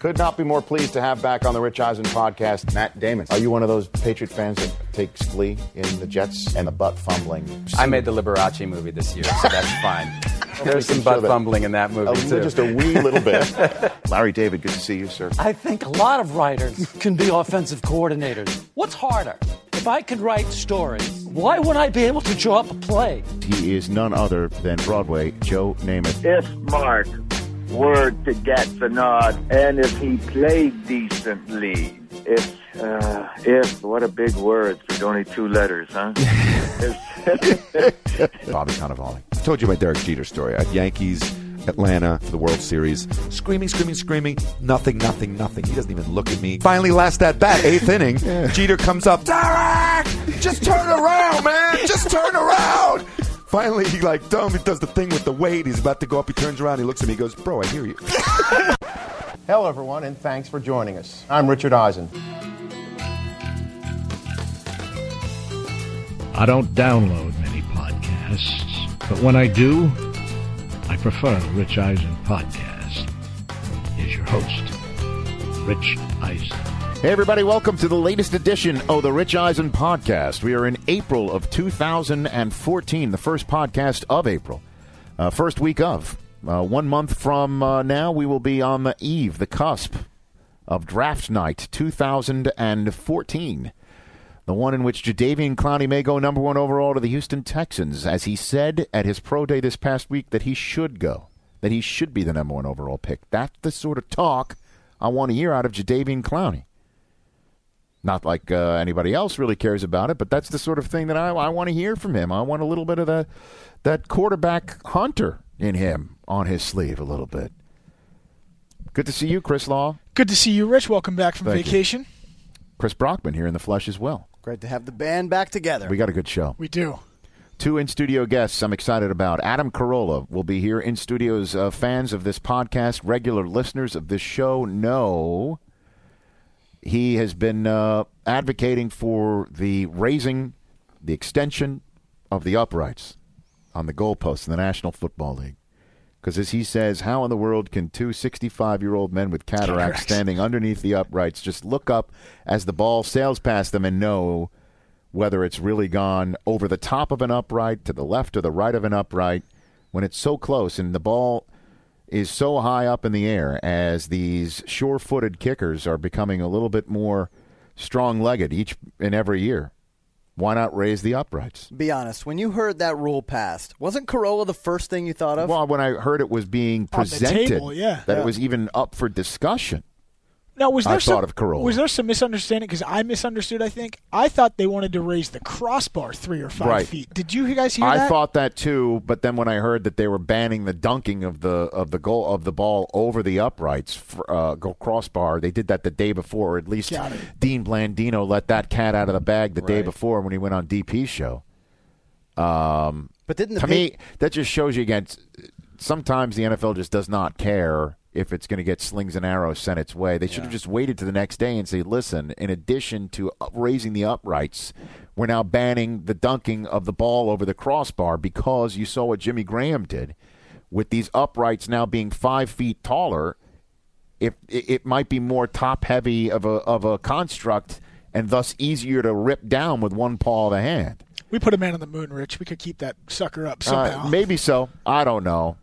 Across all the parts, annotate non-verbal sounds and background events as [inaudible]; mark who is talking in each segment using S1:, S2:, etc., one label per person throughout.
S1: Could not be more pleased to have back on the Rich Eisen podcast, Matt Damon. Are you one of those Patriot fans that takes glee in the Jets and the butt fumbling?
S2: I made the Liberace movie this year, so
S1: [laughs]
S2: that's fine. There's some butt
S1: Sure that-
S2: fumbling in that
S1: A-
S2: movie, too.
S1: just a wee little bit.
S2: [laughs]
S1: Larry David, good to see you, sir.
S3: I think a lot of writers can be offensive coordinators. What's harder? If I could write stories, why wouldn't I be able to draw up a play?
S1: He is none other than Broadway Joe Namath.
S4: if Mark were to get the nod and if he played decently, if, uh, if, what a big word with only two letters, huh?
S5: [laughs] Bobby Cannavale. I told you my Derek Jeter story. At Yankees, Atlanta for the World Series, screaming, screaming, screaming, nothing, nothing, nothing. He doesn't even look at me. Finally, last at bat, eighth inning, Jeter comes up. Derek, just turn around, man, just turn around. Finally, he like dumb. He does the thing with the weight. He's about to go up. He turns around. He looks at me. He goes, "Bro, I hear you."
S6: Hello, everyone, and thanks for joining us. I'm Richard Eisen.
S7: I don't download many podcasts, but when I do, I prefer the Rich Eisen podcast. Is your host, Rich Eisen.
S1: Hey, everybody, welcome to the latest edition of the Rich Eisen podcast. We are in April of 2014, the first podcast of April, uh, first week of. Uh, one month from uh, now, we will be on the eve, the cusp of draft night 2014. The one in which Jadavian Clowney may go number one overall to the Houston Texans, as he said at his pro day this past week that he should go, that he should be the number one overall pick. That's the sort of talk I want to hear out of Jadavian Clowney. Not like uh, anybody else really cares about it, but that's the sort of thing that I, I want to hear from him. I want a little bit of that that quarterback hunter in him on his sleeve a little bit. Good to see you, Chris Law,
S8: Good to see you, Rich. Welcome back from
S1: Thank you.
S8: vacation.
S1: Chris Brockman here in the flesh as well.
S9: Great to have the band back together.
S1: We got a good show.
S8: We do.
S1: Two in studio guests I'm excited about. Adam Carolla will be here in studios. Uh, fans of this podcast, regular listeners of this show know he has been uh, advocating for the raising, the extension of the uprights on the goalposts in the National Football League. Because as he says, how in the world can two 65 year old men with cataracts,
S8: Cataracts.
S1: standing underneath the uprights just look up as the ball sails past them and know whether it's really gone over the top of an upright, to the left or the right of an upright, when it's so close and the ball is so high up in the air as these sure footed kickers are becoming a little bit more strong legged each and every year? Why not raise the uprights?
S9: Be honest, when you heard that rule passed, wasn't Corolla the first thing you thought of?
S1: Well, when I heard it was being
S8: On the
S1: presented,
S8: table, yeah.
S1: that it was even up for discussion.
S8: Now, was
S1: I
S8: there some,
S1: thought of Corolla.
S8: Was there some misunderstanding? Because I misunderstood. I think I thought they wanted to raise the crossbar three or five
S1: Right.
S8: feet. Did you guys hear
S1: I
S8: that?
S1: thought that too, but then when I heard that they were banning the dunking of the of the goal of the ball over the uprights, for, uh, go crossbar. They did that the day before, or at least
S8: Got it.
S1: Dean Blandino let that cat out of the bag the day
S2: Right.
S1: before when he went on DP show.
S9: but didn't the
S1: Um, to
S9: big-
S1: me, that just shows you again. s- Sometimes the NFL just does not care if it's going to get slings and arrows sent its way. They should have just waited to the next day and say, "Listen, in addition to up- raising the uprights, we're now banning the dunking of the ball over the crossbar because you saw what Jimmy Graham did with these uprights now being five feet taller." If it, it might be more top heavy of a of a construct and thus easier to rip down with one paw of the hand.
S8: we put a man on the moon, Rich. We could keep that sucker up
S1: Uh,
S8: somehow.
S1: maybe so. I don't know.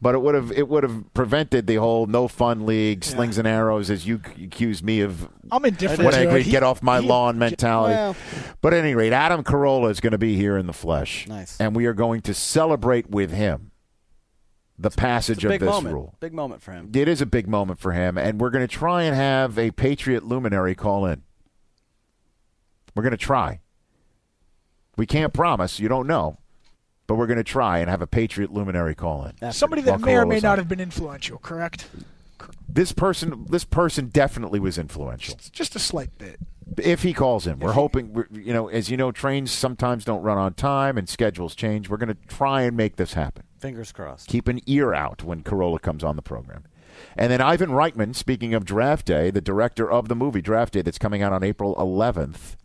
S1: But it would have it would have prevented the whole no fun league slings and arrows as you c- accuse me of
S8: I'm indifferent.
S1: what
S8: to
S1: I
S8: it.
S1: agree
S8: He-
S1: get off my
S8: he-
S1: lawn mentality.
S9: well.
S1: But at any rate, Adam Carolla is going to be here in the flesh,
S9: Nice.
S1: and we are going to celebrate with him the
S9: it's
S1: passage
S9: a
S1: of
S9: big
S1: this
S9: moment.
S1: rule.
S9: Big moment for him.
S1: It is a big moment for him, and we're going to try and have a Patriot luminary call in. We're going to try. We can't promise. You don't know. But we're going to try and have a Patriot luminary call in.
S9: After-
S8: Somebody that
S1: Marco
S8: may or may
S1: Rose.
S8: not have been influential, correct?
S1: This person, this person definitely was influential.
S8: It's just a slight bit.
S1: If he calls in, we're hoping. We're, you know, as you know, trains sometimes don't run on time and schedules change. We're going to try and make this happen.
S9: Fingers crossed.
S1: Keep an ear out when Corolla comes on the program. And then Ivan Reitman, speaking of Draft Day, the director of the movie Draft Day that's coming out on April 11th,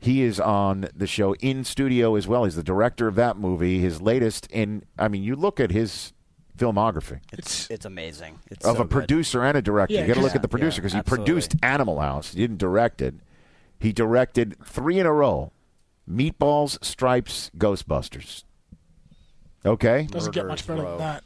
S1: he is on the show in studio as well. He's the director of that movie. His latest in, I mean, you look at his filmography
S9: It's it's amazing. It's
S1: of
S9: so
S1: a
S9: good.
S1: producer and a director.
S8: Yeah,
S1: you got to look
S8: yeah,
S1: at the producer because he
S9: absolutely.
S1: produced Animal House. He didn't direct it. He directed three in a row: Meatballs, Stripes, Ghostbusters. Okay.
S8: Doesn't get much better than that.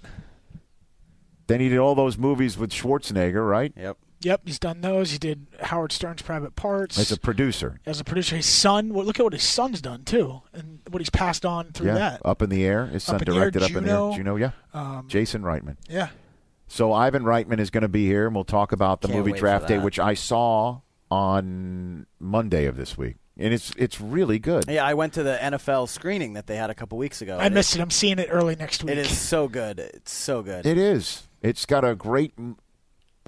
S1: Then he did all those movies with Schwarzenegger, right?
S9: Yep.
S8: Yep, he's done those. He did Howard Stern's Private Parts
S1: As a producer.
S8: as a producer. His son, well, look at what his son's done too, and what he's passed on through
S1: yeah.
S8: that.
S1: Up in the air. His son
S8: Up in the Air,
S1: directed Up in the Air.
S8: Juno. um,
S1: Juno, yeah. Jason Reitman.
S8: yeah,
S1: So Ivan Reitman is going to be here, and we'll talk about the
S9: Can't
S1: movie
S9: wait
S1: Draft
S9: for
S1: Day,
S9: that.
S1: which I saw on Monday of this week, and it's it's really good.
S9: Yeah, I went to the NFL screening that they had a couple weeks ago.
S8: I
S9: and
S8: missed it. I'm seeing it early next week.
S9: Oh, It is so good. It's so good.
S1: It is. It's got a great m-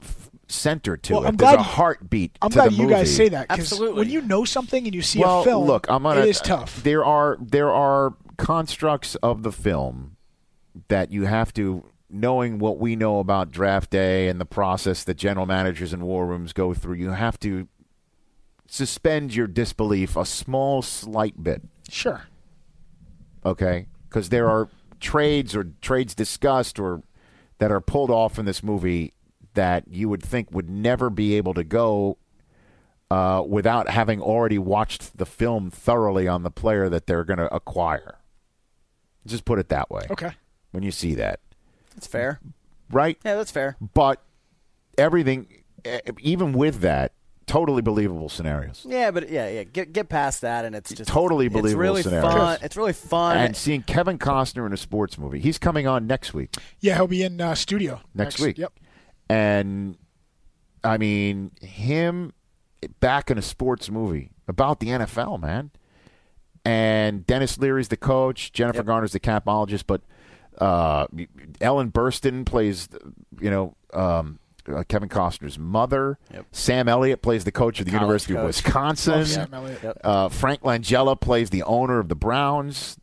S1: f- center to
S8: Well,
S1: it.
S8: I'm
S1: There's a
S8: glad-
S1: heartbeat
S8: I'm
S1: to
S8: glad
S1: the
S8: you
S1: movie.
S8: guys say that 'cause
S9: Absolutely.
S8: when you know something and you see
S1: well,
S8: a film,
S1: look, I'm gonna.
S8: it is tough.
S1: There are there are constructs of the film that you have to knowing what we know about draft day and the process that general managers and war rooms go through. You have to suspend your disbelief a small, slight bit.
S8: sure,
S1: okay? Because there are trades or trades discussed or that are pulled off in this movie that you would think would never be able to go uh, without having already watched the film thoroughly on the player that they're going to acquire. Just put it that way.
S8: okay.
S1: When you see that,
S9: That's fair.
S1: right?
S9: Yeah, that's fair.
S1: But everything, e- even with that, totally believable scenarios.
S9: Yeah, but yeah, yeah. Get get past that, and it's just
S1: Totally
S9: It's
S1: believable
S9: really
S1: scenarios.
S9: fun. It's really fun.
S1: And seeing Kevin Costner in a sports movie, he's coming on next week.
S8: Yeah, he'll be in uh, studio
S1: next week.
S8: Yep.
S1: And I mean, him back in a sports movie about the NFL, man. And Dennis Leary's the coach. Jennifer Garner's the capologist, but uh, Ellen Burstyn plays, you know, um, uh, Kevin Costner's mother. Sam Elliott plays the coach of the University of
S9: coach.
S1: Wisconsin.
S8: Love Sam Elliott.
S1: Uh, Frank Langella plays the owner of the Browns.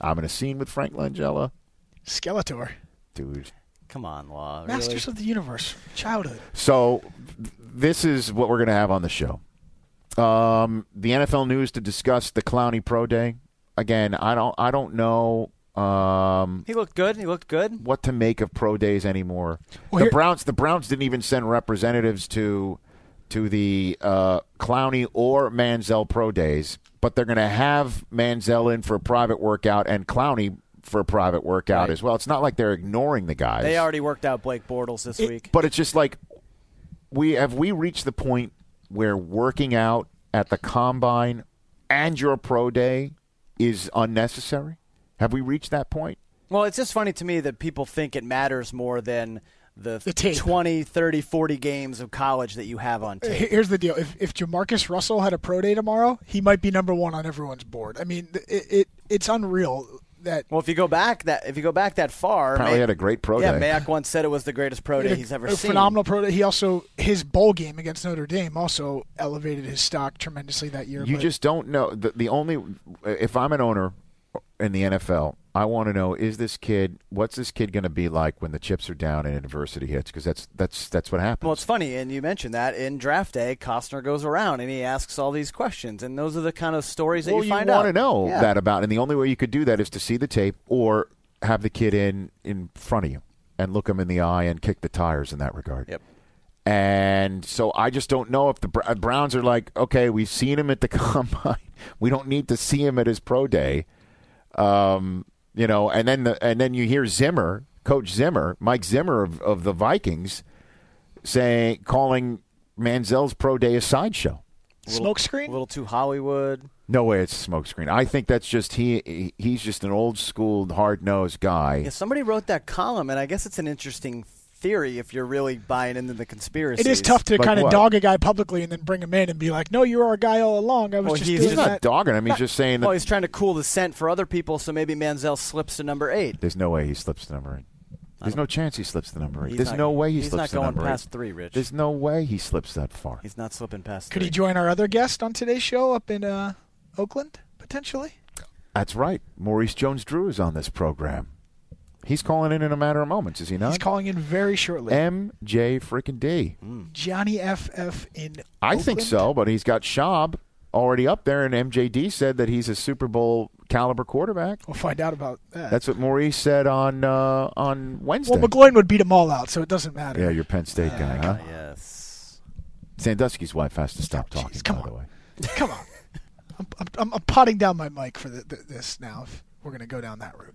S1: I'm in a scene with Frank Langella,
S8: Skeletor,
S1: dude.
S9: Come on, Law.
S8: Masters of the Universe, childhood.
S1: So th- this is what we're going to have on the show. Um, the NFL news to discuss the Clowney Pro Day. Again, I don't I don't know um,
S9: He looked good. He looked good.
S1: what to make of pro days anymore.
S8: Well,
S1: the
S8: here-
S1: Browns the Browns didn't even send representatives to to the uh, Clowney or Manziel pro days, but they're going to have Manziel in for a private workout and Clowney for a private workout
S9: Right.
S1: as well. It's not like they're ignoring the guys.
S9: They already worked out Blake Bortles this week.
S1: But it's just like we have we reached the point where working out at the combine and your pro day is unnecessary? Have we reached that point?
S9: Well, it's just funny to me that people think it matters more than the,
S8: The tape.
S9: 20, 30, 40 games of college that you have on tape.
S8: Here- Here's the deal: if if Jamarcus Russell had a pro day tomorrow, he might be number one on everyone's board. I mean, th- it, it it's unreal that
S9: Well, if you go back that if you go back that far,
S1: Apparently had a great pro
S9: yeah,
S1: day.
S9: Mayak once said it was the greatest pro day
S8: a-
S9: he's ever
S8: a
S9: seen.
S8: Phenomenal pro day. He also his bowl game against Notre Dame also elevated his stock tremendously that year.
S1: You
S8: but-
S1: just don't know. The, the only if I'm an owner in the NFL, I want to know is this kid what's this kid going to be like when the chips are down and adversity hits because that's that's that's what happens.
S9: Well, it's funny, and you mentioned that in draft day, Costner goes around and he asks all these questions, and those are the kind of stories that
S1: well,
S9: you find out.
S1: want to know
S9: Yeah.
S1: that about, and the only way you could do that is to see the tape or have the kid in in front of you and look him in the eye and kick the tires in that regard.
S9: Yep.
S1: And so I just don't know if the Br- uh, Browns are like, okay, we've seen him at the [laughs] combine, we don't need to see him at his pro day, um, you know. And then the, and then you hear Zimmer, Coach Zimmer, Mike Zimmer of, of the Vikings, saying calling Manziel's pro day a sideshow.
S8: smoke screen.
S9: A little too Hollywood.
S1: No way, it's a smokescreen. I think that's just he. he- He's just an old school, hard nosed guy.
S9: Yeah, somebody wrote that column, and I guess it's an interesting theory if you're really buying into the conspiracy.
S8: it is tough to
S1: Like
S8: kind of
S1: what?
S8: dog a guy publicly and then bring him in and be like, "No, you were our guy all along. I was
S9: Well,
S8: just
S9: he's-
S8: doing
S1: he's
S8: that."
S1: not dogging him. He's just saying that
S9: Well, he's trying to cool the scent for other people, so maybe Manziel slips to number eight.
S1: there's no way he slips the number eight. There's no chance he slips the number eight.
S9: He's
S1: There's
S9: not-
S1: no way he
S9: he's
S1: slips
S9: not
S1: the
S9: going
S1: number
S9: past
S1: eight.
S9: three, Rich.
S1: There's no way he slips that far.
S9: He's not slipping past.
S8: Could he
S9: three.
S8: join our other guest on today's show up in uh, Oakland potentially?
S1: That's right. Maurice Jones-Drew is on this program. He's calling in in a matter of moments, is he not?
S8: He's calling in very shortly.
S1: MJ freaking D. I
S9: Mm.
S8: Johnny FF in.
S1: think
S8: Oakland?
S1: so, but he's got Schaub already up there, and MJD said that he's a Super Bowl caliber quarterback.
S8: We'll find out about that.
S1: That's what Maurice said on uh, on Wednesday.
S8: well, McGloin would beat them all out, so it doesn't matter.
S1: yeah, you're Penn State guy, huh?
S9: Yes.
S1: Sandusky's wife has to stop talking.
S8: come
S1: by
S8: on.
S1: the way,
S8: Come
S1: [laughs]
S8: on. I'm, I'm, I'm, I'm potting down my mic for the, th this now if we're going to go down that route.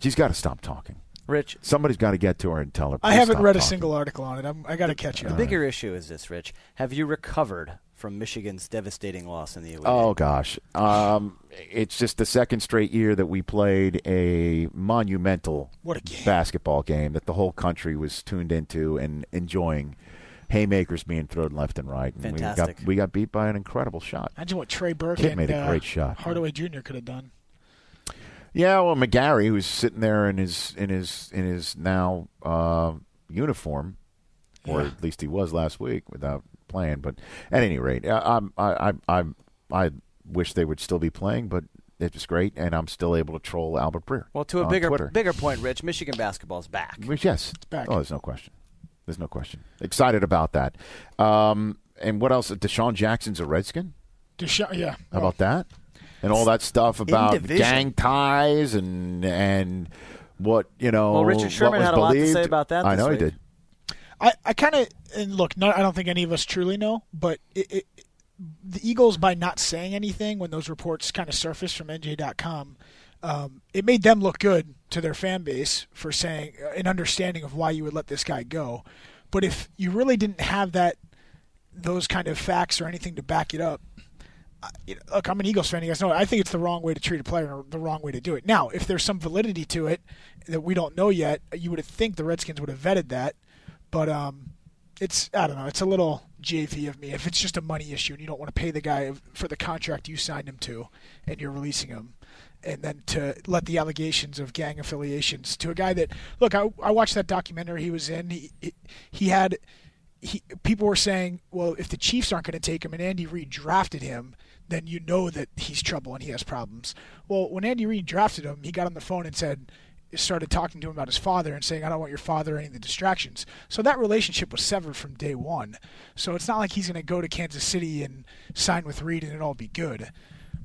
S1: she's got to stop talking.
S9: Rich,
S1: Somebody's got to get to her and tell her.
S8: I
S1: "Please
S8: haven't
S1: stop
S8: read a
S1: talking."
S8: single article on it. I'm, I got to catch
S9: the
S8: up.
S9: bigger issue is this, Rich. Have you recovered from Michigan's devastating loss in the weekend?
S1: Oh gosh, um, it's just the second straight year that we played a monumental
S8: What a game.
S1: basketball game that the whole country was tuned into and enjoying. Haymakers being thrown left and right. And We
S9: Fantastic.
S1: got, we got beat by an incredible shot.
S8: Imagine what Trey Burke
S1: Kid
S8: and
S1: made a
S8: uh,
S1: great shot.
S8: Hardaway Jr. could have done.
S1: Yeah, well, McGarry, who's sitting there in his in his in his now uh, uniform, or
S8: Yeah.
S1: at least he was last week without playing. But at any rate, I, I'm- I I I I wish they would still be playing, but it was great, and I'm still able to troll Albert Breer.
S9: well, to a
S1: on
S9: bigger
S1: Twitter.
S9: bigger point, Rich, Michigan basketball's back.
S1: Which, yes.
S8: back.
S1: Oh, there's no question. There's no question. Excited about that. Um, and what else? Deshaun Jackson's a Redskin.
S8: Desha- yeah.
S1: How about that? And all that stuff about
S9: division.
S1: gang ties and and what you know.
S9: Well, Richard
S1: what
S9: Sherman
S1: was
S9: had a lot to
S1: believed.
S9: say about that
S1: I
S9: this
S1: know
S9: week.
S1: he did.
S8: I, I kind of and look. Not, I don't think any of us truly know, but it, it, the Eagles by not saying anything when those reports kind of surfaced from NJ.com, um, it made them look good to their fan base for saying uh, an understanding of why you would let this guy go. But if you really didn't have that, those kind of facts or anything to back it up, you know, look, I'm an Eagles fan. You guys know I think it's the wrong way to treat a player, or the wrong way to do it. Now, if there's some validity to it that we don't know yet, you would think the Redskins would have vetted that. But um, it's I don't know. It's a little JV of me. If it's just a money issue and you don't want to pay the guy for the contract you signed him to, and you're releasing him, and then to let the allegations of gang affiliations to a guy that look, I, I watched that documentary he was in. He he, he had he, people were saying, well, if the Chiefs aren't going to take him and Andy Reid drafted him, then you know that he's trouble and he has problems. Well, when Andy Reid drafted him, he got on the phone and said, started talking to him about his father and saying, I don't want your father or any of the distractions. So that relationship was severed from day one. So it's not like he's going to go to Kansas City and sign with Reid and it all be good.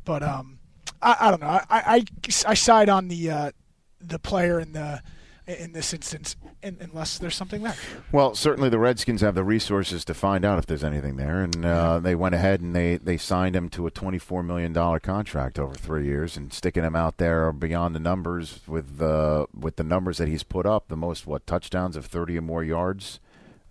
S8: But um, I, I don't know. I, I, I side on the uh, the player in the in this instance, un unless there's something there.
S1: Well, certainly the Redskins have the resources to find out if there's anything there, and uh, they went ahead and they, they signed him to a twenty-four million dollar contract over three years, and sticking him out there beyond the numbers with the with the numbers that he's put up, the most what touchdowns of thirty or more yards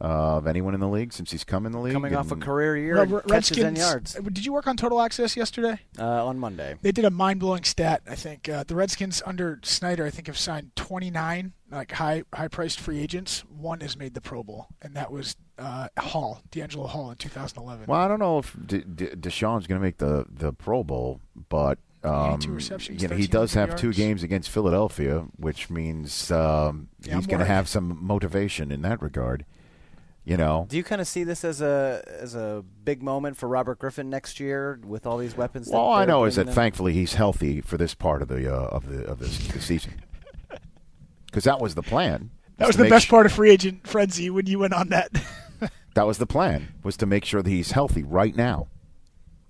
S1: uh, of anyone in the league since he's come in the league.
S9: Coming off a
S1: and-
S9: career year,
S8: Well,
S9: and
S8: Re-
S9: catches and
S8: Redskins.
S9: yards
S8: Did you work on Total Access yesterday?
S9: uh, on Monday.
S8: They did a mind-blowing stat. I think uh, the Redskins under Snyder, I think, have signed 29 like high high-priced free agents. One has made the Pro Bowl, and that was uh, Hall, D'Angelo Hall, in 2011.
S1: Well, I don't know if D- D- Deshaun's going to make the, the Pro Bowl, but um,
S8: 82 receptions,
S1: you know, he
S8: 13
S1: does have two
S8: yards.
S1: games against Philadelphia, which means um,
S8: Yeah,
S1: he's
S8: I'm
S1: going to
S8: worried.
S1: have some motivation in that regard. You know,
S9: Do you kind of see this as a as a big moment for Robert Griffin next year with all these weapons? that
S1: well, all I
S9: they're
S1: know is that
S9: bringing in?
S1: thankfully he's healthy for this part of the uh, of the of this,
S8: [laughs]
S1: the season, because that was the plan.
S8: that was
S1: was to
S8: the
S1: make
S8: best
S1: su-
S8: part of free agent frenzy when you went on that. [laughs]
S1: That was the plan was to make sure that he's healthy right now.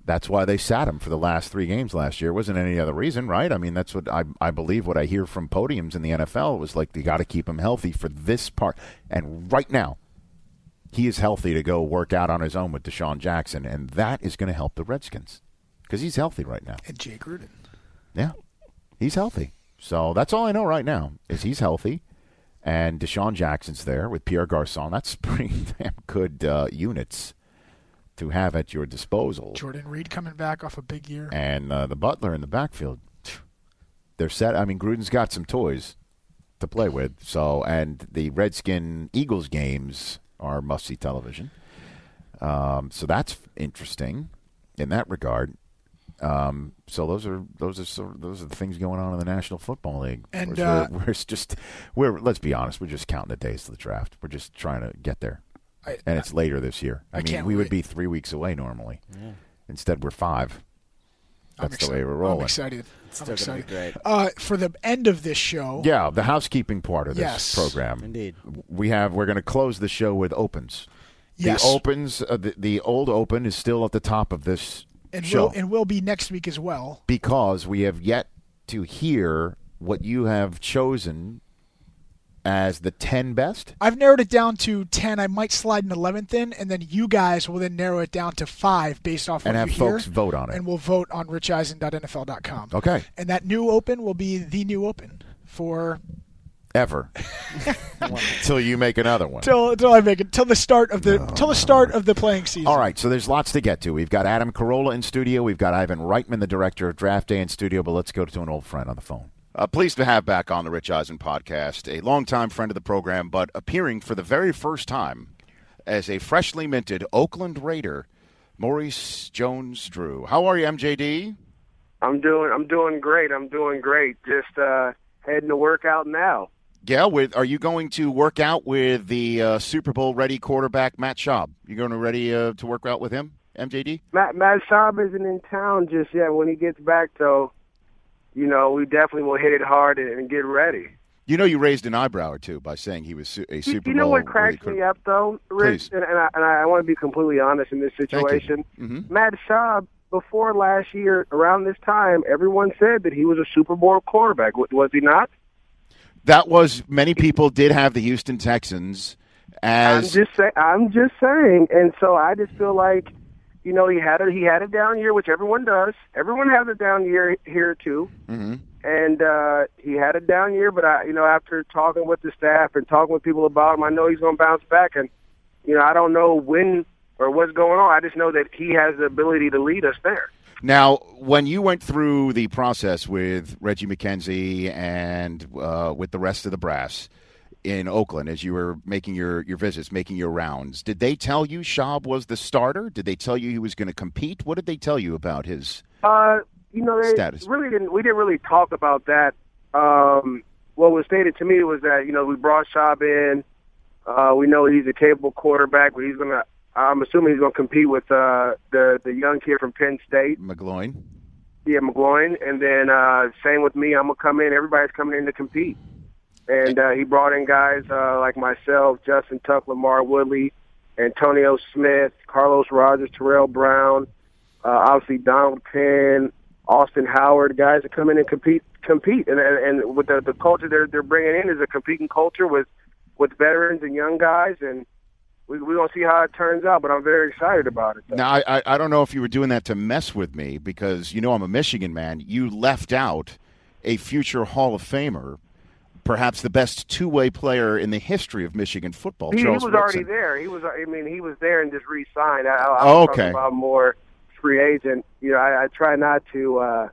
S1: That's why they sat him for the last three games last year. Wasn't any other reason, right? I mean, that's what I I believe what I hear from podiums in the NFL was like you got to keep him healthy for this part, and right now he is healthy to go work out on his own with Deshaun Jackson, and that is going to help the Redskins because he's healthy right now.
S8: and Jay Gruden.
S1: Yeah. He's healthy. So that's all I know right now is he's healthy. And Deshaun Jackson's there with Pierre Garcon. That's [laughs] pretty damn good uh, units to have at your disposal.
S8: Jordan Reed coming back off a big year.
S1: And uh, the Butler in the backfield. [sniffs] They're set. I mean, Gruden's got some toys to play with. So, and the Redskin Eagles games are must see television. Um, so that's interesting in that regard. Um, so those are those are sort of- those are the things going on in the National Football League.
S8: And,
S1: Which
S8: uh,
S1: we're, we're just we're let's be honest, we're just counting the days to the draft. We're just trying to get there,
S8: I-
S1: and it's later this year.
S8: I
S1: I, mean,
S8: can't
S1: we would
S8: wait.
S1: be three weeks away normally. Instead, we're five. That's the
S8: exci-
S1: way we're
S8: I'm
S1: rolling.
S8: excited. I'm
S9: still gonna
S8: excited.
S9: be great.
S8: Uh, for the end of this show,
S1: Yeah, the housekeeping part of this
S8: Yes.
S1: program.
S9: Indeed.
S1: We have we're going to close the show with opens.
S8: Yes.
S10: The opens, uh, the, the old open is still at the top of this
S8: and
S10: show
S8: will and will be next week as well.
S10: because we have yet to hear what you have chosen as the 10 best.
S8: I've narrowed it down to ten. I might slide an eleventh in, and then you guys will then narrow it down to five based off
S10: And
S8: what
S10: have
S8: you
S10: folks
S8: hear,
S10: vote on it.
S8: And we'll vote on richeisen.nfl.com.
S10: Okay.
S8: And that new open will be the new open for [laughs]
S10: Ever. Till you make another one.
S8: till till I make it till the start of the till the start of the playing season.
S10: All right, so there's lots to get to. We've got Adam Carolla in studio. We've got Ivan Reitman, the director of Draft Day, in studio. But let's go to an old friend on the phone.
S1: Uh, pleased to have back on the Rich Eisen podcast a longtime friend of the program, but appearing for the very first time as a freshly minted Oakland Raider, Maurice Jones-Drew. How are you, MJD?
S11: I'm doing I'm doing great. I'm doing great. Just uh heading to work out now.
S1: Yeah, with are you going to work out with the uh, Super Bowl ready quarterback Matt Schaub? You going to ready uh, to work out with him, MJD?
S11: Matt Matt Schaub isn't in town just yet. When he gets back though, you know, we definitely will hit it hard and, and get ready.
S1: You know, you raised an eyebrow or two by saying he was su- a
S11: You,
S1: Super
S11: you know
S1: Bowl
S11: what
S1: ready
S11: cracks me
S1: quarterback.
S11: up though,
S1: Please.
S11: Rich, and, and I, and I want to be completely honest in this situation.
S1: Mm-hmm.
S11: Matt Schaub before last year, around this time, everyone said that he was a Super Bowl quarterback. W- Was he not?
S1: That was many people did have the Houston Texans
S11: I'm
S1: as
S11: just saying. I'm just saying, and so I just feel like, you know, he had a he had a down year, which everyone does. Everyone has a down year here too,
S1: Mm-hmm.
S11: and uh, he had a down year. But I, you know, after talking with the staff and talking with people about him, I know he's going to bounce back. And you know, I don't know when or what's going on. I just know that he has the ability to lead us there.
S1: Now, when you went through the process with Reggie McKenzie and uh, with the rest of the brass in Oakland, as you were making your, your visits, making your rounds, did they tell you Schaub was the starter? Did they tell you he was going to compete? What did they tell you about his?
S11: Uh, you know, they
S1: Status.
S11: really didn't. We didn't really talk about that. Um, what was stated to me was that you know we brought Schaub in. Uh, we know he's a capable quarterback, but he's gonna. I'm assuming he's gonna compete with uh, the the young kid from Penn State,
S1: McGloin.
S11: yeah, McGloin, and then uh, same with me. I'm gonna come in. Everybody's coming in to compete, and uh, he brought in guys uh, like myself, Justin Tuck, Lamar Woodley, Antonio Smith, Carlos Rogers, Terrell Brown, uh, obviously Donald Penn, Austin Howard, guys that come in and compete, compete, and and, and with the, the culture they're they're bringing in is a competing culture with with veterans and young guys, and we we gonna see how it turns out. But I'm very excited about it. though.
S1: Now, I, I, I don't know if you were doing that to mess with me because you know I'm a Michigan man. You left out a future Hall of Famer, perhaps the best two way player in the history of Michigan football.
S11: He, he
S1: Charles
S11: was already
S1: Woodson.
S11: there. He was. I mean, he was there and just re-signed. I, I, I
S1: Oh,
S11: was
S1: okay.
S11: talking about more free agent. You know, I, I try not to. uh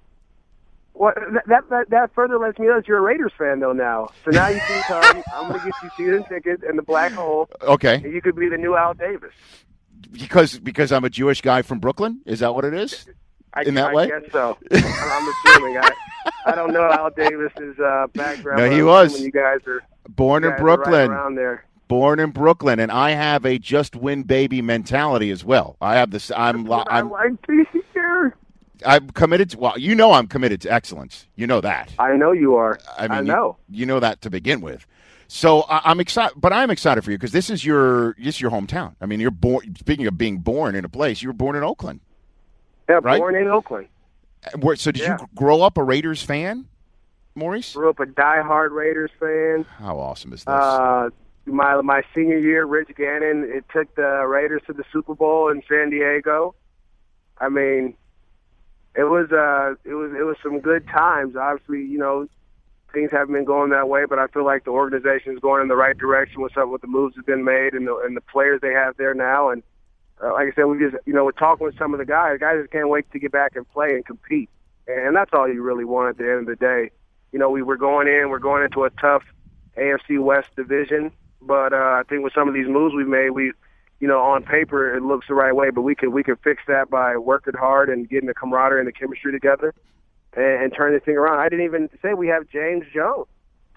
S11: well, that, that that that further lets me know that you're a Raiders fan though now. So now you can come. I'm going to get you season tickets and the black hole,
S1: Okay.
S11: and you could be the new Al Davis.
S1: because because I'm a Jewish guy from Brooklyn. Is that what it is?
S11: [laughs] I,
S1: In that
S11: I
S1: way?
S11: guess so. I'm assuming. I, I don't know Al Davis's uh, background.
S1: No,
S11: but
S1: he
S11: I'm
S1: was.
S11: assuming You guys are
S1: Born
S11: you
S1: in
S11: guys are right
S1: Brooklyn.
S11: around there.
S1: Born in Brooklyn, and I have a just win baby mentality as well. I have this. I'm li-
S11: I
S1: I'm
S11: like to hear.
S1: I'm committed to. Well, you know I'm committed to excellence. You know that.
S11: I know you are.
S1: I mean, you-
S11: know.
S1: You, know that to begin with. So I, I'm excited, but I'm excited for you because this is your this is your hometown. I mean, you're born. Speaking of being born in a place, you were born in Oakland.
S11: Yeah,
S1: Right?
S11: born in Oakland.
S1: And where- So did
S11: Yeah.
S1: you grow up a Raiders fan, Maurice?
S11: Grew up a diehard Raiders fan.
S1: How awesome is this?
S11: Uh, my my senior year, Rich Gannon it took the Raiders to the Super Bowl in San Diego. I mean, it was uh, it was it was some good times. Obviously, you know, things haven't been going that way, but I feel like the organization is going in the right direction with some with the moves that have been made and the and the players they have there now. And uh, like I said, we just you know we're talking with some of the guys. Guys just can't wait to get back and play and compete. And that's all you really want at the end of the day. You know, we were going in, we're going into a tough AFC West division, but uh, I think with some of these moves we've made, we, you know, on paper it looks the right way, but we can we can fix that by working hard and getting the camaraderie and the chemistry together, and, and turn this thing around. I didn't even say we have James Jones,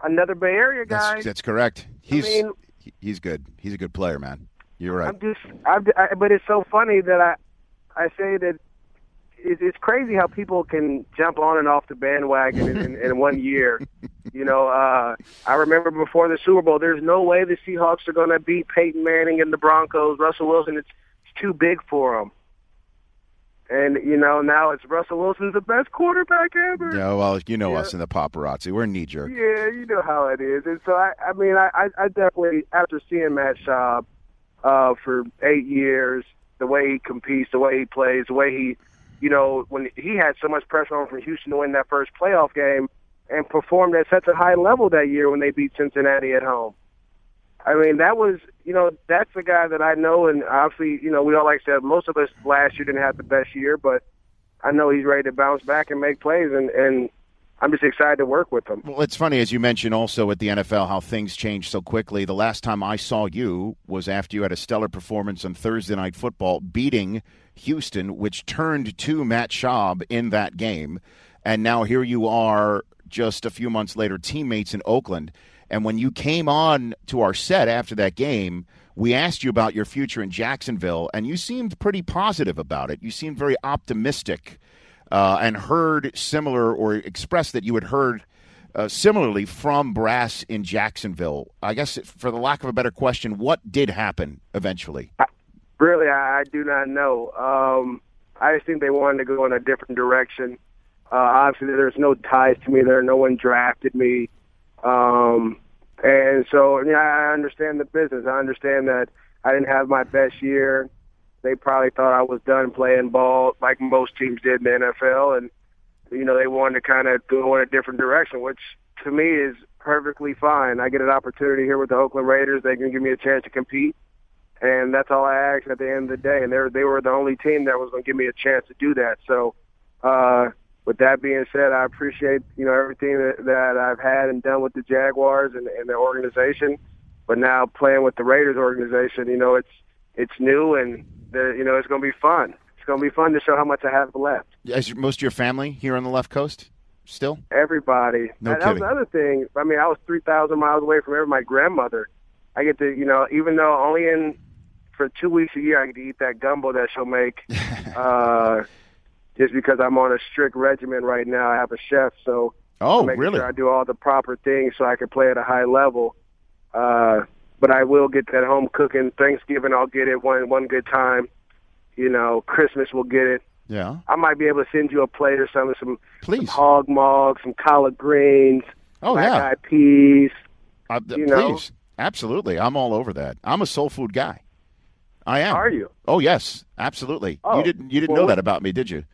S11: another Bay Area guy.
S1: That's, that's correct. He's
S11: mean-
S1: he- he's good. He's a good player, man. You're right.
S11: I'm just, I'm, I, but it's so funny that I, I say that it's, it's crazy how people can jump on and off the bandwagon in, in, in one year. You know, uh, I remember before the Super Bowl, there's no way the Seahawks are going to beat Peyton Manning and the Broncos. Russell Wilson, it's, it's too big for them. And you know, now it's Russell Wilson's the best quarterback ever.
S1: Yeah, well, you know us in the paparazzi. We're knee jerk.
S11: Yeah, you know how it is. And so I, I mean, I, I- I definitely after seeing Matt Schaub uh, for eight years, the way he competes, the way he plays, the way he, you know, when he had so much pressure on from Houston to win that first playoff game and performed at such a high level that year when they beat Cincinnati at home. I mean, that was, you know, that's the guy that I know, and obviously, you know, we all like I said, most of us last year didn't have the best year, but I know he's ready to bounce back and make plays, and and I'm just excited to work with him.
S1: Well, it's funny as you mentioned also at the NFL how things change so quickly. The last time I saw you was after you had a stellar performance on Thursday Night Football, beating Houston, which turned to Matt Schaub in that game, and now here you are, just a few months later, teammates in Oakland. And when you came on to our set after that game, we asked you about your future in Jacksonville, and you seemed pretty positive about it. You seemed very optimistic uh, and heard similar or expressed that you had heard uh, similarly from Brass in Jacksonville. I guess, for the lack of a better question, what did happen eventually?
S11: Really, I, I do not know. Um, I just think they wanted to go in a different direction. Uh, obviously, there's no ties to me there. No one drafted me, um, and so yeah, I understand the business. I understand that I didn't have my best year. They probably thought I was done playing ball, like most teams did in the NFL, and you know they wanted to kind of go in a different direction, which to me is perfectly fine. I get an opportunity here with the Oakland Raiders. They can give me a chance to compete and that's all I asked at the end of the day. And they were, they were the only team that was going to give me a chance to do that. So, uh, with that being said, I appreciate you know everything that, that I've had and done with the Jaguars and, and the organization. But now playing with the Raiders organization, you know it's it's new and the, you know it's going to be fun. It's going to be fun to show how much I have left.
S1: As your- most of your family here on the left coast still?
S11: Everybody.
S1: No
S11: that, that was
S1: kidding.
S11: another thing. I mean, I was three thousand miles away from every my grandmother. I get to you know, even though only in for two weeks a year I get to eat that gumbo that
S1: [laughs]
S11: she'll make. uh, just because I'm on a strict regimen right now, I have a chef, so
S1: Oh,
S11: I'm making
S1: really?
S11: Sure I do all the proper things so I can play at a high level. Uh, but I will get that home cooking. Thanksgiving, I'll get it one one good time. You know, Christmas, we'll get it.
S1: Yeah.
S11: I might be able to send you a plate or something, some please, some hog mog, some collard greens,
S1: Oh,
S11: black
S1: yeah.
S11: eyed peas.
S1: Uh, th-
S11: you
S1: please.
S11: know.
S1: Absolutely. I'm all over that. I'm a soul food guy. I am.
S11: Are you?
S1: Oh, yes. Absolutely.
S11: Oh,
S1: you didn't you didn't
S11: well,
S1: know
S11: we-
S1: that about me, did you?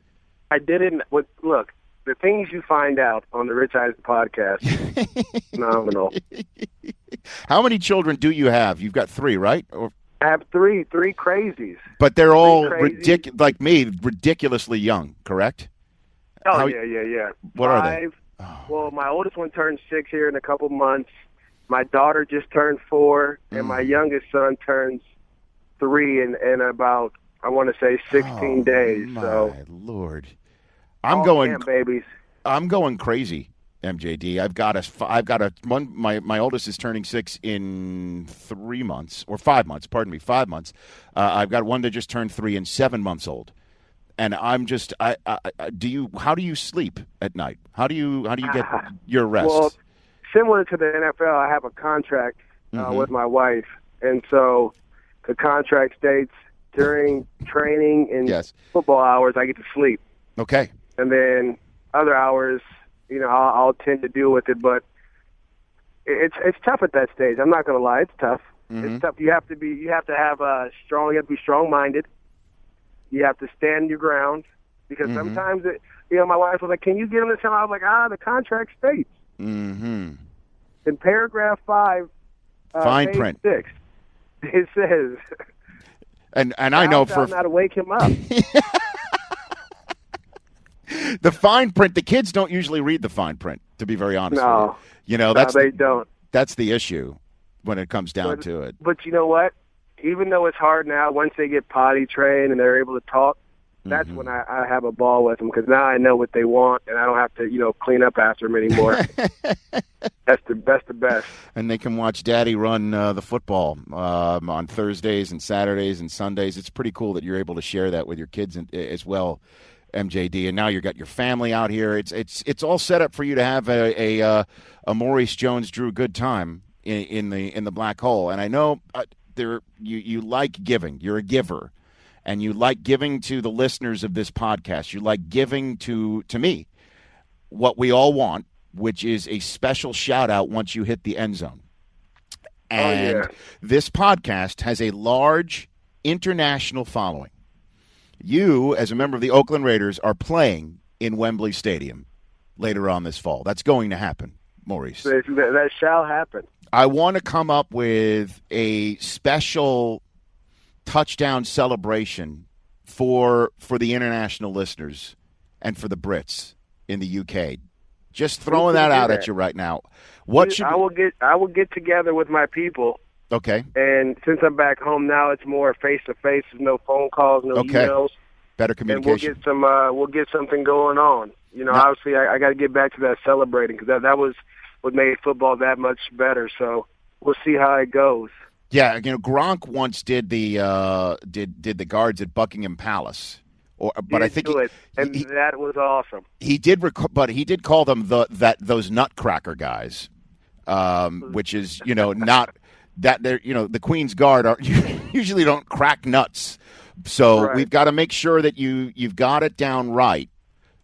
S11: I didn't. With, look, the things you find out on the Rich Eisen podcast,
S1: [laughs]
S11: phenomenal.
S1: How many children do you have? You've got 3, right? Or
S11: I have three three crazies.
S1: But they're all
S11: crazy.
S1: ridic- like me, ridiculously young, correct?
S11: Oh
S1: How-
S11: yeah, yeah, yeah.
S1: What are they? Oh.
S11: Five. Well, my oldest one turned six here in a couple months. My daughter just turned four, and
S1: Mm.
S11: my youngest son turns three in, in about I want to say sixteen days. So
S1: Oh, My lord, I'm
S11: Oh,
S1: going
S11: damn, babies.
S1: I'm going crazy. MJD, I've got a, f- I've got a one. My my oldest is turning six in three months or five months. Pardon me, five months. Uh, I've got one that just turned three and seven months old, and I'm just. I, I, I do you. How do you sleep at night? How do you how do you
S11: [laughs]
S1: get your rest?
S11: Well, similar to the NFL, I have a contract uh,
S1: Mhm.
S11: with my wife, and so the contract states during training and
S1: Yes.
S11: football hours I get to sleep,
S1: okay,
S11: and then other hours, you know, I'll, I'll tend to deal with it. But it- it's it's tough at that stage. I'm not going to lie, it's tough.
S1: Mm-hmm.
S11: It's
S12: Mm-hmm.
S11: tough. You have to be you have to have a strong. You have to be strong minded. You have to stand your ground because
S1: Mhm.
S11: sometimes it. You know, my wife was like, "Can you get him to tell?" I was like, "Ah, the contract states."
S1: mm-hmm.
S11: in paragraph five, uh,
S1: Fine
S11: page
S1: print.
S11: six, it says,
S1: And and I know
S11: "Thou
S1: for
S11: shalt not wake him
S1: [laughs]
S11: up."
S1: the fine print. The kids don't usually read the fine print. To be very honest,
S11: No.
S1: with you. you know
S11: No,
S1: that's
S11: they don't.
S1: That's the issue when it comes down to it.
S11: but you know what? Even though it's hard now, once they get potty trained and they're able to talk, that's
S1: Mm-hmm.
S11: when I, I have a ball with them because now I know what they want and I don't have to, you know, clean up after
S1: [laughs]
S11: them anymore. that's the best, the best.
S1: And they can watch Daddy run uh, the football um, on Thursdays and Saturdays and Sundays. It's pretty cool that you're able to share that with your kids and, as well MJD, and now you've got your family out here. It's it's it's all set up for you to have a a, uh, a Maurice Jones Drew good time in, in the in the black hole. And I know uh, there you you like giving. You're a giver, and you like giving to the listeners of this podcast. You like giving to to me what we all want, which is a special shout out once you hit the end zone. And
S11: yeah.
S1: this podcast has a large international following. You, as a member of the Oakland Raiders, are playing in Wembley Stadium later on this fall. That's going to happen, Maurice.
S11: That, that shall happen.
S1: I want to come up with a special touchdown celebration for for the international listeners and for the Brits in the UK. Just throwing that
S11: can do
S1: out
S11: that.
S1: at you right now. What should
S11: I will get I will get together with my people
S1: okay?
S11: and since I'm back home now it's more face to face, no phone calls, no
S1: Okay.
S11: emails.
S1: Better
S11: And we'll
S1: communication.
S11: get some uh we'll get something going on. You know, obviously I, I got to get back to that celebrating cuz that that was what made football that much better. So we'll see how it goes.
S1: Yeah, you know Gronk once did the uh, did did the guards at Buckingham Palace, or but I
S11: Didn't
S1: think
S11: do
S1: he,
S11: it. and that was awesome.
S1: he did rec- but he did call them the that those Nutcracker guys, um, which is you know not that they're you know the Queen's Guard are [laughs] usually don't crack nuts, so
S11: Right.
S1: we've got to make sure that you you've got it down right.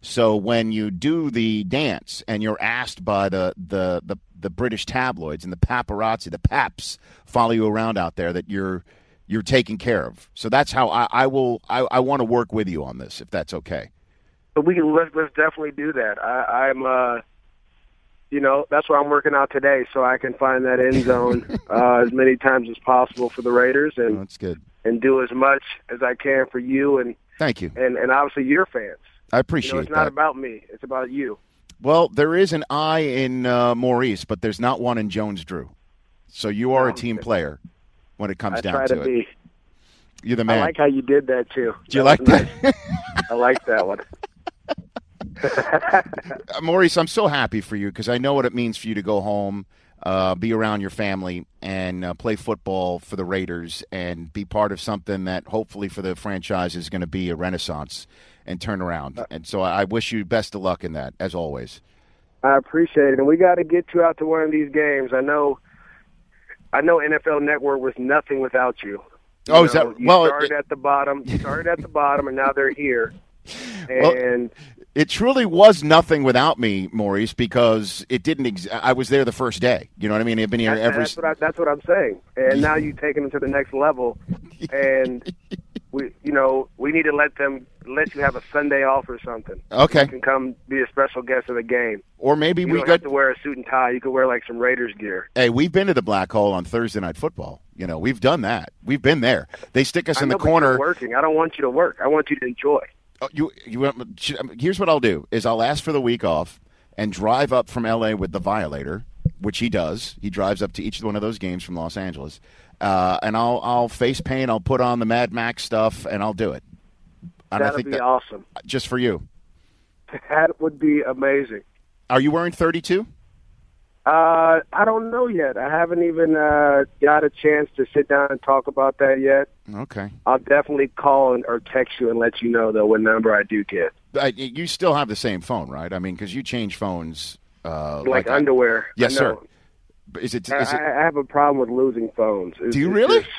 S1: So when you do the dance and you're asked by the the the, the British tabloids and the paparazzi, the paps follow you around out there that you're you're taken care of. So that's how I, I will I, I want to work with you on this if that's okay.
S11: But we can let's, let's definitely do that. I, I'm, uh, you know, that's why I'm working out today, so I can find
S1: [laughs]
S11: that end zone uh, as many times as possible for the Raiders, and
S1: That's good.
S11: and do as much as I can for you, and
S1: Thank you.
S11: and and obviously your fans.
S1: I
S11: You
S1: appreciate
S11: know, it's not
S1: that.
S11: about me; it's about you.
S1: well, there is an I in uh, Maurice, but there's not one in Jones Drew. So you are a team player when it comes
S11: Oh, I
S1: down
S11: try
S1: to,
S11: to
S1: it.
S11: be.
S1: You're the man.
S11: I like how you did that too.
S1: Do you like that? [laughs]
S11: I like that one.
S1: Uh, Maurice, I'm so happy for you because I know what it means for you to go home, uh, be around your family, and uh, play football for the Raiders and be part of something that hopefully for the franchise is going to be a renaissance and turnaround.
S11: Uh,
S1: and so I I wish you best of luck in that, as always.
S11: I appreciate it, and we got to get you out to one of these games. I know, I know. NFL Network was nothing without you.
S1: Oh, is
S11: know,
S1: that-
S11: you
S1: well,
S11: started at the bottom. You started at the bottom, and now they're here.
S1: [laughs] Well-
S11: And
S1: It truly was nothing without me, Maurice, because it didn't. Ex- I was there the first day. You know what I mean? I've been here
S11: that-
S1: ever.
S11: that's, what I, that's what I'm saying. And now you've taken them to the
S1: [laughs]
S11: next level. And we, you know, we need to let them let you have a Sunday off or something.
S1: Okay.
S11: you can come be a special guest of the game.
S1: Or maybe
S11: you
S1: we
S11: don't
S1: got
S11: have to wear a suit and tie. You can wear like some Raiders gear.
S1: Hey, we've been to the black hole on Thursday night football. You know, we've done that. We've been there. They stick us
S11: I
S1: in the
S11: know, but you're
S1: corner.
S11: working. I don't want you to work. I want you to enjoy.
S1: Oh, you, you, want- sh- here's what I'll do: is I'll ask for the week off and drive up from L.A. with the Violator, which he does. He drives up to each one of those games from Los Angeles, uh, and I'll I'll face paint. I'll put on the Mad Max stuff, and I'll do it. And
S11: That'd
S1: I think
S11: be
S1: that,
S11: awesome.
S1: just for you.
S11: That would be amazing.
S1: Are you wearing 32?
S11: Uh, I don't know yet. I haven't even uh, got a chance to sit down and talk about that yet.
S1: Okay.
S11: I'll definitely call and, or text you and let you know though what number I do get.
S1: Uh, y- you still have the same phone, right? I mean, because you change phones. Uh,
S11: like
S1: I-
S11: underwear.
S1: yes,
S11: I know.
S1: sir. But Is it?
S11: I,
S1: Is it
S11: I I have a problem with losing phones. It's-
S1: do you
S11: it's
S1: really?
S11: just-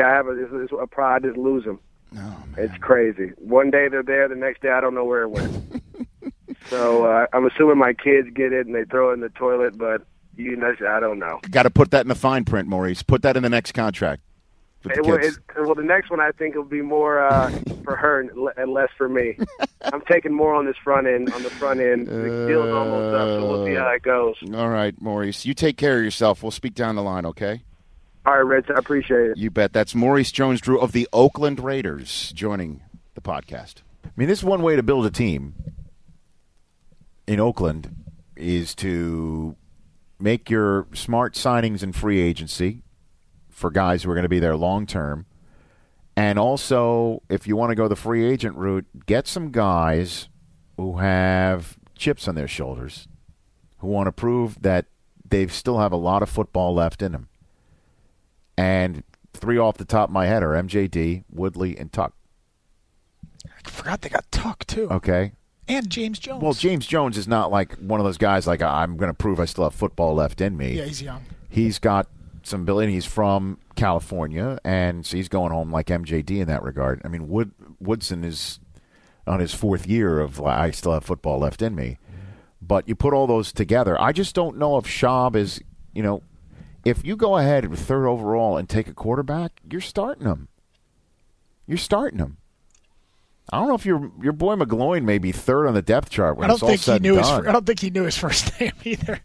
S11: I have a, it's, it's a pride to lose them.
S1: Oh,
S11: It's crazy. One day they're there, the next day I don't know where
S1: [laughs]
S11: it went. so uh, I'm assuming my kids get it and they throw it in the toilet, but you know, I don't know.
S1: Got to put that in the fine print, Maurice. Put that in the next contract. with the
S11: It, will-
S1: kids.
S11: it- well, the next one I think will be more
S1: [laughs]
S11: uh, for her and le- and less for me. I'm taking more on this front end. On the front end, the deal's almost up, so
S1: Uh,
S11: we'll see how it goes.
S1: All right, Maurice. You take care of yourself. We'll speak down the line, okay?
S11: All right, Rich, I appreciate it.
S1: You bet. That's Maurice Jones Drew of the Oakland Raiders joining the podcast. I mean, this is one way to build a team in Oakland is to make your smart signings in free agency for guys who are going to be there long term. And also, if you want to go the free agent route, get some guys who have chips on their shoulders, who want to prove that they still have a lot of football left in them. And three off the top of my head are MJD, Woodley, and Tuck.
S8: I forgot they got Tuck too.
S1: Okay.
S8: And James Jones.
S1: Well, James Jones is not like one of those guys like I'm going to prove I still have football left in me.
S8: Yeah, he's young.
S1: He's got some ability. He's from California, and so he's going home like MJD in that regard. I mean, Wood Woodson is on his fourth year of like, I still have football left in me. But you put all those together, I just don't know if Schaub is you know if you go ahead with third overall and take a quarterback, you're starting him. You're starting him. I don't know if your your boy McGloin may be third on the depth chart when
S8: I don't
S1: it's all
S8: think he
S1: said
S8: knew
S1: and
S8: his.
S1: done.
S8: I don't think he knew his [laughs] first name either.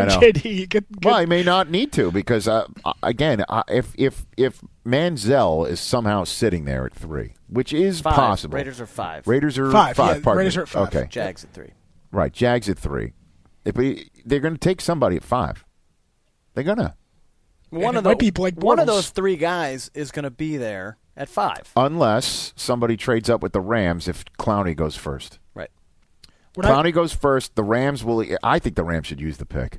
S8: [laughs]
S1: I know.
S8: JD, you get- get-
S1: Well, I may not need to because uh, uh, again, uh, if if if Manziel is somehow sitting there at three, which is
S9: Five.
S1: possible,
S9: Raiders are five.
S1: Raiders are
S9: Five,
S1: Five.
S9: yeah,
S1: pardon
S9: Raiders
S1: me.
S9: are at five.
S1: Okay.
S9: Jags at three.
S1: Right. Jags at three. If we, they're going to take somebody at five. They're gonna
S9: One
S8: it
S9: of
S8: might
S9: those,
S8: be Blake
S9: one of
S8: Bortles.
S9: those three guys is going to be there at five.
S1: unless somebody trades up with the Rams if Clowney goes first.
S9: Right.
S8: What
S1: Clowney goes first. The Rams will. I think the Rams should use the pick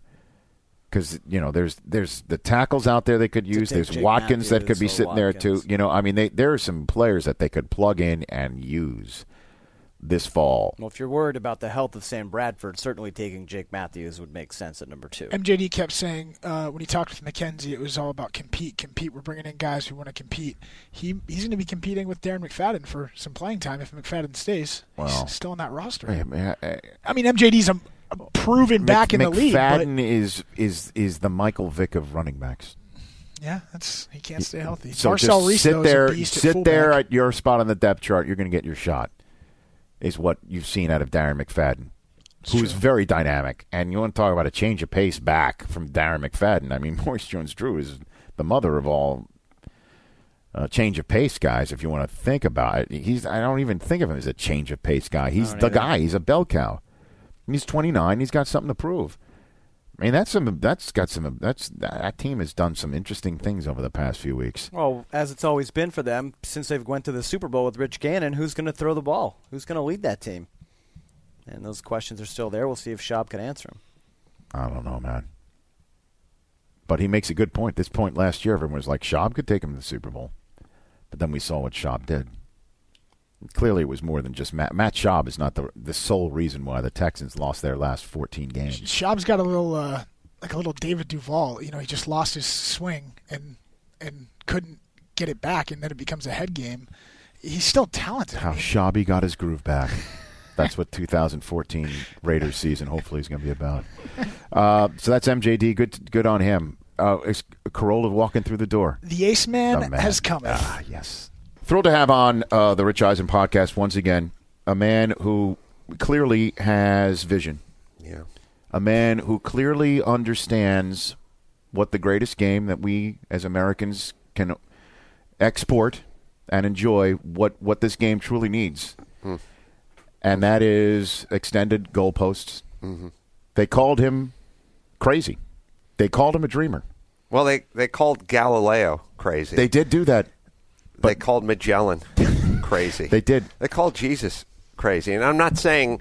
S1: because you know there's there's the tackles out there they could use.
S13: take
S1: There's
S13: Jake
S1: Watkins that could be
S13: Matthews or
S1: sitting there too. You know, I mean, they, there are some players that they could plug in and use this fall.
S9: Well, if you're worried about the health of Sam Bradford, certainly taking Jake Matthews would make sense at number two.
S8: MJD kept saying uh, when he talked with McKenzie, it was all about compete, compete. We're bringing in guys who want to compete. He he's going to be competing with Darren McFadden for some playing time if McFadden stays.
S1: Wow.
S8: He's still on that roster.
S1: I mean, I-
S8: I mean, MJD's a, a proven back
S1: Mc-
S8: in the league. But
S1: McFadden is is is the Michael Vick of running backs.
S8: yeah, that's he can't stay healthy.
S1: So
S8: Marcel
S1: just
S8: Reese though, is
S1: sit
S8: a
S1: there,
S8: beast at
S1: sit
S8: fullback.
S1: there at your spot on the depth chart. You're going to get your shot. Is what you've seen out of Darren McFadden, who's very dynamic. And you want to talk about a change of pace back from Darren McFadden? I mean, [laughs] Maurice Jones-Drew is the mother of all uh, change of pace guys. If you want to think about it, he's. I don't even think of him as a change of pace guy. He's the
S13: don't either.
S1: guy. He's a bell cow. He's 29. He's got something to prove. I mean, that's some. That's got some. That's that team has done some interesting things over the past few weeks.
S9: Well, as it's always been for them since they've went to the Super Bowl with Rich Gannon, who's going to throw the ball? Who's going to lead that team? And those questions are still there. We'll see if Schaub can answer them. [laughs]
S1: I don't know, man. But he makes a good point. This point last year, everyone was like, Schaub could take him to the Super Bowl. But then we saw what Schaub did. Clearly, it was more than just Matt. Matt Schaub is not the the sole reason why the Texans lost their last 14 games.
S8: Schaub's got a little uh, like a little David Duval. You know, he just lost his swing and and couldn't get it back, and then it becomes a head game. He's still talented.
S1: How Shabby got his groove back. That's what 2014 Raiders season hopefully is going to be about. Uh, so that's MJD. Good, good on him. Uh, is Corolla walking through the door.
S8: The Ace
S1: The
S8: Man,
S1: man.
S8: has come.
S1: Ah, yes. Thrilled to have on uh, the Rich Eisen podcast once again a man who clearly has vision.
S14: Yeah.
S1: A man who clearly understands what the greatest game that we as Americans can export and enjoy, what, what this game truly needs.
S14: Hmm.
S1: And that is extended goalposts.
S14: Mhm.
S1: They called him crazy, they called him a dreamer.
S14: Well, they, they called Galileo crazy.
S1: They did do that.
S14: they
S1: [laughs]
S14: called Magellan crazy.
S1: They did.
S14: They called Jesus crazy. And I'm not saying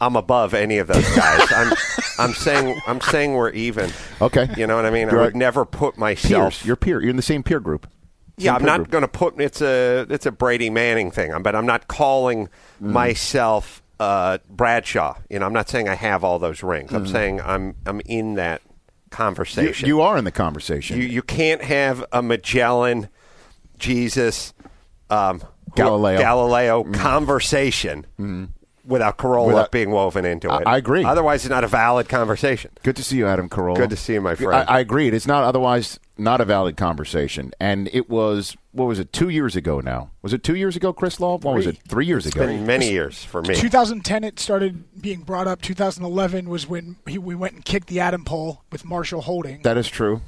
S14: I'm above any of those guys.
S1: [laughs]
S14: I'm I'm saying I'm saying we're even.
S1: Okay.
S14: You know what I mean?
S1: You're
S14: I
S1: a-
S14: would never put myself
S1: Peers, your peer, you're in the same peer group.
S14: Yeah,
S1: Same
S14: I'm
S1: peer
S14: not
S1: group.
S14: going to put it's a it's a Brady Manning thing, I'm- but I'm not calling
S1: Mm.
S14: myself uh, Bradshaw. You know, I'm not saying I have all those rings. I'm
S1: Mhm.
S14: saying I'm I'm in that
S1: You,
S14: conversation.
S1: you are in the conversation.
S14: You you can't have a Magellan, Jesus, um, who-
S1: Galileo. Mm-hmm.
S14: Galileo conversation without Corolla
S1: Without-
S14: being woven into
S1: I-
S14: it.
S1: I agree.
S14: Otherwise, it's not a valid conversation.
S1: Good to see you, Adam Carolla.
S14: Good to see you, my friend.
S1: I, I agreed. It's not otherwise not a valid conversation, and it was what was it? Two years ago now. Was it two years ago, Chris Law? What was
S8: Three.
S1: it? Three years
S14: It's
S1: ago.
S14: been many years for me.
S8: 2010, it started being brought up. 2011 was when he, we went and kicked the Adam pole with Marshall holding.
S1: That is true.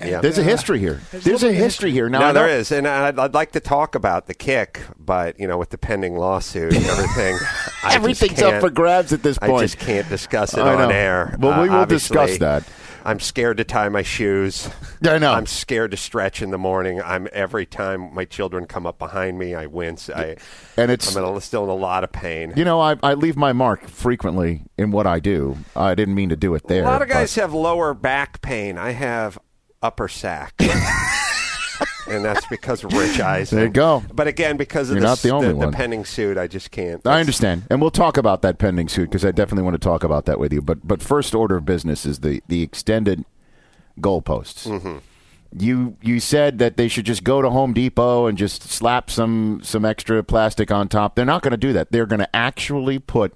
S14: Yeah.
S1: There's a history here.
S8: There's
S1: There's,
S8: a little
S1: a
S8: bit of
S1: history here. Now
S14: no,
S1: I
S14: there
S1: know-
S14: is, and I'd, I'd like to talk about the kick, but you know, with the pending lawsuit
S1: [laughs]
S14: and everything, I just
S1: Everything's up
S14: can't-
S1: for grabs at this
S14: I
S1: point.
S14: just can't discuss it
S1: I
S14: on
S1: know.
S14: air. uh,
S1: Well, we will
S14: obviously.
S1: discuss that.
S14: I'm scared to tie my shoes.
S1: I know.
S14: I'm scared to stretch in the morning. I'm every time my children come up behind me, I wince. I
S1: And it's-
S14: I'm in a, still in a lot of pain.
S1: You know, I, I leave my mark frequently in what I do. I didn't mean to do it there.
S14: a lot of
S1: but- [laughs]
S14: guys have lower back pain. I have upper sack. and that's because of Rich Eisen.
S1: There you go.
S14: But again, because of
S1: You're
S14: this-
S1: not the only one.
S14: pending suit, I just can't.
S1: I understand, and we'll talk about that pending suit because I definitely want to talk about that with you. But but first order of business is the the extended goalposts.
S14: Mhm.
S1: You you said that they should just go to Home Depot and just slap some some extra plastic on top. They're not going to do that. They're going to actually put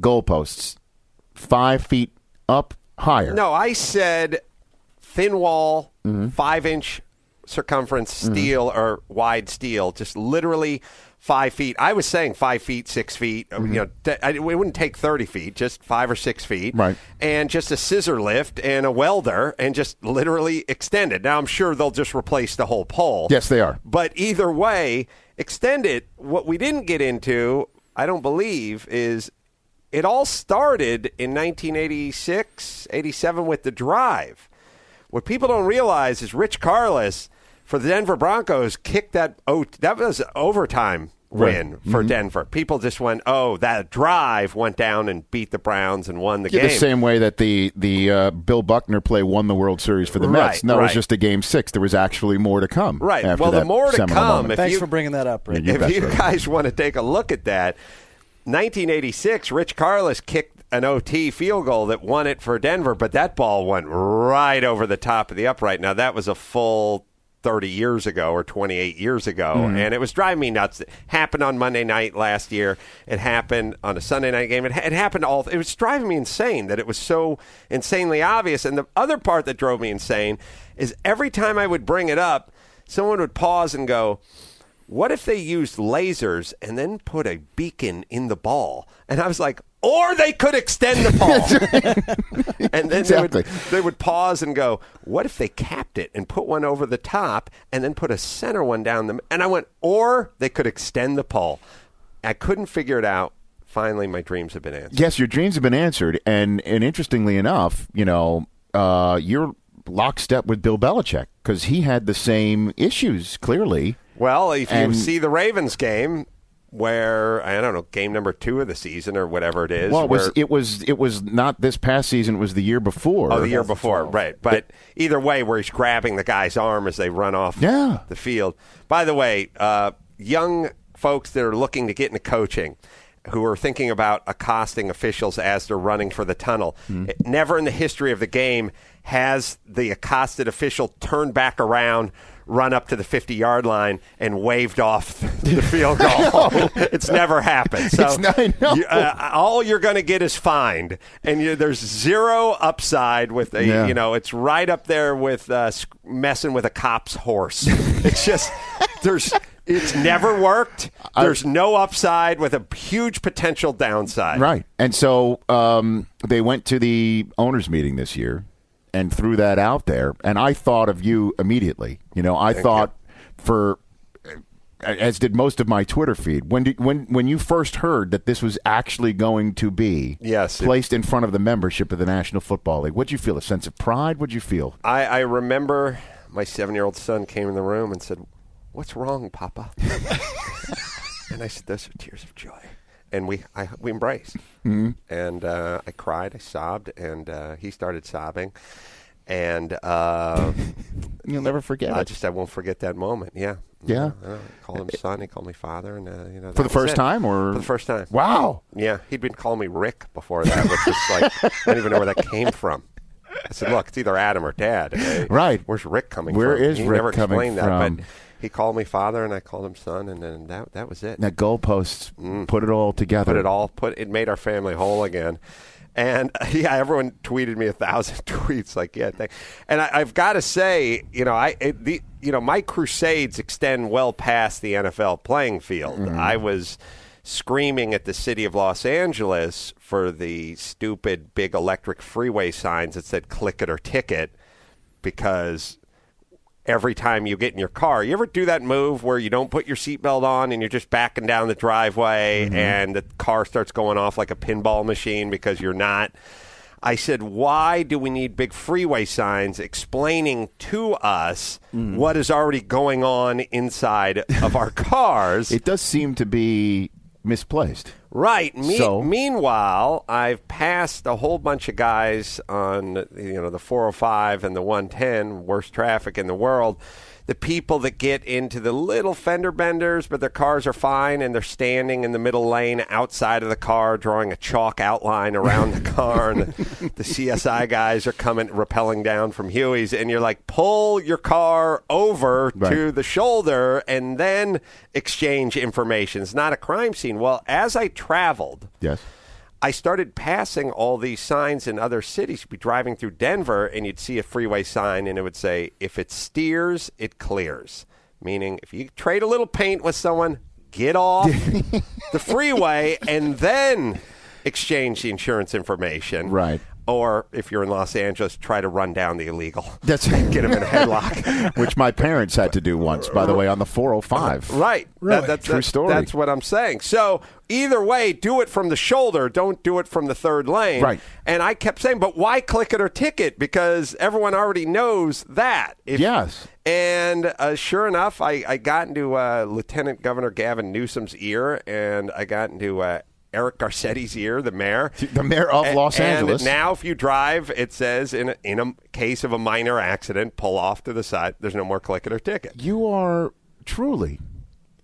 S1: goalposts five feet up higher.
S14: No, I said thin wall,
S1: Mhm.
S14: five inch circumference
S1: Mm-hmm.
S14: steel or wide steel, just literally five feet. I was saying five feet, six feet. uh,
S1: Mm-hmm.
S14: You know, t- I, it wouldn't take thirty feet, just five or six feet,
S1: Right.
S14: And just a scissor lift and a welder, and just literally extend it. Now I'm sure they'll just replace the whole pole.
S1: Yes, they are.
S14: But either way, extend it. What we didn't get into, I don't believe, is it all started in 1986, 87 with the drive. What people don't realize is Rich Carlos for the Denver Broncos kicked that oh, that was an overtime
S5: Right.
S14: win for Denver. People just went, "Oh, that drive went down and beat the Browns and won the
S1: Yeah,
S14: game."
S1: the same way that the the uh, Bill Buckner play won the World Series for the
S14: Right,
S1: Mets. No, it was
S14: right.
S1: just a game six. There was actually more to come.
S14: Right.
S1: After
S14: well, the
S1: that
S14: more to
S1: seminal
S14: come.
S1: moment.
S14: If
S9: Thanks
S14: you,
S9: for bringing that up, Rick.
S1: You
S14: if
S1: betcha.
S14: you guys want to take a look at that, 1986, Rich Carlos kicked an OT field goal that won it for Denver, but that ball went right over the top of the upright. Now, that was a full 30 years ago or 28 years ago,
S1: Mm-hmm.
S5: Mhm.
S14: and it was driving me nuts. It happened on Monday night last year. It happened on a Sunday night game. It, it happened all. It was driving me insane that it was so insanely obvious. And the other part that drove me insane is every time I would bring it up, someone would pause and go, what if they used lasers and then put a beacon in the ball? And I was like, or they could extend the ball. [laughs] and then
S1: Exactly.
S14: they, would, they would pause and go, what if they capped it and put one over the top and then put a center one down them? And I went, or they could extend the pole. I couldn't figure it out. Finally, my dreams have been answered.
S1: Yes, your dreams have been answered, and and interestingly enough, you know, uh, you're lockstep with Bill Belichick because he had the same issues. Clearly,
S14: Well, if you
S1: And-
S14: see the Ravens game, where I don't know, game number two of the season or whatever it is,
S1: well, it was
S14: where-
S1: it was it was not this past season; it was the year before.
S14: Oh, the year before, right? But either way, where he's grabbing the guy's arm as they run off
S1: Yeah.
S14: the field. By the way, uh, young folks that are looking to get into coaching, who are thinking about accosting officials as they're running for the tunnel,
S1: Hmm.
S14: it- never in the history of the game has the accosted official turned back around. Run up to the fifty-yard line and waved off [laughs] the
S1: [laughs]
S14: field goal. it's never happened. So
S1: It's not- I know.
S14: you- uh, all you're going to get is fined, and you, there's zero upside with a
S1: Yeah.
S14: you know it's right up there with uh, sc- messing with a cop's horse. it's just there's it's never worked. There's no upside with a huge potential downside.
S1: Right. And so um, they went to the owners' meeting this year and threw that out there. And I thought of you immediately. You know, I
S14: Thank
S1: thought for as did most of my Twitter feed when did, when when you first heard that this was actually going to be
S14: Yes, it-
S1: placed in front of the membership of the National Football League. What'd you feel? A sense of pride? What'd you feel?
S14: I, I remember my seven-year-old son came in the room and said, "What's
S1: [laughs]
S14: wrong, Papa?" and I said, "Those are tears of joy." And we I, we embraced.
S1: Mhm.
S14: and uh, I cried, I sobbed, and uh, he started sobbing, and uh,
S1: [laughs] You'll never forget
S14: I
S1: it.
S14: just I won't forget that moment. Yeah,
S1: Yeah. Eh,
S14: I called him son. He called me father, and uh, you know
S1: For the
S14: that was
S1: first
S14: it.
S1: time, or
S14: for the first time.
S1: Wow.
S14: Yeah, he'd been calling me Rick before that, which is like I don't even know where that came from. I said, look, it's either Adam or Dad. Hey,
S1: [laughs] Right.
S14: Where's Rick coming
S1: Where
S14: from?
S1: is
S14: he
S1: Rick
S14: never
S1: coming
S14: explained that,
S1: from?
S14: but he called me father, and I called him son, and then that that was it.
S1: That goalposts put it all together.
S14: Mm. Put it all put it made our family whole again. And [laughs] yeah, everyone tweeted me a thousand [laughs] tweets like yeah, thank. and I, I've got to say, you know, I it, the you know my crusades extend well past the NFL playing field.
S5: Mhm.
S14: I was screaming at the city of Los Angeles for the stupid big electric freeway signs that said "click it or ticket" because every time you get in your car. You ever do that move where you don't put your seatbelt on and you're just backing down the driveway
S1: Mm-hmm.
S14: and the car starts going off like a pinball machine because you're not? I said, why do we need big freeway signs explaining to us
S1: Mm.
S14: what is already going on inside of our [laughs] cars?
S1: It does seem to be
S14: [laughs]
S1: misplaced.
S14: Right. Me-
S1: So?
S14: Meanwhile, I've passed a whole bunch of oh guys on you know the 405 and the 110, worst traffic in the world. the people that get into the little fender benders, but their cars are fine and they're standing in the middle lane outside of the car, drawing a chalk outline around the car. And the, the CSI guys are coming, rappelling down from Huey's. And you're like, pull your car over to the shoulder and then exchange information. It's not a crime scene. Well, as I traveled,
S1: Yes.
S14: I started passing all these signs in other cities. You'd be driving through Denver and you'd see a freeway sign and it would say, if it steers, it clears. Meaning, if you trade a little paint with someone, get off the freeway and then exchange the insurance information. Right. Or if you're in Los Angeles, try to run down the illegal.
S1: That's
S14: Get him in a
S1: [laughs]
S14: headlock.
S1: Which my parents had to do once, by
S14: [laughs]
S1: the way, on the 405.
S14: Right. That- that's,
S1: True
S14: that-
S1: story.
S14: That's what I'm saying. So either way, do it from the shoulder. Don't do it from the third lane.
S1: Right.
S14: And I kept saying, but why click it or ticket? Because everyone already knows that. If-
S1: Yes.
S14: And uh, sure enough, I, I got into uh, Lieutenant Governor Gavin Newsom's ear, and I got into uh, Eric Garcetti's ear, the mayor.
S1: The mayor of
S14: A-
S1: Los
S14: and
S1: Angeles.
S14: now, if you drive, it says in a, in a case of a minor accident, pull off to the side. There's no more click it or ticket.
S1: You are truly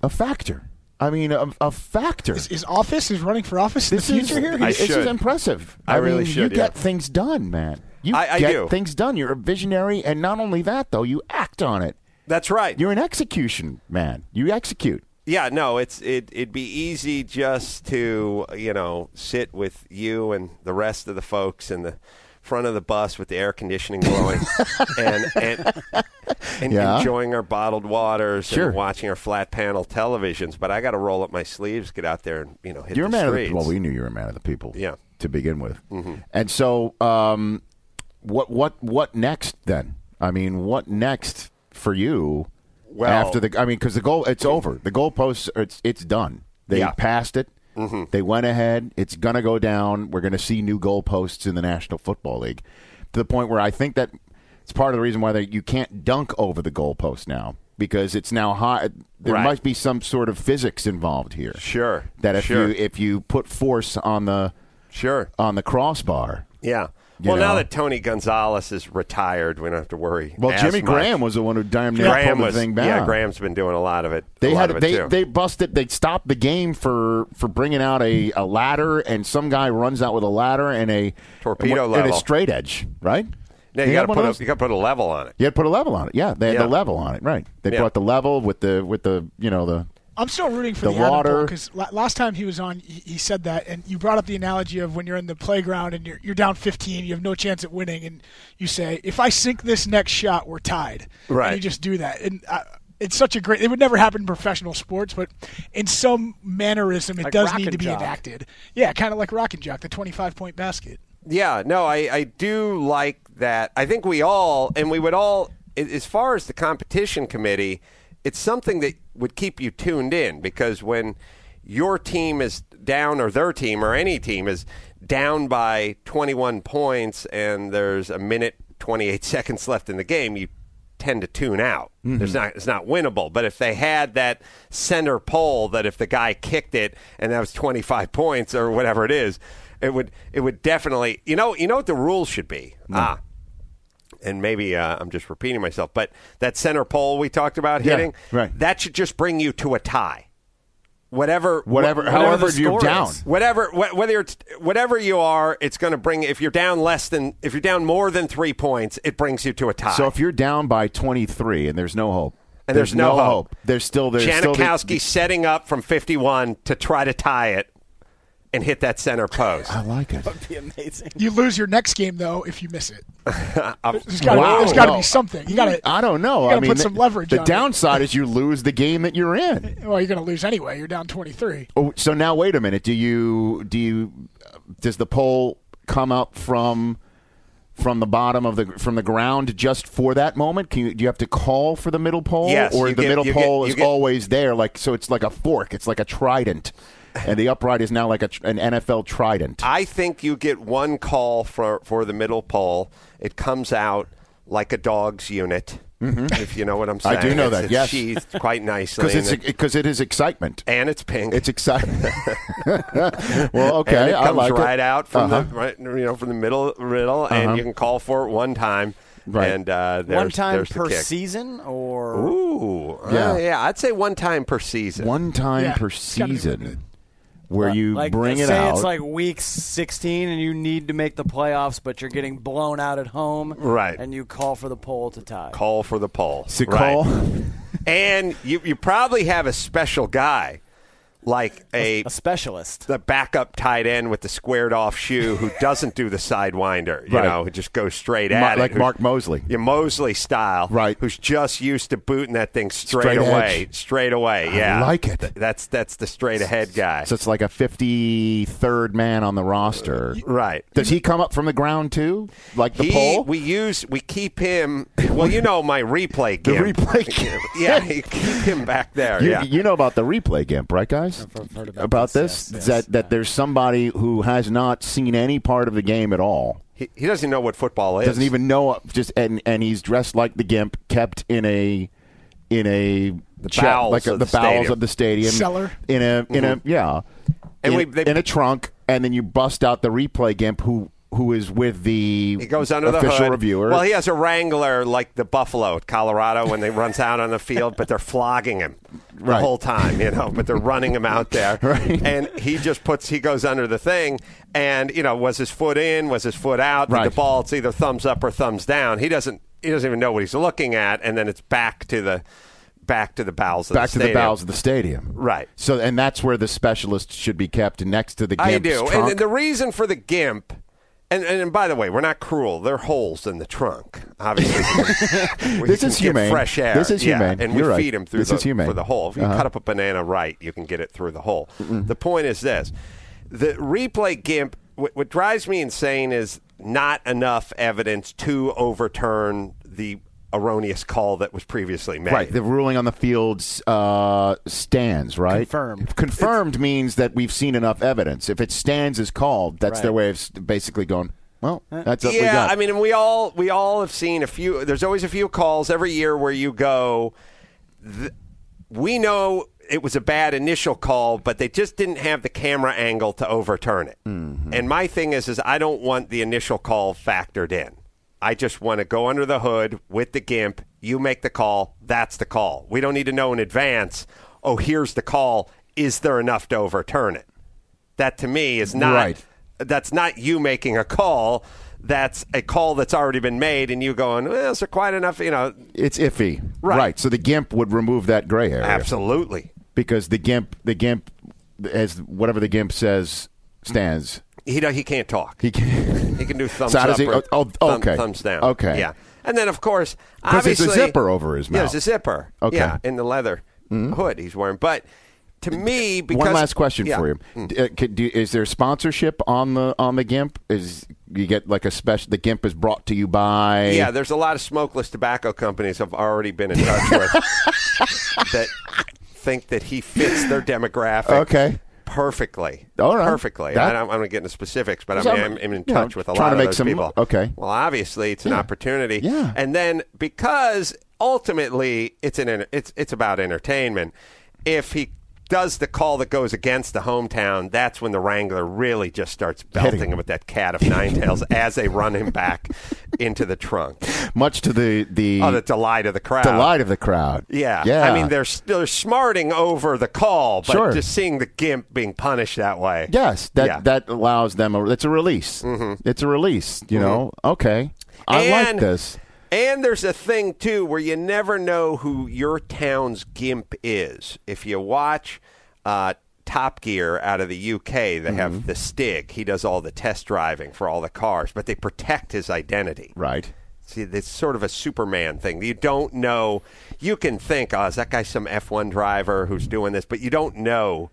S1: a factor. I mean, a, a factor.
S8: His office is running for office
S1: this
S8: in the
S1: is,
S8: future here.
S1: this is impressive.
S14: I really
S1: mean,
S14: should,
S1: You get
S14: yeah.
S1: things done, man. You
S14: I- I
S1: get
S14: do.
S1: things done. You're a visionary, and not only that, though, you act on it.
S14: That's right.
S1: You're an execution man. You execute.
S14: Yeah, no, it's it. It'd be easy just to you know sit with you and the rest of the folks in the front of the bus with the air conditioning
S1: [laughs]
S14: blowing and and, and
S1: Yeah.
S14: enjoying our bottled waters
S1: Sure.
S14: and watching our flat panel televisions. But I got to roll up my sleeves, get out there, and you know hit
S1: you're a
S14: the
S1: man
S14: streets.
S1: of the well. We knew you were a man of the people.
S14: Yeah.
S1: To begin with,
S14: Mhm.
S1: and so um, what what what next then? I mean, what next for you?
S14: Well-
S1: after the I mean, because the goal it's over. The goalposts are- it's it's done. They
S14: Yeah. Mm-hmm.
S1: passed it. They went ahead. It's gonna go down. We're gonna see new goalposts in the National Football League to the point where I think that it's part of the reason why they, you can't dunk over the goalpost now because it's now high. There
S14: Right.
S1: must be some sort of physics involved here.
S14: Sure.
S1: That if
S14: Sure.
S1: you if you put force on the
S14: sure
S1: on the crossbar.
S14: Yeah.
S1: You
S14: Well, now
S1: know.
S14: that Tony Gonzalez is retired, we don't have to worry.
S1: Well,
S14: as
S1: Jimmy
S14: much.
S1: Graham was the one who damn near
S14: Graham
S1: pulled
S14: was,
S1: the thing down.
S14: Yeah, Graham's been doing a lot of it. a
S1: They
S14: lot
S1: had
S14: of it
S1: they
S14: too.
S1: they busted they stopped the game for for bringing out a, a ladder and some guy runs out with a ladder and a
S14: Torpedo
S1: and
S14: level.
S1: a straight edge right.
S14: No,
S1: They
S14: you
S1: had
S14: got to
S1: one
S14: put
S1: of
S14: a,
S1: those?
S14: you got to put a level on it.
S1: You had to put a level on it. Yeah, they had
S14: Yeah.
S1: the level on it. Right. They
S14: Yeah.
S1: brought the level with the with the you know the
S8: I'm still rooting for
S1: The
S8: the,
S1: water.
S8: because last time he was on, he, he said that, and you brought up the analogy of when you're in the playground and you're, you're down 15, you have no chance at winning, and you say, "If I sink this next shot, we're tied." And
S14: Right.
S8: you just do that, and uh, it's such a great. It would never happen in professional sports, but in some mannerism, it
S9: Like
S8: does
S9: rock
S8: need
S9: and
S8: to be
S9: jock.
S8: enacted. Yeah, kind of like rock and jock, the 25 point basket.
S14: Yeah, no, I, I do like that. I think we all, and we would all, a- as far as the competition committee, it's something that would keep you tuned in because when your team is down or their team or any team is down by 21 points and there's a minute 28 [laughs] seconds left in the game, you tend to tune out. There's not it's not winnable. But if they had that center pole that if the guy kicked it and that was 25 points or whatever it is, it would it would definitely you know you know what the rules should be. Ah. And maybe uh, I'm just repeating myself, but that center pole we talked about
S1: Yeah,
S14: hitting,
S1: right.
S14: that should just bring you to a tie. Whatever,
S1: Whatever-
S14: wha-
S1: however
S14: the
S1: you're
S14: score
S1: down.
S14: is. whatever, wh- whether it's whatever you are, it's going to bring. If you're down less than, if you're down more than three points, it brings you to a tie.
S1: So if you're down by 23 and there's no hope,
S14: And there's no hope.
S1: There's still there's still the-
S14: Janikowski setting up from 51 to try to tie it and hit that center post.
S1: I like it.
S9: That'd be amazing.
S8: You lose your next game though if you miss it.
S14: [laughs] There's
S8: gotta-
S1: Wow.
S8: there's gotta
S1: No.
S8: be something. You gotta-
S1: I don't know.
S8: you gotta
S1: I mean,
S8: put some
S1: the-
S8: leverage
S1: The
S8: on it.
S1: downside is you lose the game that you're in.
S8: [laughs] Well, you're going to lose anyway. You're down 23.
S1: Oh, so now wait a minute. Do you do you does the poll come up from from the bottom of the from the ground just for that moment? Can you do you have to call for the middle pole,
S14: Yes,
S1: or
S14: you
S1: the
S14: get-
S1: middle
S14: you get-
S1: pole
S14: you
S1: is
S14: get- [laughs]
S1: always there? Like so, it's like a fork. It's like a trident, and the upright is now like a, tr- an NFL trident.
S14: I think you get one call for, for the middle pole. It comes out like a dog's unit, if you know what I'm saying.
S1: Mm-hmm. I do know
S14: It's-
S1: that,
S14: It's
S1: yes.
S14: sheathed quite
S1: [laughs]
S14: nicely.
S1: Because
S14: and
S1: it's
S14: it-
S1: because it is excitement.
S14: and it's pink.
S1: It's exciting. [laughs]
S14: [laughs]
S1: well, okay,
S14: and it
S1: I
S14: comes
S1: like
S14: right
S1: it.
S14: out from
S1: Uh-huh.
S14: the right, you know from the middle riddle,
S1: Uh-huh.
S14: and you can call for it one time.
S1: Right.
S14: And uh, there's,
S9: One time
S14: there's the
S9: per
S14: kick.
S9: season, or
S14: Ooh, yeah.
S1: Yeah.
S14: yeah, I'd say one time per season.
S1: One time
S9: Yeah,
S1: per
S9: it's gotta be
S1: season where you
S9: like
S1: bring
S9: say
S1: it out.
S9: it's like week 16 and you need to make the playoffs, but you're getting blown out at home,
S14: Right.
S9: And you call for the poll to
S14: [laughs]
S9: tie.
S14: Call for the poll.
S9: Is it
S1: call?
S14: [laughs] and you, you probably have a special guy, like a,
S9: a specialist,
S14: the backup tight end with the squared off shoe who doesn't do the sidewinder. You
S1: Right.
S14: know, who just goes straight
S1: Ma-
S14: at it.
S1: like
S14: who-
S1: Mark Mosley.
S14: your Mosley style, right? Who's just used to booting that thing straight,
S1: Straight
S14: away,
S1: edge.
S14: straight away.
S1: I
S14: Yeah,
S1: like it.
S14: Th- that's that's the straight ahead guy.
S1: so it's like a 53rd man on the roster.
S14: Right.
S1: Does he come up from the ground too? Like the
S14: he,
S1: pole?
S14: We use we keep him. Well, you know
S1: [laughs]
S14: my replay game. The replay game. [laughs] yeah, you keep him back there.
S1: You,
S14: yeah.
S1: you know about the replay gimp, right, guys? about, this, that that there's somebody who has not seen any part of the game at all,
S14: he, he doesn't know what football is.
S1: doesn't even know, uh, just and and he's dressed like the gimp, kept in a in a the
S14: bowels
S1: like a,
S14: of
S1: the,
S14: the
S1: bowels
S14: stadium.
S1: of the stadium,
S8: Cellar.
S1: in a in
S14: Mhm.
S1: a yeah,
S14: And
S1: in,
S14: we- they-
S1: in a trunk, and then you bust out the replay gimp who who is with the
S14: He goes under
S1: official
S14: the hood.
S1: reviewer.
S14: Well, he has a Wrangler like the Buffalo at Colorado when they runs out on the field, but they're flogging him the
S1: Right.
S14: whole time, you know. But they're running him out there,
S1: [laughs] Right.
S14: and he just puts he goes under the thing, and you know, was his foot in? Was his foot out? Did
S1: Right.
S14: the ball? It's either thumbs up or thumbs down. He doesn't he doesn't even know what he's looking at, and then it's back to the back to the bowels of
S1: back
S14: the
S1: to the
S14: stadium.
S1: bowels of the stadium,
S14: Right.
S1: So and that's where the specialist should be kept next to the gimp's
S14: I do.
S1: trunk.
S14: And the reason for the gimp, and, and, and by the way, we're not cruel. There are holes in the trunk, obviously.
S1: [laughs] This
S14: where you can
S1: is
S14: get
S1: humane.
S14: fresh air.
S1: This is
S14: Yeah,
S1: humane.
S14: And
S1: You're
S14: we
S1: right.
S14: feed them through
S1: This
S14: the,
S1: is humane.
S14: for the hole. If you
S1: Uh-huh. Mm-hmm.
S14: cut up a banana right, you can get it through the hole. The point is this the replay gimp, what, what drives me insane is not enough evidence to overturn the erroneous call that was previously made.
S1: Right, the ruling on the fields uh, stands, right? Confirmed. Confirmed means that we've seen enough evidence. If it stands as called, that's their
S9: Right.
S1: way of s- basically going, well, that's what
S14: yeah,
S1: we got.
S14: I mean, and we all we all have seen a few. There's always a few calls every year where you go. Th- we know it was a bad initial call, but they just didn't have the camera angle to overturn it. And my thing is, is I don't want the initial call factored in. I just want to go under the hood with the gimp. You make the call. That's the call. We don't need to know in advance. Oh, here's the call. Is there enough to overturn it? That to me is not
S1: Right.
S14: that's not you making a call. That's a call that's already been made, and you going, well, is there quite enough? You know,
S1: it's iffy,
S14: Right.
S1: So the GIMP would remove that gray area
S14: absolutely.
S1: because the GIMP, the GIMP, as whatever the GIMP says stands.
S14: He do- he can't talk.
S1: He can,
S14: He can do
S1: [laughs]
S14: thumbs
S1: So how
S14: up
S1: does he-
S14: or
S1: oh, oh,
S14: thumb-
S1: okay.
S14: thumbs down.
S1: Okay.
S14: Yeah. And then, of course,
S1: 'Cause it's a
S14: obviously.
S1: zipper over his
S14: Yeah,
S1: mouth.
S14: it's a zipper.
S1: Okay. Mm-hmm.
S14: Yeah, in the leather hood he's wearing. But to me, because.
S1: One last question
S14: Yeah. Hmm.
S1: for you: D- uh, could- do- Is there sponsorship on the on the GIMP? Is you get like a special? The GIMP is brought to you by
S14: Yeah, there's a lot of smokeless tobacco companies I've already been in
S1: [laughs]
S14: touch with that think that he fits their demographic.
S1: Okay.
S14: Perfectly.
S1: All right.
S14: Perfectly.
S1: That-
S14: I don't, I'm not getting into specifics, but I
S1: So
S14: mean,
S1: I'm-
S14: I'm, I'm in
S1: you know,
S14: touch with a
S1: trying
S14: lot
S1: to
S14: of
S1: make
S14: those
S1: some-
S14: people.
S1: okay.
S14: Well, obviously, it's an opportunity.
S1: Yeah.
S14: And then because ultimately it's an enter- it's it's about entertainment. If he does the call that goes against the hometown, that's when the Wrangler really just starts
S1: him.
S14: belting him with that cat of
S1: [laughs]
S14: nine tails as they run him back into the trunk.
S1: much to the the
S14: Oh, the delight of the crowd.
S1: delight of the crowd.
S14: Yeah.
S1: yeah.
S14: I mean, they're they're smarting over the call, but
S1: Sure.
S14: just seeing the gimp being punished that way.
S1: yes, that
S14: Yeah. Mm-hmm.
S1: that allows them. A, it's a release. It's a release. You know. Okay, I like
S14: And-
S1: this.
S14: And there's a thing too where you never know who your town's gimp is. If you watch uh, Top Gear out of the UK, they
S1: Mm-hmm.
S14: have the Stig. He does all the test driving for all the cars, but they protect his identity.
S1: Right.
S14: See, it's sort of a Superman thing. You don't know. You can think, oh, is that guy some F1 driver who's doing this? But you don't know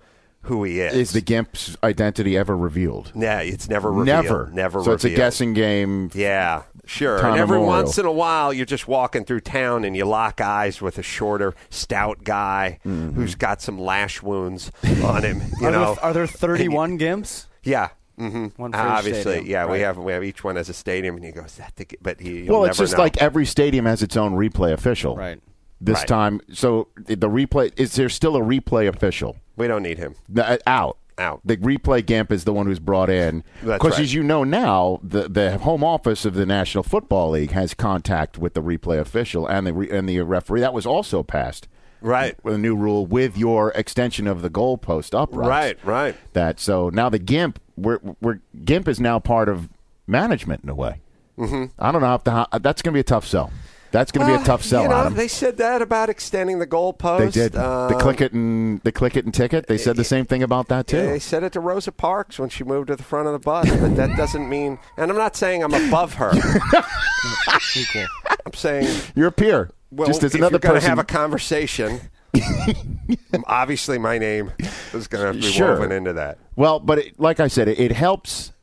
S14: who he is.
S1: Is the GIMP's identity ever revealed?
S14: Nah, it's never revealed.
S1: Never.
S14: Never
S1: So it's a
S14: revealed.
S1: guessing game.
S14: Yeah, sure.
S1: Time
S14: and every
S1: immemorial.
S14: once in a while, you're just walking through town and you lock eyes with a shorter, stout guy
S1: Mm-hmm.
S14: who's got some
S1: [laughs]
S14: lash wounds on him. You
S9: are,
S14: know?
S9: there, are there 31 gimps?
S14: yeah. hmm
S9: Mm-hmm. One for each
S14: Obviously,
S9: stadium,
S14: yeah. We
S9: right.
S14: have we have each one has a stadium, and he goes that. The, g-" but he you'll
S1: Well, it's
S14: never
S1: just
S14: know.
S1: like every stadium has its own replay official.
S9: Right.
S1: This
S14: Right.
S1: time, so the replay is there still a replay official
S14: we don't need him.
S1: N- uh, out?
S14: out.
S1: The replay GIMP is the one who's brought in.
S14: That's
S1: Because
S14: right.
S1: as you know now, the, the home office of the National Football League has contact with the replay official and the, re- and the referee. That was also passed.
S14: Right.
S1: With a new rule with your extension of the goalpost up.
S14: Right, right.
S1: That so now the GIMP we're, we're GIMP is now part of management in a way.
S14: Mhm.
S1: I don't know if the, uh, that's going to be a tough sell. That's going to be a tough sell.
S14: You know,
S1: Adam.
S14: they said that about extending the goalpost.
S1: They did. the
S14: Um,
S1: click it and the click it and ticket. They said the same thing about that too.
S14: Yeah, They said it to Rosa Parks when she moved to the front of the bus, but that doesn't mean. And I'm not saying I'm above her. I'm saying,
S1: You're a peer.
S14: well,
S1: Just as
S14: if
S1: another
S14: you're going to
S1: person.
S14: have a conversation, obviously my name is going to have to be
S1: Sure.
S14: woven into that.
S1: well, but it, like I said, it, it helps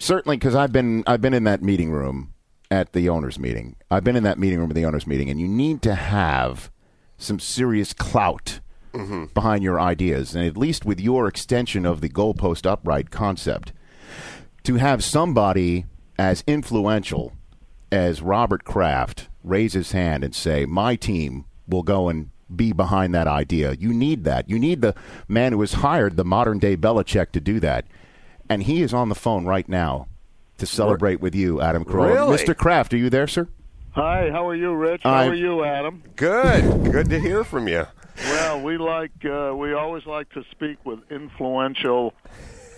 S1: certainly because I've been I've been in that meeting room at the owners meeting. I've been in that meeting room at the owners meeting, and you need to have some serious clout behind your ideas, and at least with your extension of the goalpost upright concept, to have somebody as influential as Robert Kraft raise his hand and say, "My team will go and." Be behind that idea. You need that. You need the man who has hired the modern day Belichick to do that and he is on the phone right now to celebrate with you, Adam Carolla.
S15: Really?
S1: Mr. Kraft, are you there, sir?
S15: Hi, how are you, Rich? How
S1: I'm-
S15: are you, Adam?
S14: Good. Good to hear from you.
S15: Well, we like uh, we always like to speak with influential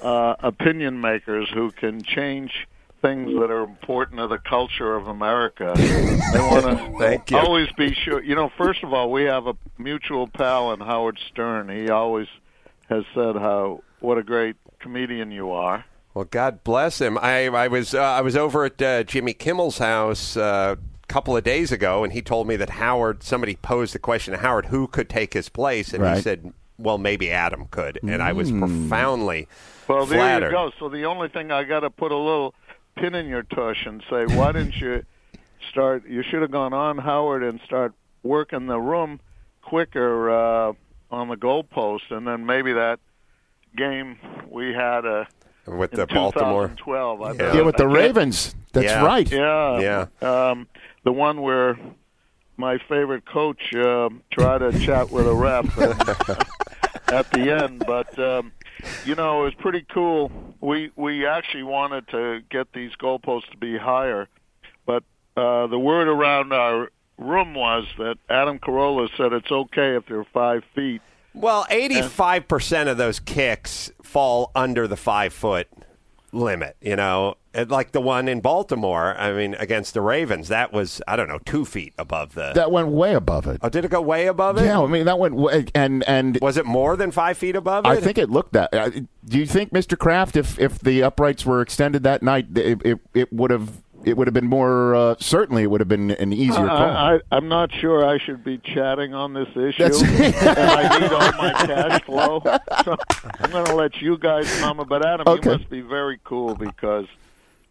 S15: uh, opinion makers who can change things that are important to the culture of America. They want to
S14: [laughs] Thank you.
S15: always be sure. You know, first of all, we have a mutual pal in Howard Stern. He always has said how what a great comedian you are.
S14: Well, God bless him. I, I was uh, I was over at uh, Jimmy Kimmel's house uh, a couple of days ago, and he told me that Howard somebody posed the question to Howard who could take his place, and he
S15: Right.
S14: said, "Well, maybe Adam could." And I was
S1: Hmm.
S15: Mm.
S14: profoundly
S15: Well, there
S14: flattered.
S15: you go. So the only thing I got to put a little pin in your tush and say, why didn't you start? You should have gone on Howard and start working the room quicker uh, on the goalpost, and then maybe that game we had uh,
S14: With
S15: in
S14: the Baltimore-
S15: 2012, I
S14: Yeah.
S15: bet.
S1: Yeah, with the
S15: I can't-
S1: Ravens. That's
S14: Yeah.
S1: right.
S15: Yeah, yeah. Um, the one where my favorite coach um, tried to chat with a ref [laughs] at the end, but um, you know it was pretty cool. We we actually wanted to get these goalposts to be higher, but uh, the word around our room was that Adam Carolla said it's okay if they're five feet.
S14: Well, eighty-five percent of those kicks fall under the five-foot limit. You know, And like the one in Baltimore. I mean, against the Ravens, that was I don't know two feet above the.
S1: That went way above it.
S14: Oh, did it go way above it?
S1: Yeah, I mean that went way, and and
S14: was it more than five feet above?
S1: I
S14: it?
S1: think it looked that. uh, Do you think, Mr. Kraft, if if the uprights were extended that night, it it, it would have it would have been more uh, certainly it would have been an easier
S14: Uh-huh.
S1: call.
S15: I, I, I'm not sure I should be chatting on this issue. [laughs] and I need all my cash flow.
S1: [laughs]
S15: So I'm going to let you guys comment. But Adam, you must be very cool because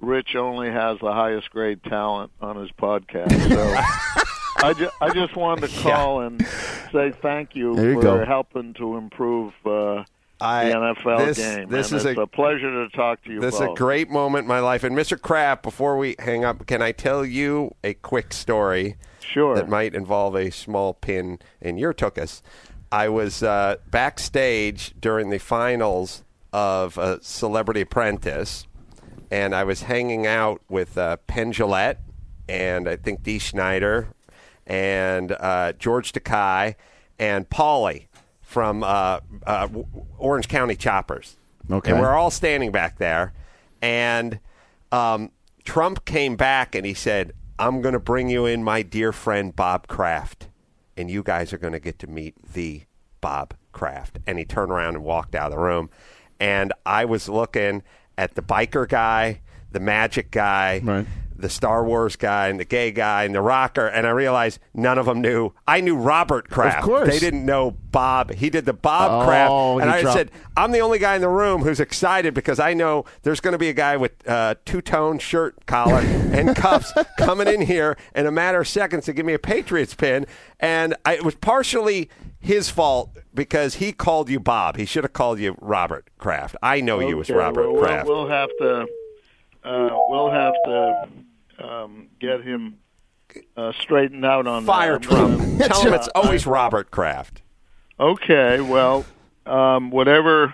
S15: Rich only has the highest grade talent on his podcast.
S14: [laughs]
S15: So I, ju- I just wanted to call and say thank you,
S14: There you
S15: for
S14: go.
S15: helping to improve uh,
S14: I-
S15: the NFL
S14: this-
S15: game.
S14: this
S15: and
S14: is
S15: it's
S14: a-
S15: a, pleasure to talk to you
S14: This is a
S15: both.
S14: great moment in my life. And Mr. Kraft, before we hang up, can I tell you a quick story?
S15: Sure.
S14: That might involve a small pin in your tuchus. I was uh, backstage during the finals of uh, Celebrity Apprentice, and I was hanging out with uh, Penn Jillette and I think Dee Schneider and uh, George Takai and Paulie from uh, uh, W- Orange County Choppers.
S1: Okay.
S14: And we're all standing back there. And um, Trump came back and he said, I'm going to bring you in my dear friend Bob Kraft. And you guys are going to get to meet the Bob Kraft. And he turned around and walked out of the room. And I was looking at the biker guy, the magic guy, the Star Wars guy, and the gay guy, and the rocker. And I realized none of them knew. I knew Robert Kraft.
S1: course.
S14: They didn't know Bob. He did the Bob Kraft.
S1: Oh,
S14: And
S1: he
S14: I
S1: dropped-
S14: said, I'm the only guy in the room who's excited because I know there's going to be a guy with uh, two tone
S1: [laughs]
S14: shirt collar and cuffs coming in here in a matter of seconds to give me a Patriots pin. And I, it was partially his fault because he called you Bob. He should have called you Robert Kraft. I know you as
S15: Okay,
S14: Robert
S15: well, we'll-
S14: Kraft.
S15: We'll, have to. Uh, we'll have to um, get him uh, straightened out on
S14: Fire
S15: that.
S14: Trump.
S15: Um,
S14: [laughs] Tell him it's
S15: uh,
S14: always Robert Kraft.
S15: Okay. Well, um, whatever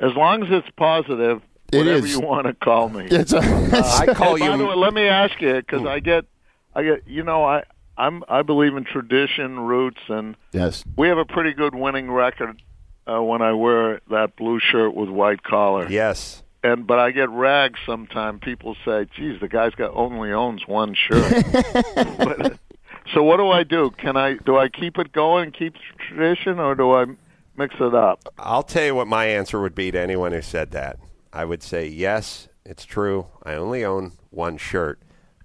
S15: as long as it's positive,
S13: It
S15: whatever
S13: is.
S15: you want to call me.
S13: [laughs] It's
S14: Uh,
S13: a- I call
S15: By
S13: you-
S15: the way, let me ask you
S14: Hmm.
S15: because I get, I get. You know, I I'm I believe in tradition, roots, and
S1: Yes.
S15: we have a pretty good winning record uh, when I wear that blue shirt with white collar.
S14: Yes.
S15: And but I get ragged sometimes. People say, "Geez, the guy's got only owns one shirt."
S1: [laughs]
S15: But- uh, so what do I do? Can I do I keep it going, keep tradition, or do I mix it up?
S14: I'll tell you what my answer would be to anyone who said that. I would say, yes, it's true. I only own one shirt,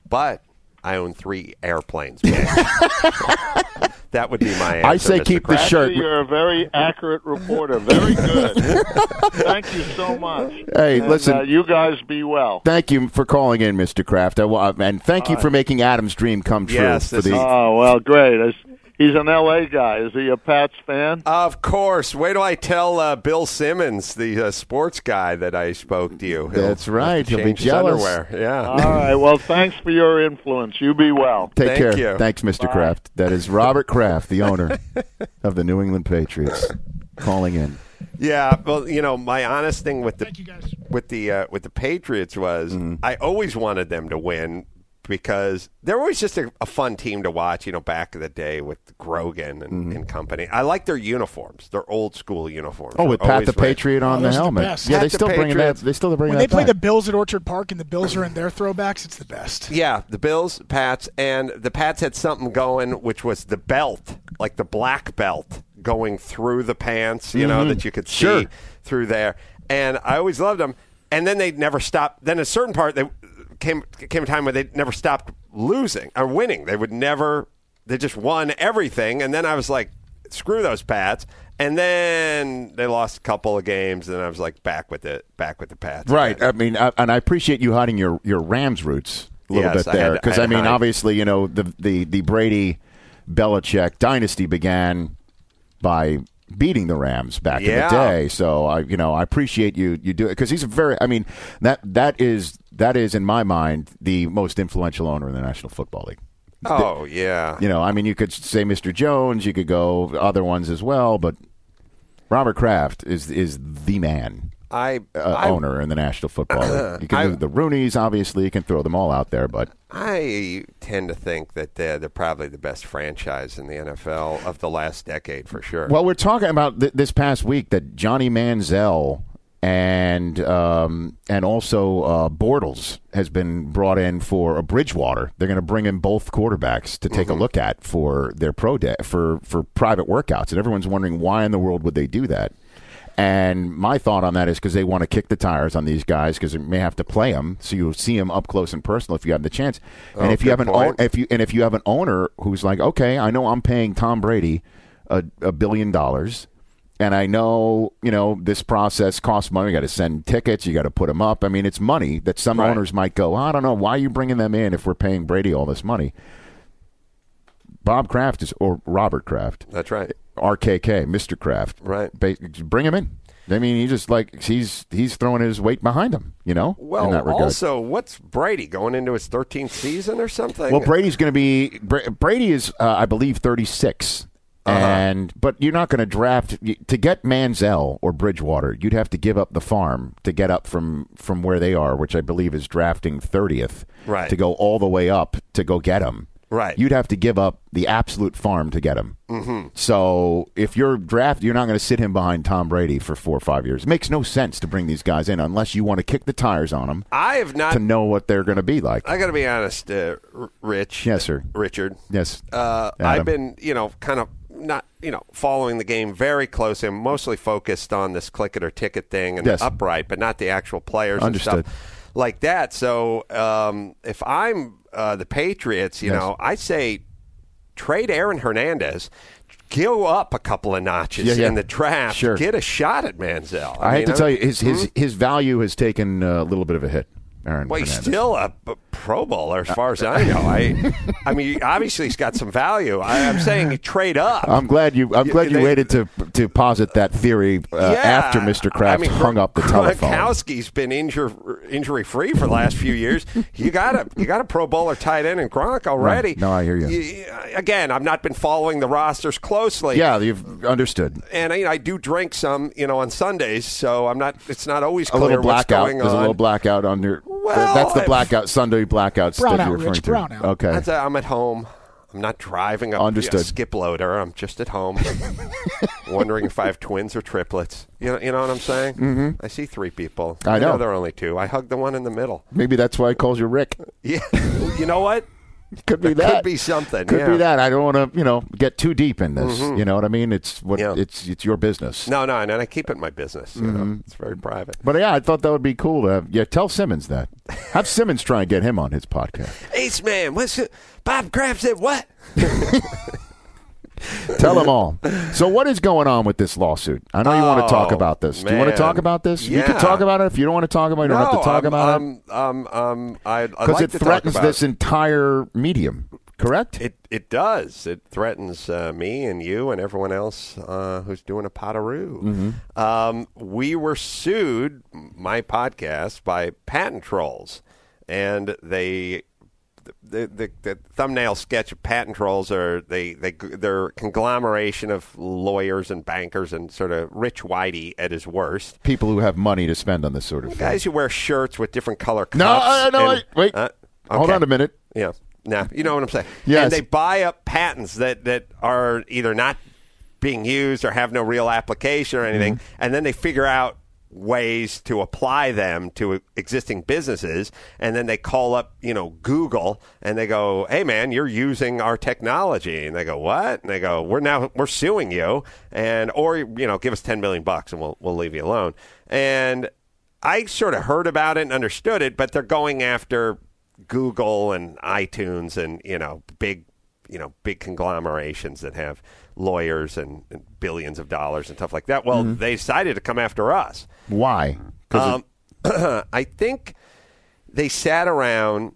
S14: but I own three airplanes.
S1: [laughs]
S14: bitch." that would be my answer.
S1: I say
S14: Mr.
S1: keep the
S14: Krabs.
S1: shirt.
S15: You're a very accurate reporter.
S1: [laughs]
S15: Very good. Thank you so much.
S1: Hey,
S15: And,
S1: listen.
S15: uh, you guys be
S14: Oh.
S15: well.
S1: Thank you for calling in, Mr. Kraft, I, wa- and thank you for making Adam's dream come true. for the,
S15: oh well, great. It's- He's an LA guy. Is he a Pats fan?
S14: Of course. Wait till I tell uh, Bill Simmons, the uh, sports guy, that I spoke to you. He'll
S1: That's
S14: have to
S1: right. He'll be
S14: change his
S1: jealous.
S14: Underwear. Yeah.
S15: All right. Well, thanks for your influence. You be well.
S1: Take care. Thanks, Mr. Kraft. That is
S14: [laughs]
S1: Robert Kraft, the owner of the New England Patriots, calling in.
S14: Yeah, well, you know, my honest thing with the with the uh, with the Patriots was
S1: Mm-hmm.
S14: I always wanted them to win because they're always just a, a fun team to watch. You know, back in the day with Grogan and,
S1: Mm-hmm.
S14: and company. I like their uniforms, their old school uniforms.
S1: Oh, with
S14: They're
S1: Pat the
S14: always red.
S1: Patriot on the helmet. yeah, they still bring that. They still bring
S8: When
S1: that
S8: they play
S1: back.
S8: the Bills at Orchard Park and the Bills are in their throwbacks, it's the best.
S14: Yeah, the Bills, Pats, and the Pats had something going, which was the belt, like the black belt going through the pants, you know,
S1: Mhm.
S14: that you could see
S1: Sure.
S14: through there. And I always loved them. And then they never stopped. Then a certain part, they came came a time where they never stopped losing or winning. They would never. They just won everything. And then I was like, screw those Pats. And then they lost a couple of games, and I was like, back with it, back with the Pats.
S1: Right. I mean, I, and I appreciate you hiding your, your Rams roots a little
S14: Yes,
S1: bit
S14: I had
S1: there
S14: to-
S1: because I,
S14: I had to
S1: mean,
S14: hide.
S1: obviously, you know, the the the Brady Belichick dynasty began by beating the Rams back
S14: Yeah.
S1: in the day. So I, you know, I appreciate you you do it because he's a very. I mean that that is that is in my mind the most influential owner in the National Football League.
S14: Oh yeah.
S1: You know, I mean, you could say Mr. Jones, you could go other ones as well, but Robert Kraft is is the man
S14: I,
S1: uh,
S14: I
S1: owner in the National Football League. You can
S14: [coughs] I-
S1: do the Roonies, obviously, you can throw them all out there, but
S14: I tend to think that they're, they're probably the best franchise in the NFL of the last decade for sure.
S1: well, we're talking about th- this past week that Johnny Manziel and um, and also uh, Bortles has been brought in for a Bridgewater. They're going to bring in both quarterbacks to take a
S14: Mm-hmm.
S1: look at for their pro day for for private workouts, and everyone's wondering why in the world would they do that. And my thought on that is because they want to kick the tires on these guys because they may have to play them, so you'll see them up close and personal if you have the chance. And
S14: Oh,
S1: if you
S14: good
S1: have an
S14: point.
S1: own, if you and if you have an owner who's like, okay, I know I'm paying Tom Brady a, a billion dollars, and I know you know this process costs money. You got to send tickets, you got to put them up. I mean, it's money that some owners might go, I don't know why are you bringing them in if we're paying Brady all this money. Bob Kraft is or Robert Kraft.
S14: That's right.
S1: RKK, Mr. Kraft.
S14: Right.
S1: Ba- bring him in. I mean, he just like he's he's throwing his weight behind him, you know.
S14: Well,
S1: in that regard.
S14: also, what's Brady going into his 13th season or something?
S1: Well, Brady's going to be Bra- Brady is, uh, I believe, thirty
S14: Uh-huh.
S1: and but you're not going to draft y- to get Manziel or Bridgewater. You'd have to give up the farm to get up from from where they are, which I believe is drafting thirtieth,
S14: Right.
S1: To go all the way up to go get him,
S14: Right.
S1: You'd have to give up the absolute farm to get him.
S14: Mhm.
S1: So if you're draft, you're not going to sit him behind Tom Brady for four or five years. It makes no sense to bring these guys in unless you want to kick the tires on them
S14: I have not.
S1: to know what they're going to be like.
S14: I got to be honest, uh, R- Rich.
S1: Yes, sir.
S14: Richard.
S1: Yes.
S14: Uh,
S1: Adam.
S14: I've been, you know, kind of not, you know, following the game very close and mostly focused on this click it or ticket thing and
S1: Yes.
S14: the upright, but not the actual players and
S1: Understood.
S14: stuff like that. So um, if I'm uh, the Patriots, you
S1: Yes.
S14: know, I say trade Aaron Hernandez. Go up a couple of notches
S1: Yeah, yeah.
S14: in the draft.
S1: Sure.
S14: Get a shot at Manziel.
S1: I, have
S14: mean,
S1: to
S14: I'm-
S1: tell you, his
S14: Hmm?
S1: his his value has taken a little bit of a hit. Aaron
S14: Well, he's
S1: Hernandez.
S14: still a p- Pro Bowler, as far as I know. I, I mean, obviously he's got some value. I, I'm saying trade up.
S1: I'm glad you. I'm glad you
S14: um, they-
S1: waited to to posit that theory uh,
S14: Yeah.
S1: after Mr. Kraft
S14: I mean, [laughs]
S1: hung up the telephone.
S14: Gronkowski's been injured injury free for the last
S1: [laughs]
S14: few years. You got a you got a Pro Bowler tight end in Gronk already.
S1: Right. No, I hear you.
S14: Again, I've not been following the rosters closely.
S1: Yeah, you've understood.
S14: and you know, I do drink some, you know, on Sundays, so I'm not. It's not always
S1: A
S14: clear
S1: little
S14: what's
S1: blackout.
S14: going
S1: There's
S14: on.
S1: a little blackout on your.
S14: Well,
S1: that's the
S14: I-
S1: blackout Sunday blackout stuff
S14: Brownout,
S1: you're referring
S14: Rich,
S1: to.
S14: brownout.
S1: Okay.
S14: That's i I'm at home. I'm not driving. I'm
S1: Understood.
S14: a skip loader. I'm just
S1: [laughs]
S14: at home, wondering if I have twins or triplets. You know, you know what I'm saying?
S1: Mhm.
S14: I see three people.
S1: I know.
S14: there are only two. I hug the one in the middle.
S1: Maybe that's why I calls you Rick.
S14: Yeah, [laughs] you know what?
S1: Could be
S14: Could
S1: that.
S14: be something.
S1: Could be
S14: yeah.
S1: that. I don't want to, you know, get too deep in this.
S14: Mhm.
S1: You know what I mean? It's what it's it's your business.
S14: No, no, and I keep it in my business. You know?
S1: Mhm.
S14: It's very private.
S1: But yeah, I thought that would be cool to have. Yeah, tell Simmons that. Have Simmons try and get him on his podcast.
S14: Ace man, what's it? Bob Kraft said what?
S1: Tell them all. So what is going on with this lawsuit? I know you want
S14: Oh,
S1: to talk about this. Do you want
S14: man.
S1: to talk about this? You can
S14: Yeah.
S1: talk about it if you don't want to talk about it. You don't have to talk about it
S14: um, Um, um, I because
S1: because it threatens this entire medium. Correct?
S14: It it does. It threatens uh, me and you and everyone else uh, who's doing a potaroo. Um, we were sued, my podcast, by patent trolls, and they. The, the, the thumbnail sketch of patent trolls are they they they're a conglomeration of lawyers and bankers and sort of Rich Whitey at his worst.
S1: People who have money to spend on this sort of thing.
S14: Guys who wear shirts with different color cuffs.
S1: No, uh, no,
S14: and-
S1: wait.
S14: uh,
S1: Hold
S14: okay.
S1: on a minute.
S14: Yeah. Now, you know what I'm saying?
S1: Yes.
S14: And they buy up patents that, that are either not being used or have no real application or anything, and then they figure out ways to apply them to e-, existing businesses and then they call up, you know, Google and they go, "Hey man, you're using our technology." And they go, "What?" And they go, "We're now we're suing you and or you know, give us 10 million bucks and we'll we'll leave you alone." And I sort of heard about it and understood it, but they're going after Google and iTunes and you know big you know big conglomerations that have lawyers and, and billions of dollars and stuff like that. Well,
S1: Mhm.
S14: they decided to come after us.
S1: Why? 'Cause
S14: Um, [clears throat] I think they sat around,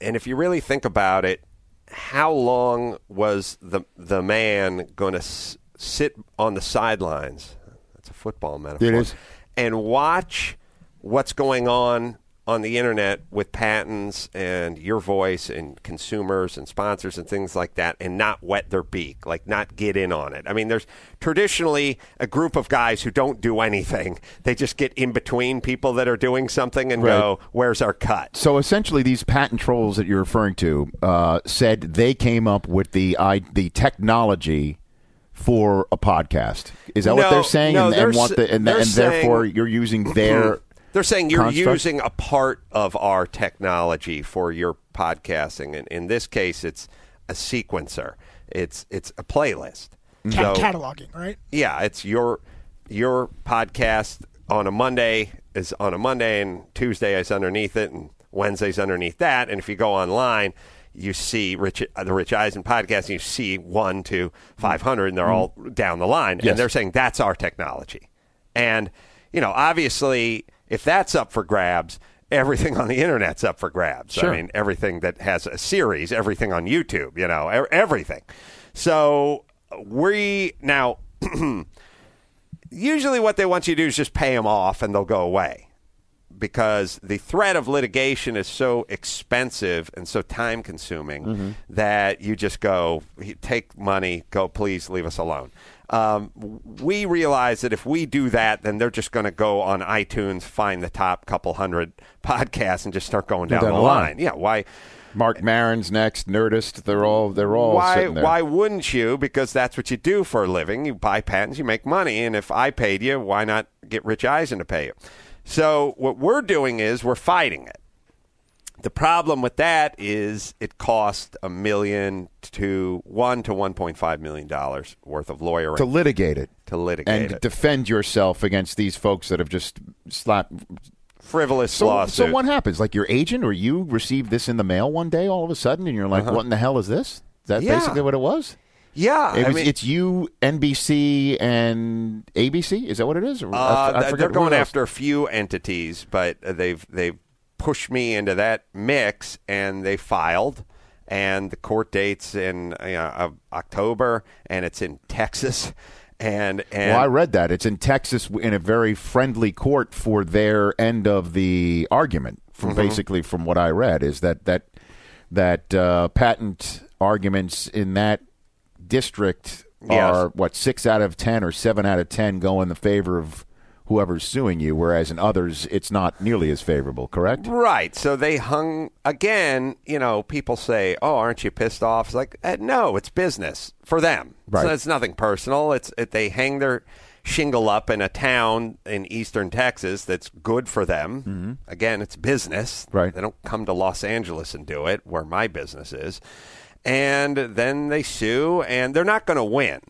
S14: and if you really think about it, how long was the the man going to s- sit on the sidelines? That's a football metaphor.
S1: It is.
S14: And watch what's going on on the internet with patents and your voice and consumers and sponsors and things like that and not wet their beak like not get in on it i mean there's traditionally a group of guys who don't do anything they just get in between people that are doing something and
S1: Right.
S14: go where's our cut
S1: So essentially, these patent trolls that you're referring to uh, said they came up with the I, the technology for a podcast. Is that what
S14: No,
S1: they're saying?
S14: no,
S1: and,
S14: they're
S1: and, want
S14: s-
S1: the, and,
S14: they're
S1: and therefore,
S14: saying-
S1: you're using their.
S14: [clears throat] They're saying you're
S1: construct?
S14: using a part of our technology for your podcasting, and in this case, it's a sequencer. It's it's a playlist.
S8: Ca-
S14: So-
S8: cataloging, right?
S14: Yeah, it's your your podcast on a Monday is on a Monday, and Tuesday is underneath it, and Wednesday's underneath that. And if you go online, you see Rich, uh, the Rich Eisen podcast, and you see one to five hundred, and they're all down the line.
S1: Mm-hmm. Yes.
S14: And they're saying that's our technology. And you know, obviously, if that's up for grabs. Everything on the internet's up for grabs.
S1: Sure.
S14: I mean, everything that has a series, everything on YouTube, you know, e- everything. So we now [clears throat] usually what they want you to do is just pay them off and they'll go away because the threat of litigation is so expensive and so time consuming
S16: Mhm.
S14: that you just go "He- take money go please leave us alone um, we realize that if we do that then they're just going to go on itunes find the top couple hundred podcasts and just start going down, the line yeah why?
S1: Mark Maron's next. Nerdist. They're all. They're all.
S14: why
S1: sitting there.
S14: why wouldn't you because that's what you do for a living you buy patents you make money and if i paid you why not get rich eisen to pay you so what we're doing is we're fighting it the problem with that is it cost a million to one to 1.5 million dollars worth of lawyering
S1: to litigate it?
S14: To litigate
S1: and
S14: it.
S1: defend yourself against these folks that have just slapped
S14: frivolous
S1: So,
S14: lawsuit
S1: so what happens? Like your agent or you received this in the mail one day all of a sudden, and you're like,
S14: Uh-huh.
S1: "What in the hell is this?" Is that
S14: Yeah.
S1: basically what it was.
S14: Yeah,
S1: it
S14: I
S1: was,
S14: mean-
S1: it's you, NBC, and ABC. Is that what it is? Or- I f- I
S14: Uh, th-
S1: forget
S14: they're
S1: who
S14: going
S1: else.
S14: after a few entities, but uh, they've they've pushed me into that mix, and they filed, and the court dates in uh, of October, and it's in Texas, [laughs] And and
S1: well, I read that it's in Texas in a very friendly court for their end of the argument. From
S14: Mhm.
S1: basically from what I read is that that that uh, patent arguments in that district
S14: Yes.
S1: are what six out of ten or seven out of ten go in the favor of whoever's suing you, whereas in others it's not nearly as favorable. Correct?
S14: Right. So they hung again. You know, people say, "Oh, aren't you pissed off?" It's like, eh, no, it's business for them.
S1: Right.
S14: So it's nothing personal. It's it, they hang their shingle up in a town in eastern Texas that's good for them.
S1: Mm-hmm.
S14: Again, it's business. Right. They don't come to Los Angeles and do it, where my business is. And then they sue, and they're not going to win.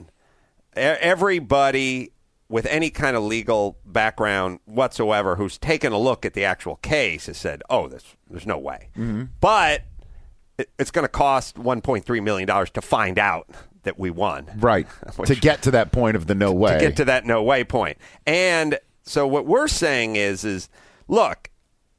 S14: E- everybody with any kind of legal background whatsoever who's taken a look at the actual case has said, "Oh, there's there's no way." But it, it's going to cost 1.3 million dollars to find out that we won. [laughs]
S1: Right. to get to that point of the no way.
S14: To get to that no way point. And so what we're saying is is look,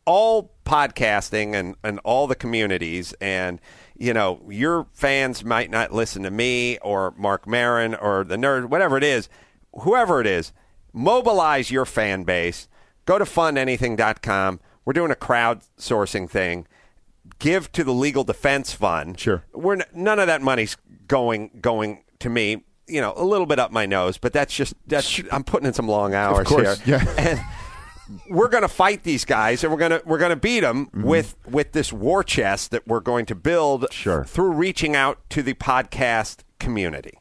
S14: all podcasting and, and all the communities and you know, your fans might not listen to me or Mark Marin or the nerd, whatever it is, whoever it is, mobilize your fan base. Go to fundanything.com. We're doing a crowdsourcing thing give to the legal defense fund. Sure, we're n- none of that money's going going to me. You know, a little bit up my nose, but that's just that's I'm putting in some long hours
S1: course,
S14: here. And we're going to fight these guys, and we're going to we're going to beat them
S1: Mm-hmm.
S14: with with this war chest that we're going to build. Sure. through reaching out to the podcast community.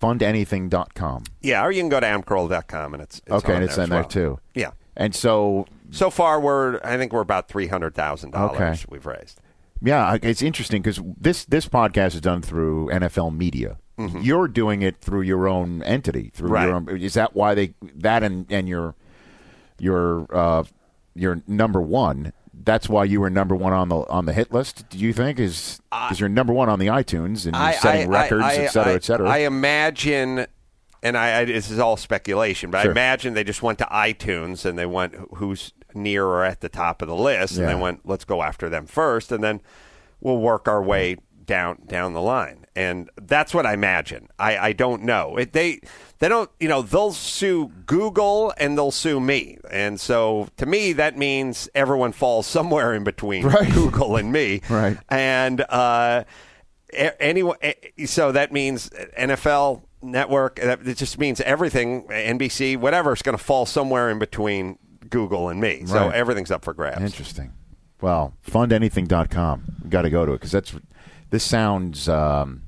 S1: Fundanything.com.
S14: Yeah, or you can go to amcroll.com and it's, it's
S1: Okay,
S14: on
S1: and it's
S14: there
S1: in
S14: as
S1: there
S14: well.
S1: too.
S14: Yeah.
S1: And so
S14: So far, we're I think we're about three hundred thousand dollars
S1: Okay.
S14: we've raised.
S1: Yeah, I- it's interesting because this this podcast is done through NFL Media. You're doing it through your own entity, through
S14: Mm-hmm. Right.
S1: your own. Is that why they that and and your your uh, your number one? That's why you were number one on the on the hit list. Do you think is because you're number one on the iTunes and you're setting records,
S14: I-
S1: et cetera,
S14: I-
S1: et cetera?
S14: I imagine, and I, I this is all speculation, but
S1: Sure.
S14: I imagine they just went to iTunes and they went wh- who's near or at the top of the list, and
S1: Yeah.
S14: they went let's go after them first, and then we'll work our way down down the line. And that's what I imagine. I, I don't know. It, they they don't you know they'll sue Google and they'll sue me, and so to me that means everyone falls [laughs] somewhere in between Google and me,
S4: [laughs]
S14: right? And uh, a- anyone. a- So that means NFL network. that- It just means everything. NBC, whatever, is going to fall somewhere in between Google and me. So
S1: Right.
S14: everything's up for grabs.
S1: Interesting. Well, fundanything.com. You got to go to it because that's this sounds um,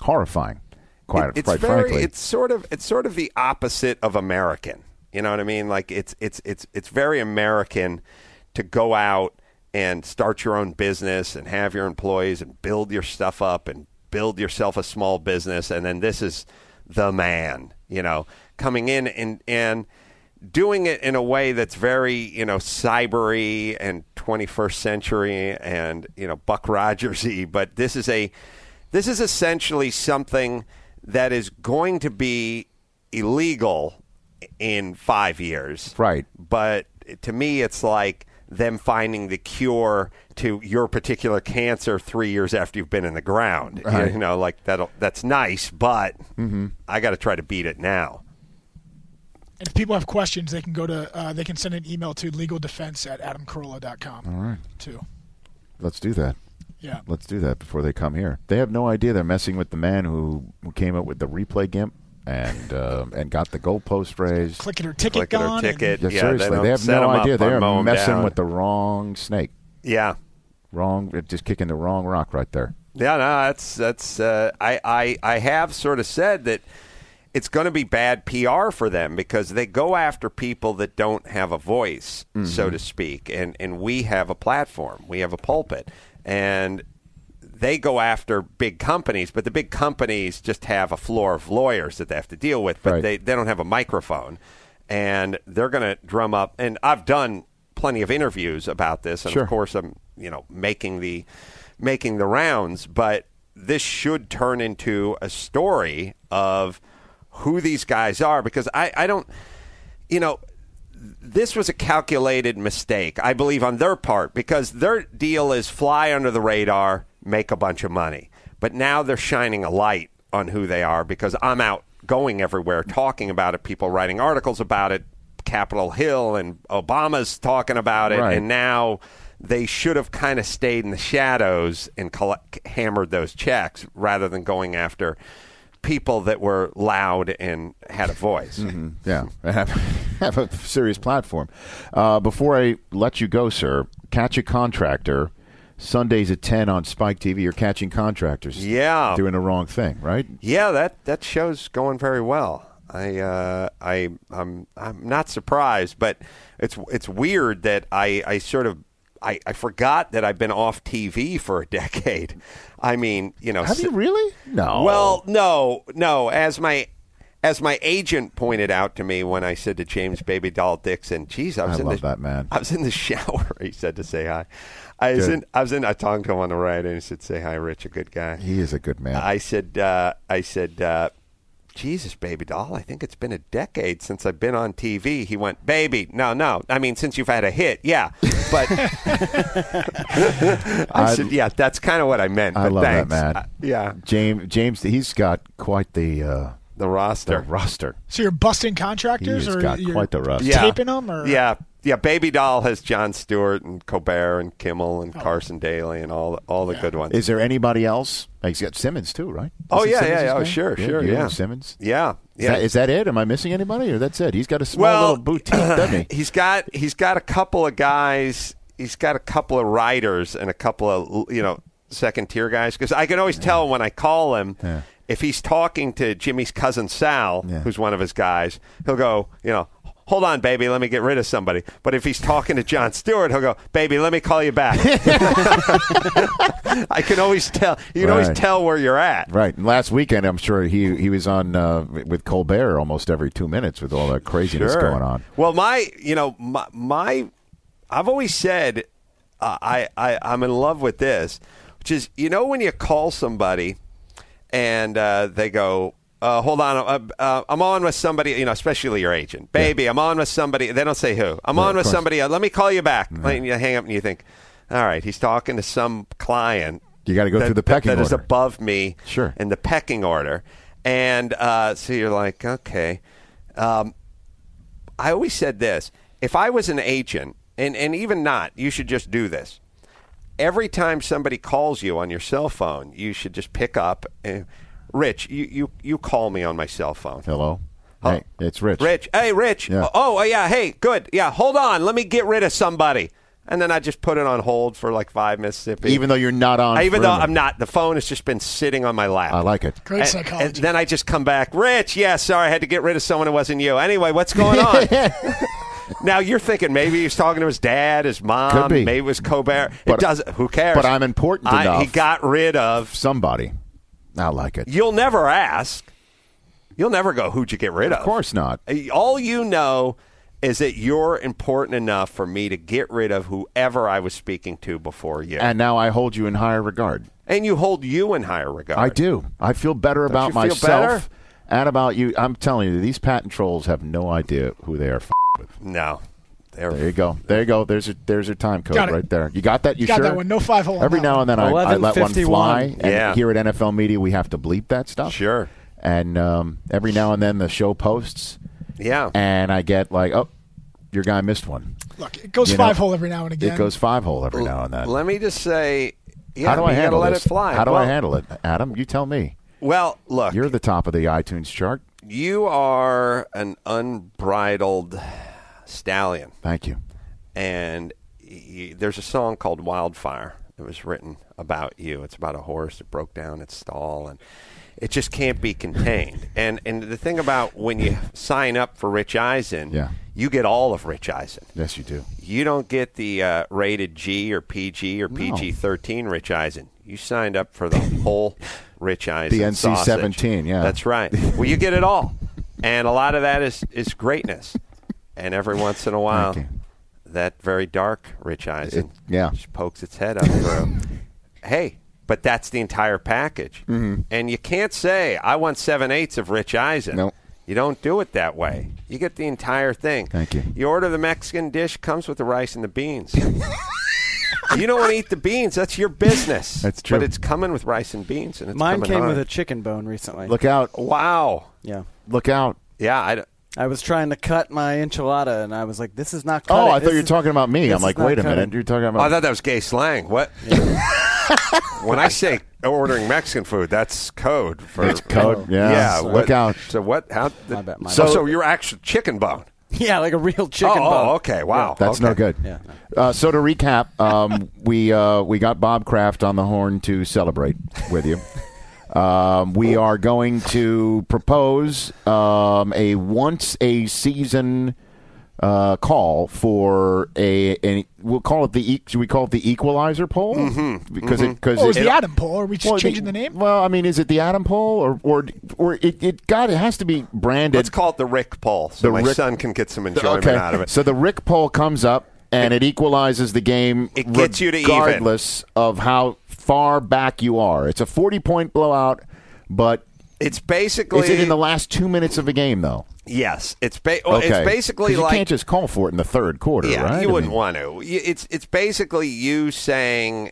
S1: horrifying. Quite,
S14: It- it's
S1: quite
S14: very.
S1: frankly,
S14: It's sort of. It's sort of the opposite of American. You know what I mean? Like it's it's it's it's very American to go out and start your own business and have your employees and build your stuff up and build yourself a small business and then this is the man. You know, coming in and and doing it in a way that's very you know cybery and 21st century and you know Buck Rogersy, but this is a this is essentially something that is going to be illegal in five years, right? But to me, it's like them finding the cure to your particular cancer three years after you've been in the ground. You-
S1: Right.
S14: You know, like that. will That's nice, but
S1: Mhm.
S14: I got to try to beat it now.
S8: And if people have questions, they can go to uh, they can send an email to legaldefense at adamcarolla.com.
S1: All right.
S8: Too.
S1: Let's do that.
S8: Yeah.
S1: Let's do that before they come here. They have no idea they're messing with the man who, who came up with the replay gimp and uh, and got the goalpost raised.
S8: Click it or ticket Click it or gone and- ticket. Yeah,
S1: Yeah,
S8: they
S1: seriously, they,
S8: don't
S1: have
S8: set
S1: no
S8: 'em up
S1: idea. They
S8: or mow
S1: are
S8: 'em
S1: messing
S8: down.
S1: with the wrong snake.
S14: Yeah.
S1: Wrong, just kicking the wrong rock right there.
S14: Yeah, no, that's that's. Uh, I, I I have sort of said that it's going to be bad PR for them because they go after people that don't have a voice, so to speak, and and we have a platform, we have a pulpit, and they go after big companies, but the big companies just have a floor of lawyers that they have to deal with, but they, they don't have a microphone. And they're going to drum up, and I've done plenty of interviews about this, and
S1: Sure.
S14: of course I'm you know making the making the rounds, but this should turn into a story of who these guys are because I, I don't you know this was a calculated mistake, I believe, on their part because their deal is fly under the radar, make a bunch of money. But now they're shining a light on who they are because I'm out going everywhere talking about it, people writing articles about it, Capitol Hill, and Obama's talking about it,
S13: Right.
S14: and now they should have kind of stayed in the shadows and collect, hammered those checks rather than going after people that were loud and had a voice.
S8: Mm-hmm.
S1: Mhm. [laughs] Yeah, have, have a serious platform. Uh, before I let you go, sir, catch a contractor. Sundays at ten on Spike TV. You're catching contractors.
S14: Yeah.
S1: doing the wrong thing, right?
S14: Yeah, that that show's going very well. I uh, I I'm I'm not surprised, but it's it's weird that I I sort of. I, I forgot that I've been off TV for a [laughs] decade. I mean, you know,
S1: Have
S14: si-
S1: you really? No.
S14: Well, no, no. As my as my agent pointed out to me when I said to James Baby Doll Dixon, "Geez, I was
S1: I
S14: in
S1: love
S14: the,
S1: that man.
S14: I was in the shower." [laughs] He said to say hi. I was
S1: Good.
S14: in. I was in. I talked to him on the ride, and he said, "Say hi, Rich, a good guy."
S1: He is a good man.
S14: I said, uh, I said, uh, Jesus, baby doll, I think it's been a decade since I've been on TV. He went, baby, no, no. I mean, since you've had a hit, yeah.
S1: [laughs]
S14: But I
S1: [laughs] I-
S14: said, yeah, that's kind of what I meant.
S1: I
S14: but
S1: love
S14: thanks.
S1: that man.
S14: Uh, yeah,
S1: James. James. He's got quite the uh,
S14: the roster.
S1: The roster.
S8: So you're busting contractors,
S1: He has
S8: or
S1: got
S8: you're
S1: quite the roster.
S14: yeah.
S8: taping them, or
S14: yeah, yeah. Baby doll has John Stewart and Colbert and Kimmel
S8: Oh.
S14: and Carson Daly and all all the good ones.
S1: Is there anybody else? He's got Simmons too, right?
S14: Oh
S1: Is it
S14: yeah,
S1: Simmons
S14: yeah,
S1: his
S14: yeah. Oh,
S1: name?
S14: sure,
S1: Yeah,
S14: sure,
S1: you
S14: yeah.
S1: and Simmons.
S14: Yeah,
S1: Is
S14: yeah.
S1: that- Is that it? Am I missing anybody, or that's it? He's got a small
S14: Well,
S1: little
S14: [coughs]
S1: boutique, doesn't he?
S14: He's got he's got a couple of guys. He's got a couple of riders and a couple of you know second tier guys because I can always tell when I call him if he's talking to Jimmy's cousin Sal, who's one of his guys. He'll go, you know. Hold on, baby. Let me get rid of somebody. But if he's talking to John Stewart, he'll go, "Baby, let me call you
S1: [laughs]
S14: back." [laughs] I can always tell. You can
S1: Right.
S14: always tell where you're at.
S1: Right. And last weekend, I'm sure he he was on uh, with Colbert almost every two minutes with all that craziness
S14: Sure.
S1: going on.
S14: Well, my, you know, my, my I've always said uh, I, I, I'm in love with this, which is, you know, when you call somebody and uh, they go, uh, hold on, uh, uh, I'm on with somebody, you know, especially your agent. Baby, I'm on with somebody. They don't say who. I'm
S13: No,
S14: on
S13: of
S14: with
S13: course.
S14: somebody. Uh, let me call you back. And you hang up and you think, all right, he's talking to some client.
S1: You gotta go
S14: that-
S1: through the
S14: that-
S1: pecking
S14: that is
S1: order.
S14: above me
S1: Sure.
S14: in the pecking order. And uh, so you're like, okay. Um, I always said this if I was an agent, and, and even not, you should just do this. Every time somebody calls you on your cell phone, you should just pick up. And, Rich, you, you, you call me on my cell phone.
S1: Hello. Hey, it's Rich.
S14: Rich, hey, Rich.
S1: Yeah.
S14: Oh, oh, yeah. Hey, good. Yeah, hold on. Let me get rid of somebody. And then I just put it on hold for like five Mississippi.
S1: Even though you're not on,
S14: Even
S1: for
S14: though
S1: him.
S14: I'm not, the phone has just been sitting on my lap. I
S1: like it.
S8: Great
S14: and,
S8: psychology.
S14: And then I just come back, Rich. Yeah, sorry, I had to get rid of someone who wasn't you. Anyway, what's going
S1: [laughs]
S14: on? now you're thinking maybe he's talking to his dad, his mom,
S1: Could be.
S14: maybe it was Colbert.
S1: But-
S14: it doesn't. Who cares?
S1: but I'm important
S14: I- He
S1: enough.
S14: got rid of.
S1: somebody. I like it.
S14: You'll never ask. You'll never go. Who'd you get rid of? Uh,
S1: Of course not.
S14: All you know is that you're important enough for me to get rid of whoever I was speaking to before you.
S1: And now I hold you in higher regard.
S14: And you hold you in higher regard.
S1: I do. I feel better about
S14: you feel
S1: myself
S14: better?
S1: and about you. I'm telling you, these patent trolls have no idea who they are. F- with.
S14: No.
S1: There you go. There you go. There's your there's your time code
S8: Got it.
S1: right there. You got that? You
S8: Got
S1: sure?
S8: that one. No five hole on
S1: Every
S8: that
S1: now
S8: one.
S1: and then I, I let one
S8: 11:51.
S1: fly. And
S14: Yeah.
S1: Here at NFL Media, we have to bleep that stuff.
S14: Sure.
S1: And um, every now and then the show posts.
S14: Yeah.
S1: And I get like, oh, your guy missed one.
S8: Look, it goes
S1: You know,
S8: five hole every now and again.
S1: It goes five hole every now and then.
S14: Let me just say, yeah,
S1: How do I
S14: you gotta
S1: handle
S14: let
S1: this?
S14: it fly.
S1: How do I
S14: Well,
S1: handle it, Adam? You tell me.
S14: Well, look,
S1: You're the top of the iTunes chart.
S14: you are an unbridled stallion,
S1: Thank you.
S14: and y there's a song called "Wildfire" that was written about you. It's about a horse that broke down its stall, and it just can't
S1: [laughs]
S14: be contained. and and the thing about when you sign up for Rich Eisen,
S1: Yeah.
S14: you get all of Rich Eisen.
S1: Yes, you do.
S14: You don't get the uh, rated G or PG or PG thirteen Rich Eisen. You signed
S1: [laughs]
S14: up for the whole Rich Eisen.
S1: The NC-17,
S14: sausage.
S1: yeah.
S14: that's right. Well, you get it all, and a lot of that is is greatness. And every once in a while, that very dark Rich Eisen,
S1: yeah.
S14: just pokes its head up through.
S1: [laughs]
S14: hey, but that's the entire package,
S1: Mhm.
S14: and you can't say I want seven eighths of Rich Eisen.
S1: No.
S14: You don't do it that way. You get the entire thing.
S1: Thank you.
S14: You order the Mexican dish, comes with the rice and the beans. [laughs] you don't want to eat the beans. That's your business.
S1: That's true.
S14: But it's coming with rice and beans, and it's
S9: Mine
S14: coming
S9: came
S14: hard.
S9: with a chicken bone recently.
S1: Look out.
S14: Wow.
S9: Yeah.
S1: Look out.
S14: Yeah, I,
S9: I was trying to cut my enchilada, and I was like, "This is not."
S1: Oh,
S9: cutting.
S1: I thought
S9: This
S1: you were
S9: is-
S1: talking about me.
S9: this
S1: I'm
S9: is
S1: like,
S9: not
S1: wait a
S9: cutting.
S1: minute, you're talking
S14: Oh, I
S1: about.
S14: thought that was gay slang. What?
S1: [laughs]
S14: when I say ordering Mexican food, that's code for
S1: That's code, yeah.
S14: Yeah.
S1: So-
S14: what-
S1: Look out.
S14: So what? How? The,
S1: my
S14: so,
S1: bad.
S14: so you're actually
S1: [laughs]
S14: chicken bone.
S9: Yeah, like a real
S14: oh,
S9: chicken
S14: oh,
S9: bone.
S14: okay. Wow.
S1: That's
S14: okay.
S1: no good.
S9: Yeah.
S1: Uh, so to recap, um, [laughs] we uh, we got Bob Kraft on the horn to celebrate with
S14: [laughs]
S1: you. Um, we are going to propose um, a once a season uh, call for a, a we'll call it the e- should we call it the equalizer poll
S14: Mm-hmm.
S1: because it because
S8: Oh,
S1: it,
S8: is the Adam poll? Are we just
S1: Well,
S8: changing the name?
S1: Well, I mean, is it the Adam poll or or or it it got it has to be branded.
S14: Let's call it the Rick Paul, so
S1: The
S14: my
S1: Rick-
S14: son can get some enjoyment
S1: okay.
S14: out of it.
S1: So the Rick poll comes up and it equalizes the game
S14: It gets you to even.
S1: regardless of how far back you are. It's a 40 point blowout, but
S14: It's basically
S1: is it in the last 2 minutes of a game though?
S14: yes. It's ba- well,
S1: Okay.
S14: it's basically
S1: 'Cause you
S14: like
S1: can't just call for it in the third quarter,
S14: yeah,
S1: right?
S14: you
S1: I
S14: wouldn't
S1: mean,
S14: want to. You- It's it's basically you saying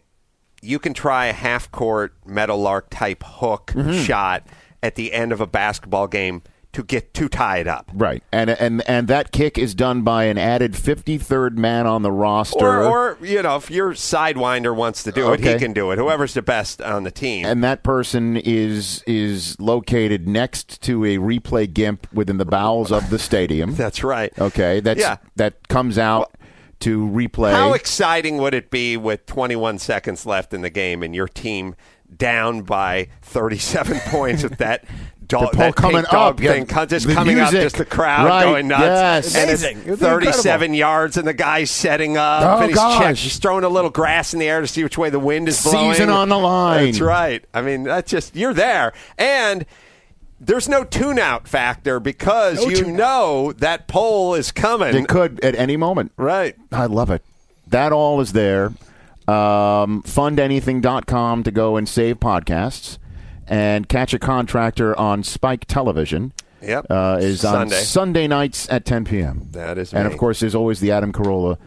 S14: you can try a half court metal lark type hook
S1: Mm-hmm.
S14: shot at the end of a basketball game to get to tie it up.
S1: Right. And and and that kick is done by an added 53rd man on the roster.
S14: Or, or you know, if your sidewinder wants to do it,
S1: Okay.
S14: he can do it. Whoever's the best on the team.
S1: and that person is is located next to a replay gimp within the bowels of the stadium.
S14: [laughs] That's right.
S1: Okay, that's
S14: Yeah.
S1: that comes out to replay.
S14: How exciting would it be with 21 seconds left in the game and your team down by 37 [laughs] points if that
S1: The poll
S14: dog, that pink
S1: coming
S14: dog
S1: up,
S14: thing
S1: yeah,
S14: co- just
S1: the
S14: coming up,
S1: music,
S14: just the crowd
S1: right,
S14: going nuts,
S1: yes.
S14: and it's
S1: Amazing. It'd be
S14: 37 yards, and the guy's setting up,
S1: Oh,
S14: and he's
S1: gosh.
S14: checked, he's throwing a little grass in the air to see which way the wind is blowing.
S1: Season on the line.
S14: That's right. I mean, that's just you're there, and. There's no tune out factor because you know that poll is coming.
S1: it could at any moment.
S14: Right.
S1: I love it. That all is there. Um, fundanything.com to go and save podcasts and catch a contractor on Spike Television.
S14: Yep.
S1: Uh, is
S14: Sunday.
S1: on Sunday nights at 10 p.m.
S14: That is
S1: And
S14: me.
S1: of course, there's always the Adam Carolla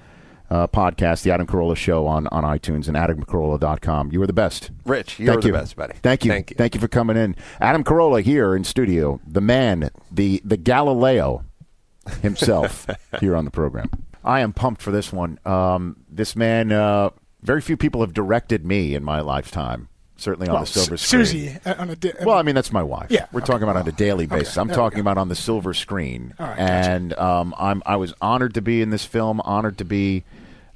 S1: uh, podcast, the Adam Carolla Show on, on iTunes and adamcarolla.com. You are the best.
S14: Rich, you're
S1: Thank
S14: the
S1: you.
S14: best, buddy.
S1: Thank you.
S14: Thank you.
S1: for coming in. Adam Carolla here in studio, the man, the, the Galileo
S14: [laughs]
S1: himself here on the program. I am pumped for this one. Um, this man, uh, very few people have directed me in my lifetime, certainly on
S8: Well,
S1: the silver
S8: Su-
S1: screen.
S8: Susie uh, on a di-
S1: Well, I mean that's my wife.
S8: Yeah,
S1: we're
S8: okay.
S1: talking about on a daily basis. I'm
S8: There we
S1: talking about on the silver screen,
S8: All right, gotcha.
S1: and um, I'm I was honored to be in this film, honored to be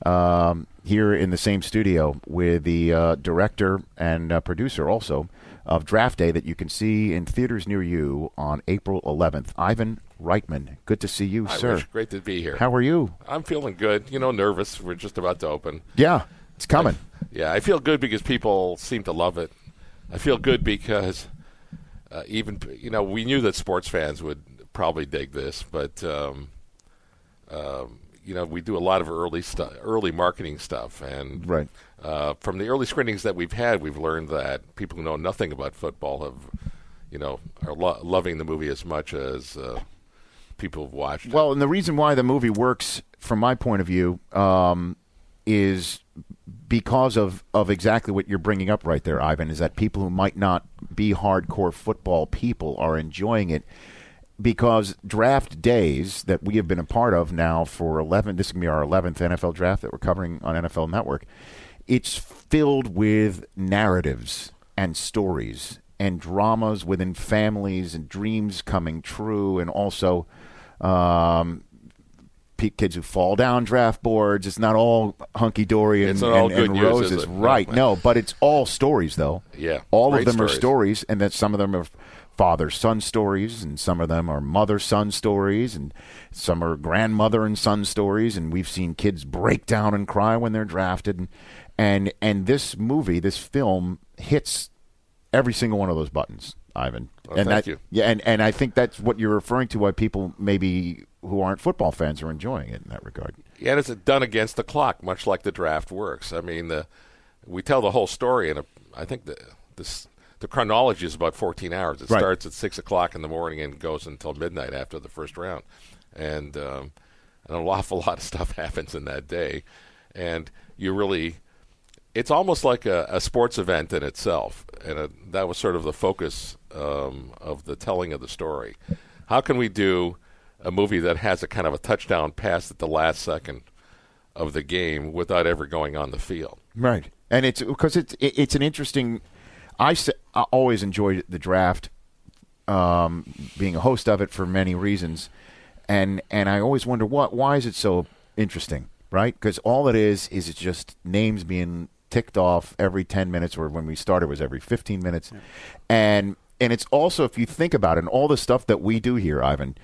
S1: um, here in the same studio with the uh, director and uh, producer also of Draft Day that you can see in theaters near you on April 11th. Ivan Reitman, good to see you,
S16: Hi,
S1: sir.
S16: Rich. Great to be here.
S1: How are you?
S16: I'm feeling good. You know, nervous. We're just about to open.
S1: Yeah, it's coming.
S16: Yeah, I feel good because people seem to love it. I feel good because uh, even you know we knew that sports fans would probably dig this, but um, um, you know we do a lot of early stuff, early marketing stuff, and
S1: Right.
S16: uh, from the early screenings that we've had, we've learned that people who know nothing about football have, you know, are lo- loving the movie as much as uh, people have watched.
S1: Well, and the reason why the movie works, from my point of view, um, is because of, of exactly what you're bringing up right there, Ivan, is that people who might not be hardcore football people are enjoying it because draft days that we have been a part of now for 11, this is going to be our 11th NFL draft that we're covering on NFL Network, it's filled with narratives and stories and dramas within families and dreams coming true and also um, pe- kids who fall down draft boards. It's not all hunky dory and,
S16: It's not all
S1: and- and
S16: good news,
S1: roses,
S16: is it? No,
S1: right?
S16: man.
S1: No, but it's all stories though.
S16: Yeah,
S1: all of
S16: great
S1: them are
S16: stories.
S1: stories, and that some of them are father son stories, and some of them are mother son stories, and some are grandmother and son stories. And we've seen kids break down and cry when they're drafted, and and, and this movie, this film hits every single one of those buttons, Ivan.
S16: Oh,
S1: and
S16: thank
S1: that,
S16: you.
S1: Yeah, and, and I think that's what you're referring to. Why people maybe who aren't football fans are enjoying it in that regard.
S16: Yeah, and it's done against the clock, much like the draft works. I mean, the, we tell the whole story, and I think the this the chronology is about 14 hours. It
S1: Right.
S16: starts at six o'clock in the morning and goes until midnight after the first round, and um, and an awful [laughs] lot of stuff happens in that day, and you really. It's almost like a, a sports event in itself, and uh that was sort of the focus um, of the telling of the story. How can we do a movie that has a kind of a touchdown pass at the last second of the game without ever going on the field?
S1: Right, and it's because it's it- it's an interesting. I, s- I always enjoyed the draft, um, being a host of it for many reasons, and and I always wonder what why is it so interesting, right? Because all it is is it's just names being ticked off every ten minutes, or when we started was every fifteen minutes, and and it's also if you think about it, and all the stuff that we do here, Ivan.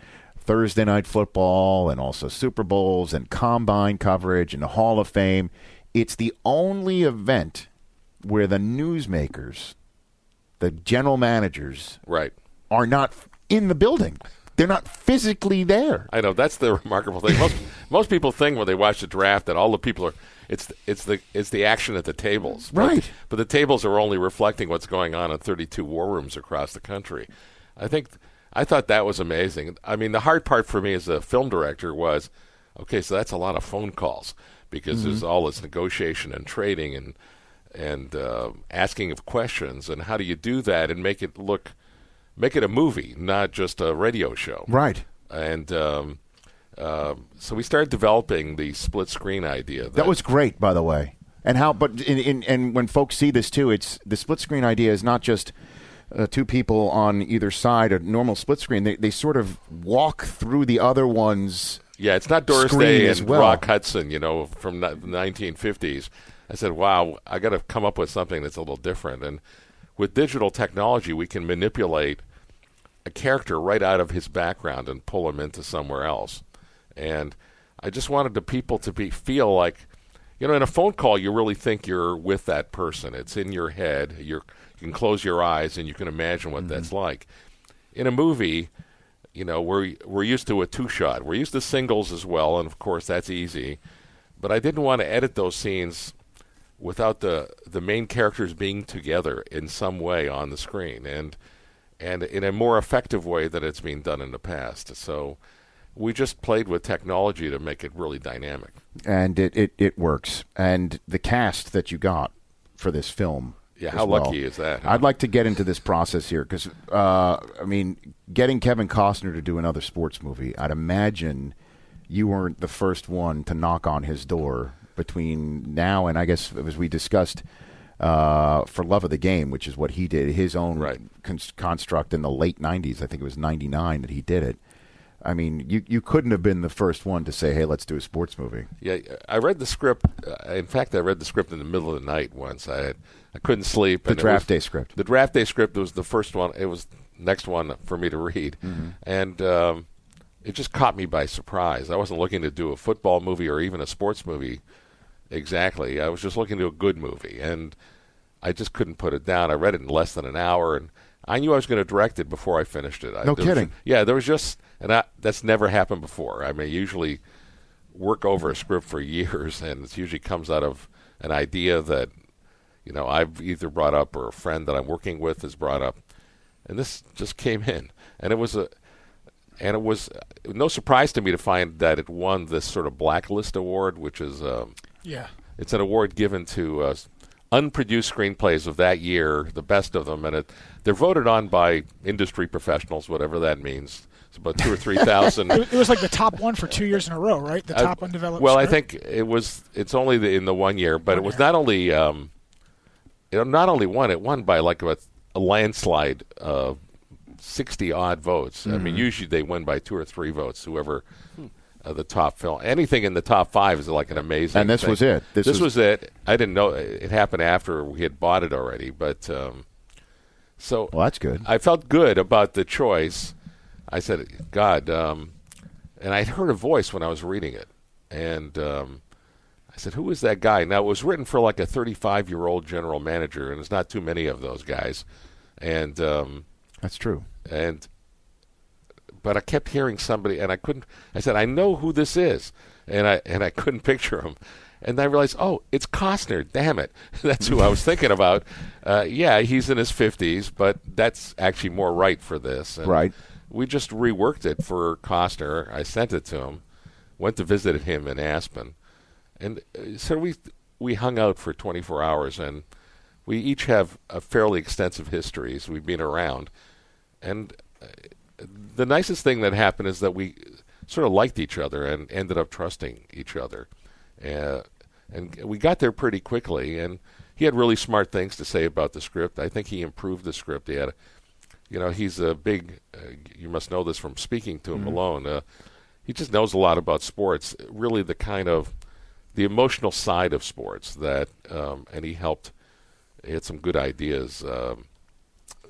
S1: Thursday night football and also Super Bowls and combine coverage and the Hall of Fame. It's the only event where the newsmakers, the general managers,
S16: right,
S1: are not in the building. They're not physically there.
S16: I know that's the [laughs] remarkable thing. Most most people think when they watch the draft that all the people are it's it's the it's the action at the tables, But-
S1: Right.
S16: But, the tables are only reflecting what's going on in 32 war rooms across the country. I think I thought that was amazing. I mean, the hard part for me as a film director was, okay, so that's a lot of phone calls because there's
S12: Mhm.
S16: all this negotiation and trading and and uh, asking of questions and how do you do that and make it look make it a movie, not just a radio show
S1: Right.
S16: and um, um, so we started developing the split screen idea.
S1: That was great, by the way. And how? But in, in, and when folks see this too, it's the split screen idea is not just uh, two people on either side a normal split screen. They they sort of walk through the other one's.
S16: Yeah, it's not Doris
S1: screen
S16: Day
S1: as
S16: and
S1: well.
S16: Rock Hudson, you know, from ni- the 1950s. I said, wow, I got to come up with something that's a little different. And with digital technology, we can manipulate a character right out of his background and pull him into somewhere else. And I just wanted the people to be feel like, you know, in a phone call, you really think you're with that person. It's in your head. You're, you can close your eyes and you can imagine what
S1: Mm-hmm.
S16: that's like. In a movie, you know we're we're used to a two shot we're used to singles as well and of course that's easy but i didn't want to edit those scenes without the the main characters being together in some way on the screen and and in a more effective way than it's been done in the past so we just played with technology to make it really dynamic
S1: and it, it, it works. And the cast that you got for this film.
S16: Yeah,
S1: as
S16: how
S1: well.
S16: lucky is that, huh?
S1: I'd like to get into this process here because, uh, I mean, getting Kevin Costner to do another sports movie, I'd imagine you weren't the first one to knock on his door between now and I guess as we discussed uh, for Love of the Game, which is what he did, his own cons- construct in the late 90s. I think it was 99 that he did it. I mean, you, you couldn't have been the first one to say, hey, let's do a sports movie.
S16: Yeah, I read the script. Uh, in fact, I read the script in the middle of the night once. I had, I couldn't sleep.
S1: The
S16: it
S1: draft
S16: was-
S1: day script.
S16: The draft day script was the first one. It was next one for me to read,
S1: Mm-hmm.
S16: and um, it just caught me by surprise. I wasn't looking to do a football movie or even a sports movie exactly. I was just looking to a good movie, and I just couldn't put it down. I read it in less than an hour, and I knew I was going to direct it before I finished it. I-
S1: No
S16: there was-
S1: kidding.
S16: yeah, there was just, and I, that's never happened before. I mean, I usually work over a script for [laughs] years, and it usually comes out of an idea that you know I've either brought up or a friend that I'm working with has brought up, and this just came in, and it was a. And it was uh, no surprise to me to find that it won this sort of blacklist award, which is um,
S8: Yeah.
S16: it's an award given to uh, s- unproduced screenplays of that year, the best of them, and it, they're voted on by industry professionals, whatever that means. It's about two or three
S8: [laughs]
S16: thousand.
S8: It, it was like the top one for two years in a row, right? The
S16: I-
S8: top undeveloped.
S16: Uh, Well, I
S8: script.
S16: think it was. It's only the, in the one year, but it was not only. Um, it not only won. It won by like a, a landslide of sixty odd votes. I mean,
S8: Mm-hmm.
S12: Mhm.
S16: usually they win by two or three votes. Whoever. Uh, the top film, anything in the top five is like an amazing.
S1: And this
S16: thing.
S1: was it. This
S16: This,
S1: was-
S16: was, it. I didn't know it happened after we had bought it already, but um, so
S1: Well, that's good.
S16: I felt good about the choice. I said, God, um, and I'd heard a voice when I was reading it, and um, I said, "Who is that guy?" Now it was written for like a 35-year-old general manager, and there's not too many of those guys, and um,
S1: That's true.
S16: and but I kept hearing somebody, and I couldn't. I said, "I know who this is," and I and I couldn't [laughs] picture him. And I realized, oh, it's Costner. Damn it, [laughs] that's who I was thinking about. Uh, yeah, he's in his fifties, but that's actually more right for this. And
S1: Right.
S16: We just reworked it for Costner. I sent it to him. Went to visit him in Aspen, and uh, so we we hung out for 24 hours, and we each have a fairly extensive histories. We've been around, and uh, the nicest thing that happened is that we sort of liked each other and ended up trusting each other. Uh, and we got there pretty quickly. And he had really smart things to say about the script. I think he improved the script. He had, a, you know, he's a big. Uh, you must know this from speaking to him
S12: Mhm.
S16: alone. Uh, he just knows a lot about sports. Really, the kind of the emotional side of sports that, um, and he helped. He had some good ideas. Um,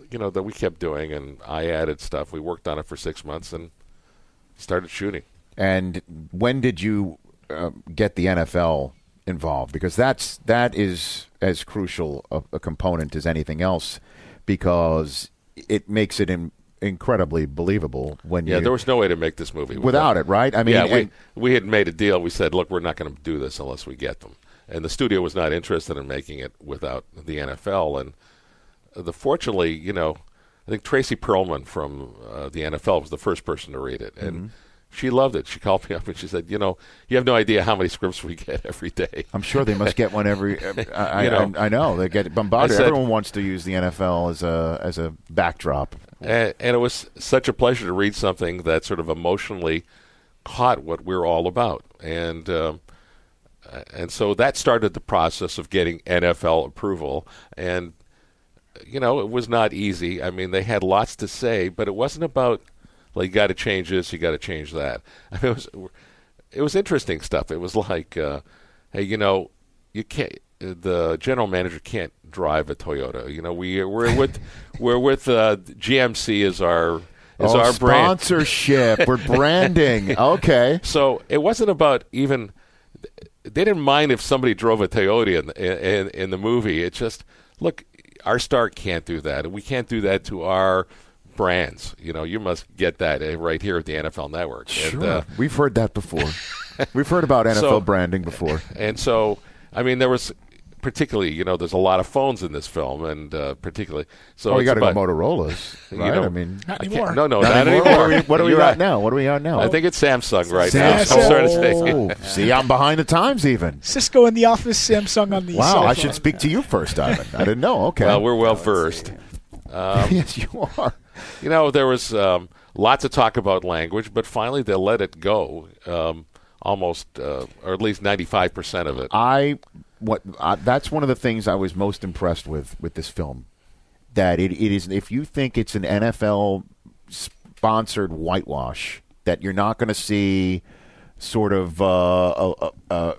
S16: you know that we kept doing, and I added stuff. We worked on it for six months and started shooting.
S1: And when did you uh, get the NFL involved? Because that's that is as crucial a, a component as anything else, because it makes it in, incredibly believable when
S16: Yeah,
S1: you.
S16: there was no way to make this movie
S1: Without it, right? I mean,
S16: yeah, we,
S1: and-
S16: we had made a deal. We said, look, we're not going to do this unless we get them, and the studio was not interested in making it without the NFL. And uh, the fortunately, you know, I think Tracy Perlman from uh, the NFL was the first person to read it, and
S1: Mhm.
S16: she loved it. She called me up and she said, you know, you have no idea how many scripts we get [laughs] every day.
S1: [laughs] I'm sure they must get one every. uh,
S16: [laughs]
S1: I, I,
S16: You know.
S1: I, I know they
S16: [laughs]
S1: get bombarded.
S16: I said-
S1: Everyone wants to use the NFL as a as a backdrop.
S16: and, and it was such a pleasure to read something that sort of emotionally caught what we're all about, and um, uh, and so that started the process of getting NFL approval, and you know it was not easy. I mean, they had lots to say, but it wasn't about like you got to change this, you got to change that. [laughs] I mean, it was it was interesting stuff. It was like, uh, hey, you know, you can't. The general manager can't drive a Toyota. You know, we we're with we're with uh, GMC is our is
S1: oh,
S16: our brand.
S1: sponsorship.
S16: [laughs]
S1: We're branding. Okay.
S16: So it wasn't about even. They didn't mind if somebody drove a Toyota in, in in the movie. It's just look, our star can't do that. We can't do that to our brands. You know, you must get that eh, right here at the NFL Network.
S1: Sure.
S16: And, uh,
S1: We've heard that
S16: [laughs]
S1: before. We've heard about NFL
S16: So-
S1: branding before.
S16: [laughs] and so, I mean, there was particularly, you know, there's a lot of phones in this film, and uh, particularly, so
S1: oh, you
S16: it's
S1: got to go
S16: about-
S1: Motorola's,
S16: [laughs] You
S1: right?
S16: know,
S1: I mean,
S16: Not I can't- anymore. no, no, not anymore.
S1: What are we, what are we
S16: You're
S1: got
S16: right.
S1: now? What are we on now?
S16: I think it's Samsung right now.
S1: Samsung.
S16: Some sort of [laughs] thing.
S1: Oh, [laughs] see, I'm behind the times even.
S8: Cisco in the office, Samsung on the
S1: Wow,
S8: cell
S1: I
S8: phone.
S1: should speak to you first, Ivan. I didn't
S16: [laughs]
S1: know. Oh, Okay.
S16: Well, we're well versed. Um,
S1: [laughs] yes, you are.
S16: You know, there was um, lots of talk about language, but finally they let it go. Um, almost, uh, or at least ninety-five percent of it.
S1: I what I, that's one of the things I was most impressed with with this film. That it, it is if you think it's an NFL sponsored whitewash that you're not going to see sort of uh, a, a, a,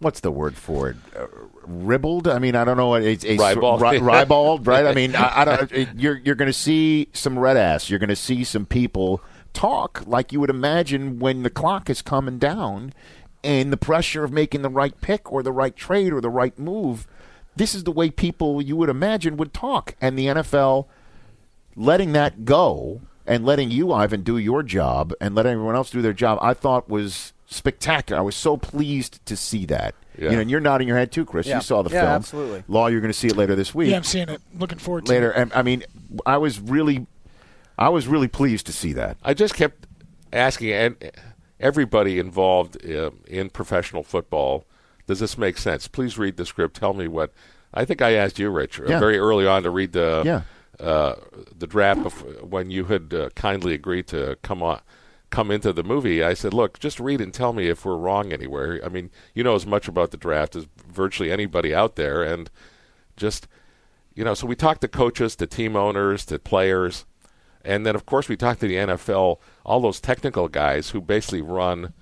S1: what's the word for it uh, ribald I mean I don't know what it's a
S16: Ribald.
S1: ri- ribald right I mean I, I
S16: [laughs]
S1: don't it, you're you're going to see some red ass you're going to see some people talk like you would imagine when the clock is coming down and the pressure of making the right pick or the right trade or the right move. This is the way people you would imagine would talk. And the NFL letting that go and letting you, Ivan, do your job and letting everyone else do their job, I thought was spectacular. I was so pleased to see that. You
S16: Yeah.
S1: know, and you're nodding your head too, Chris.
S8: Yeah.
S1: You saw the
S8: Yeah,
S1: film.
S8: absolutely.
S1: Law, you're going to see it later this week
S8: Yeah, I'm seeing it. Looking forward to
S1: later.
S8: It.
S1: And I mean, I was really, I was really pleased to see that.
S16: I just kept asking and everybody involved uh, in professional football, does this make sense? Please read the script. Tell me what. I think I asked you, Rich, uh,
S1: Yeah.
S16: very early on to read the
S1: Yeah.
S16: uh, the draft bef- when you had uh, kindly agreed to come on. Come into the movie. I said, "Look, just read and tell me if we're wrong anywhere." I mean, you know as much about the draft as virtually anybody out there, and just you know, so we talked to coaches, to team owners, to players, and then of course we talked to the NFL, all those technical guys who basically run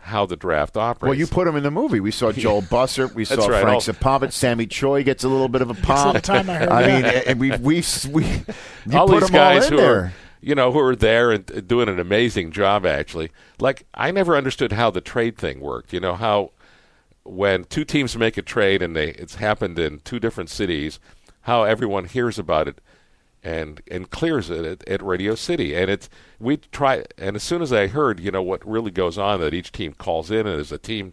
S16: how the draft operates.
S1: Well, you put him in the movie. We
S16: [laughs]
S1: saw Joel Bussert. We
S16: That's
S1: saw
S16: right.
S1: Frank
S16: All-
S1: Sapovich. Sammy Choi gets a little bit of a
S16: a
S1: pop.
S16: little time I heard, yeah.
S1: mean, and we we we you
S16: all
S1: put
S16: these
S1: them all
S16: guys
S1: in
S16: who
S1: there.
S16: are you know who are there and uh, doing an amazing job actually like i never understood how the trade thing worked you know how when two teams make a trade and they it's happened in two different cities how everyone hears about it and and clears it at, at radio city and it's we try and as soon as i heard you know what really goes on that each team calls in and there's a team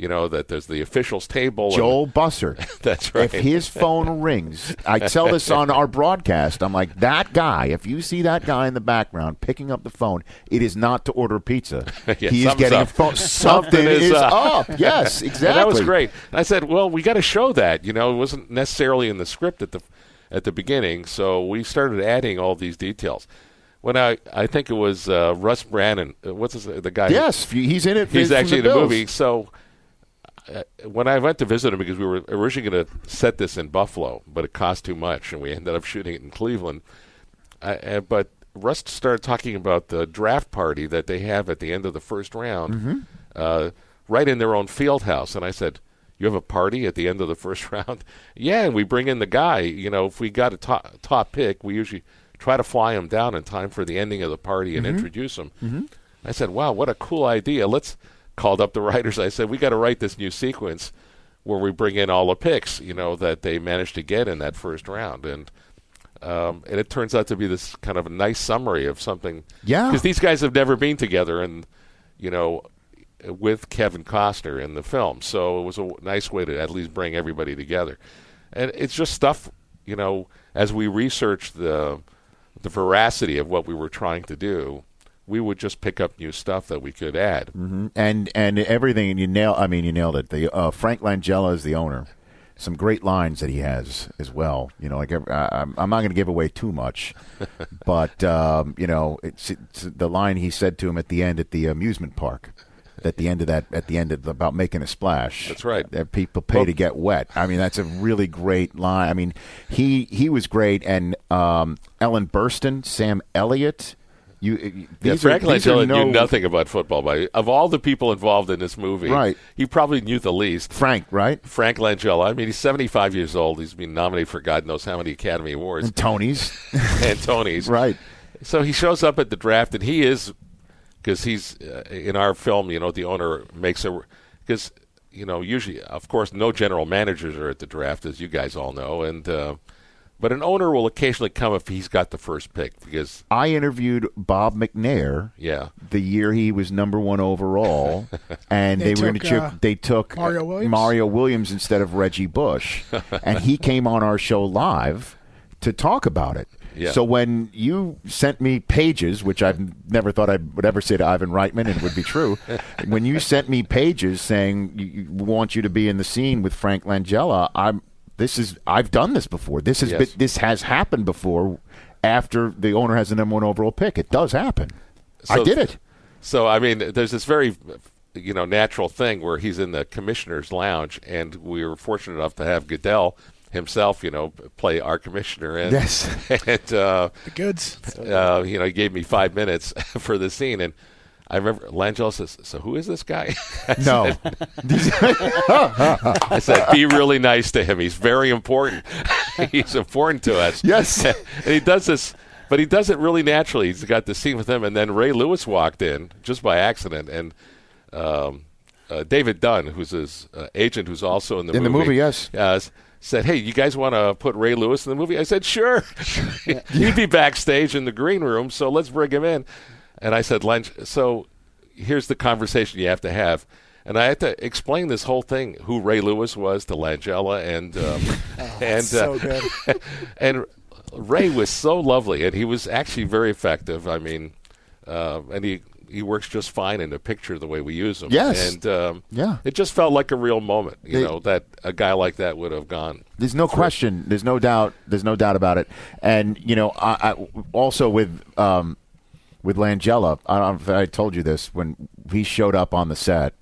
S16: you know that there's the officials table and-
S1: Joel Bussert.
S16: [laughs] that's right
S1: If his phone rings, I tell this on our broadcast. I'm like, that guy, if you see that guy in the background picking up the phone, it is not to order pizza.
S16: [laughs] Yeah,
S1: he is
S16: something's
S1: getting a
S16: up. [laughs]
S1: phone. Something, is, up. Yes,
S16: And
S1: exactly.
S16: that was great. And I said, "Well, we got to show that." You know, it wasn't necessarily in the script at the at the beginning, so we started adding all these details. when I I think it was uh, Russ Brannon. uh, What's his, the guy? who-
S1: Yes, he's in it.
S16: He's
S1: for
S16: actually
S1: the
S16: in the
S1: Bills.
S16: movie. So uh, when I went to visit him, because we were originally going to set this in Buffalo, but it cost too much, and we ended up shooting it in Cleveland. I, uh, but Rust started talking about the draft party that they have at the end of the first round,
S12: Mhm.
S16: uh, right in their own field house, and I said. You have a party at the [laughs] end of the first round? yeah, and we bring in the guy. You know, if we got a top, top pick, we usually try to fly him down in time for the ending of the party and
S12: Mhm.
S16: introduce him.
S17: Mm-hmm.
S16: I said, "Wow, what a cool idea!" Let's called up the writers. I said, "We got to write this new sequence where we bring in all the picks, you know, that they managed to get in that first round." And um, and it turns out to be this kind of a nice summary of something.
S1: Yeah.
S16: because these guys have never been together, and you know, with Kevin Costner in the film, so it was a w- nice way to at least bring everybody together. And it's just stuff, you know, as we researched the the veracity of what we were trying to do, we would just pick up new stuff that we could add.
S1: hmm And and everything and you nail. I mean, you nailed it. The uh, Frank Langella is the owner. Some great lines that he has as well. You know, like every- I, I'm I'm not going to give away too
S16: [laughs]
S1: much, but um, you know, it's, it's the line he said to him at the end at the amusement park. At the end of that, at the end of about making a splash. That's right. That people pay to get wet. I mean, that's a really great line. I mean, he he was great, and um, Ellen Burstyn, Sam Elliott. You, you-
S16: Yeah,
S1: these
S16: Frank
S1: are, these are
S16: Langella
S1: no,
S16: knew nothing about football. By of all the people involved in this movie,
S1: Right.
S16: He probably knew the least.
S1: Frank, right?
S16: Frank Langella. I mean, he's seventy-five years old. He's been nominated for God knows how many Academy Awards
S1: and Tony's.
S16: [laughs] and Tony's.
S1: Right.
S16: So he shows up at the draft, and he is because he's uh, in our film. You know, the owner makes a because you know usually, of course, no general managers are at the draft, as you guys all know, and uh, but an owner will occasionally come if he's got the first pick because
S1: I interviewed Bob McNair.
S16: Yeah.
S1: The year he was number one overall, and they,
S8: They
S1: were going to
S8: took,
S1: chip.
S8: uh,
S1: they took
S8: Mario
S1: uh,
S8: Williams?
S1: Mario Williams instead of Reggie Bush, and he came on our show live to talk about it.
S12: Yeah.
S1: So when you sent me pages, which I've never thought I would ever say to Ivan Reitman, and it would be true, when you sent me pages saying you, you we want you to be in the scene with Frank Langella, I'm this is I've done this before. This has
S16: Yes.
S1: been, this has happened before. After the owner has the number one overall pick, it does happen. I
S16: So-
S1: did it.
S16: So I mean, there's this very, you know, natural thing where he's in the commissioner's lounge, and we were fortunate enough to have Goodell himself, you know, play our commissioner. And,
S8: Yes.
S16: [laughs] and uh,
S8: The goods.
S16: Uh, you know, he gave me five minutes [laughs] for the scene, and I remember Langell says, "So who is this guy?" [laughs] I
S1: No. [laughs]
S16: said- [laughs] I said, "Be really nice to him. He's very important. [laughs] He's important to us."
S1: Yes,
S16: [laughs] and he does this, but he does it really naturally. He's got the scene with him, and then Ray Lewis walked in just by accident, and um, uh, David Dunn, who's his uh, agent, who's also in the
S1: In the
S16: movie,
S1: movie, yes.
S16: uh, s- said, "Hey, you guys want to put Ray Lewis in the movie?" I said, "Sure." [laughs] He'd be backstage in the green room, so let's bring him in. And I said, "Lunch." So here's the conversation you have to have. And I had to explain this whole thing, who Ray Lewis was to Langella, and um, [laughs] and
S12: that's so
S16: good. [laughs] and Ray was so lovely, and he was actually very effective. I mean, uh, and he he works just fine in the picture the way we use him.
S1: Yes.
S16: and um,
S1: Yeah.
S16: it just felt like a real moment. You
S1: They-
S16: know that a guy like that would have gone.
S1: There's no question. There's no doubt. There's no doubt about it. And you know, I, I also with um, with Langella, I don't know if I told you this when he showed up on the set,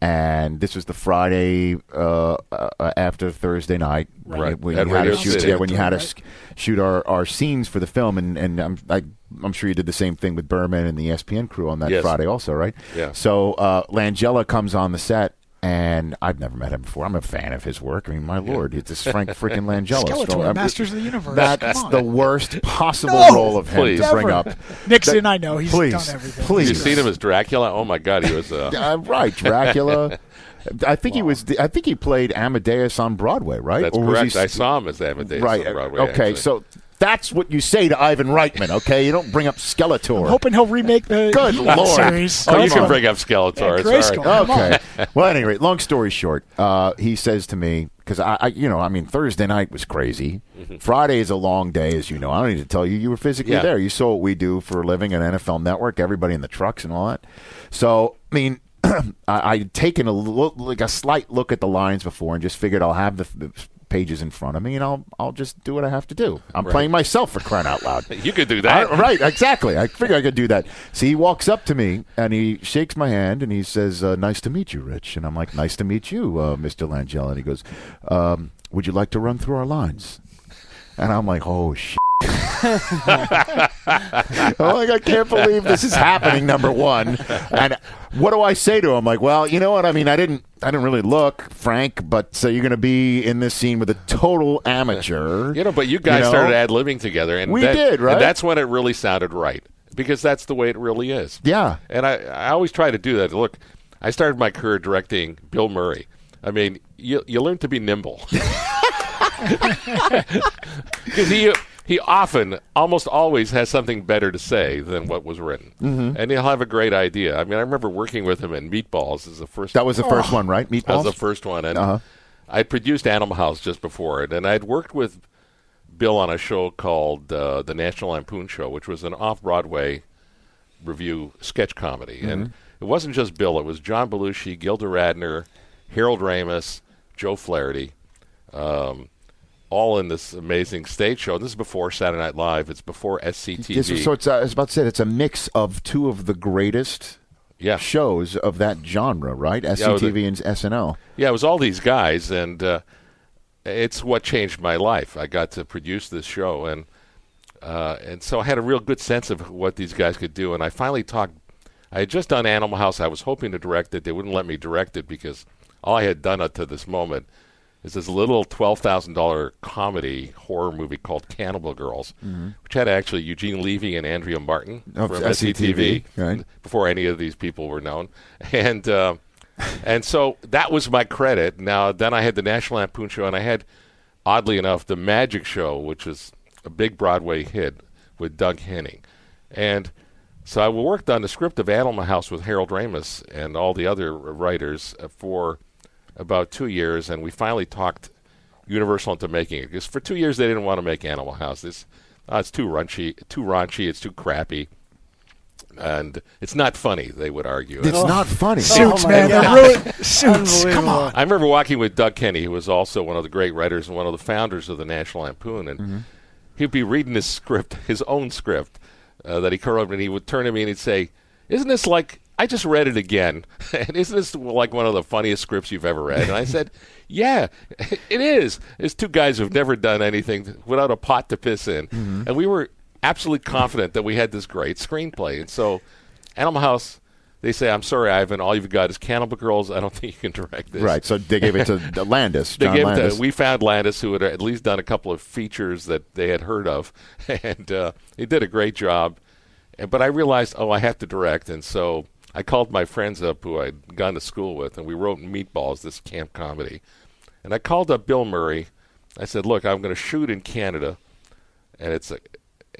S1: and this was the Friday uh, uh, after Thursday night when
S16: Right.
S1: you- when
S16: At
S1: you had
S16: Radio
S1: to shoot,
S16: City.
S1: yeah, when you had to s- shoot our, our scenes for the film, and and I'm I, I'm sure you did the same thing with Berman and the E ESPN crew on that
S12: Yes.
S1: Friday also, right?
S12: Yeah.
S1: So uh, Langella comes on the set, and I've never met him before. I'm a fan of his work. I mean, my lord, it's this Frank
S16: [laughs]
S1: freaking Langella.
S8: Skeletor,
S1: story. I'm-
S8: Masters of the Universe.
S1: That's
S8: Come on.
S1: the worst possible
S8: No,
S1: role of him
S16: please.
S1: to bring
S8: Never.
S1: up.
S8: Nixon, I know, he's
S1: please,
S8: done everything.
S1: Please,
S16: you seen him as Dracula? Oh my God, he was
S1: [laughs]
S16: uh,
S1: Yeah, right,
S16: [laughs]
S1: Dracula. I think he was. I think he played Amadeus on Broadway, right?
S16: That's
S1: Or was
S16: correct.
S1: he-
S16: I saw him as Amadeus
S1: right. uh,
S16: on Broadway.
S1: okay,
S8: [laughs]
S16: actually.
S1: so that's what you say to Ivan Reitman. Okay, you don't bring up Skeletor.
S8: I'm hoping he'll remake the
S1: Good
S8: He-Man
S1: lord!
S8: series.
S16: Oh, you can bring up Skeletor.
S8: Yeah,
S16: it's all right.
S8: Grayskull,
S1: [laughs] Okay. well, at any rate, long story short, uh, he says to me because I, I, you know, I mean, Thursday night was crazy. Friday is a long day, as you know. I don't need to tell you. You were physically
S12: Yeah.
S1: there. You saw what we do for a living at NFL Network. Everybody in the trucks and all that. So, I mean. [clears throat] I, I'd taken a look, like a slight look at the lines before, and just figured I'll have the, the pages in front of me, and I'll I'll just do what I have to do. I'm
S16: Right.
S1: playing myself for crying out loud.
S16: [laughs] You could do that.
S1: I- Uh, right, exactly. I figure I could do that. So he walks up to me and he shakes my hand and he says, uh, "Nice to meet you, Rich." And I'm like, "Nice to meet you, uh, Mr. Langella." And he goes, um, "Would you like to run through our lines?" And I'm like, "Oh [laughs] shit." I'm like, I can't believe this is happening. Number one, and what do I say to him? Like, well, you know what? I mean, I didn't, I didn't really look, Frank. But so you're going to be in this scene with a total amateur.
S16: You know, but you guys
S1: know?
S16: started ad libbing together, and
S1: We
S16: that-
S1: did, right?
S16: And that's when it really sounded right because that's the way it really is.
S1: Yeah.
S16: And I, I always try to do that. Look, I started my career directing Bill Murray. I mean, you you learn to
S1: [laughs]
S16: be nimble [laughs] because he he often, almost always, has something better to say than what was written,
S1: Mhm.
S16: and he'll have a great idea. I mean, I remember working with him in Meatballs is the first. Oh.
S1: That was the first one, right?
S16: That was
S1: Meatballs?
S16: the first one, and
S1: Uh-huh.
S16: I produced Animal House just before it, and I'd worked with Bill on a show called uh, the National Lampoon Show, which was an off-Broadway review sketch comedy,
S1: Mm-hmm.
S12: Mhm.
S16: and it wasn't just Bill; it was John Belushi, Gilda Radner, Harold Ramis, Joe Flaherty, um, all in this amazing stage show. This is before Saturday Night Live. It's before SCTV.
S1: Yes, so it's, uh, I was about to say it's a mix of two of the greatest
S16: Yeah.
S1: shows of that genre, right?
S16: Yeah, with
S1: SCTV and SNL.
S16: Yeah, it was all these guys, and uh, it's what changed my life. I got to produce this show, and uh, and so I had a real good sense of what these guys could do. And I finally talked. I had just done Animal House. I was hoping to direct it. They wouldn't let me direct it because all I had done up to this moment is this little twelve thousand dollar comedy horror movie called Cannibal Girls,
S1: Mhm.
S16: which had actually Eugene Levy and Andrea Martin
S1: Of
S16: from
S1: SCTV,
S16: SCTV,
S1: right.
S16: before any of these people were known. [laughs] And uh, and so that was my credit. Now then I had the National Lampoon Show, and I had, oddly enough, the Magic Show, which was a big Broadway hit with Doug Henning, and. So I worked on the script of Animal House with Harold Ramis and all the other writers uh, for about two years, and we finally talked Universal into making it because for two years they didn't want to make Animal House. This uh, it's too raunchy, too raunchy, it's too crappy, and it's not funny. They would argue.
S1: It's not funny.
S8: Oh. Suits, man. They're ruined. Oh, Suits. Come on.
S16: I remember walking with Doug Kenny, who was also one of the great writers and one of the founders of the National Lampoon, and he'd be reading his script, his own script uh, that he co-wrote, and he would turn to me and he'd say, "Isn't this like I just read it again? [laughs] and isn't this like one of the funniest scripts you've ever read?" And I said, "Yeah, [laughs] it is. It's two guys who've never done anything without a pot to piss in, and we were absolutely confident that we had this great screenplay, and so." Animal House, they say, I'm sorry, Ivan, all you've got is Cannibal Girls. I don't [laughs] think you can direct this.
S1: Right, so they gave it
S16: [laughs]
S1: to Landis,
S16: they
S1: John
S16: gave It
S1: Landis.
S16: to, we found Landis, who had at least done a couple of features that they had heard of, [laughs] and uh, he did a great job. And, but I realized, oh, I have to direct, and so I called my friends up who I'd gone to school with, and we wrote Meatballs, this camp comedy. And I called up Bill Murray. I said, look, I'm going to shoot in Canada and it's a,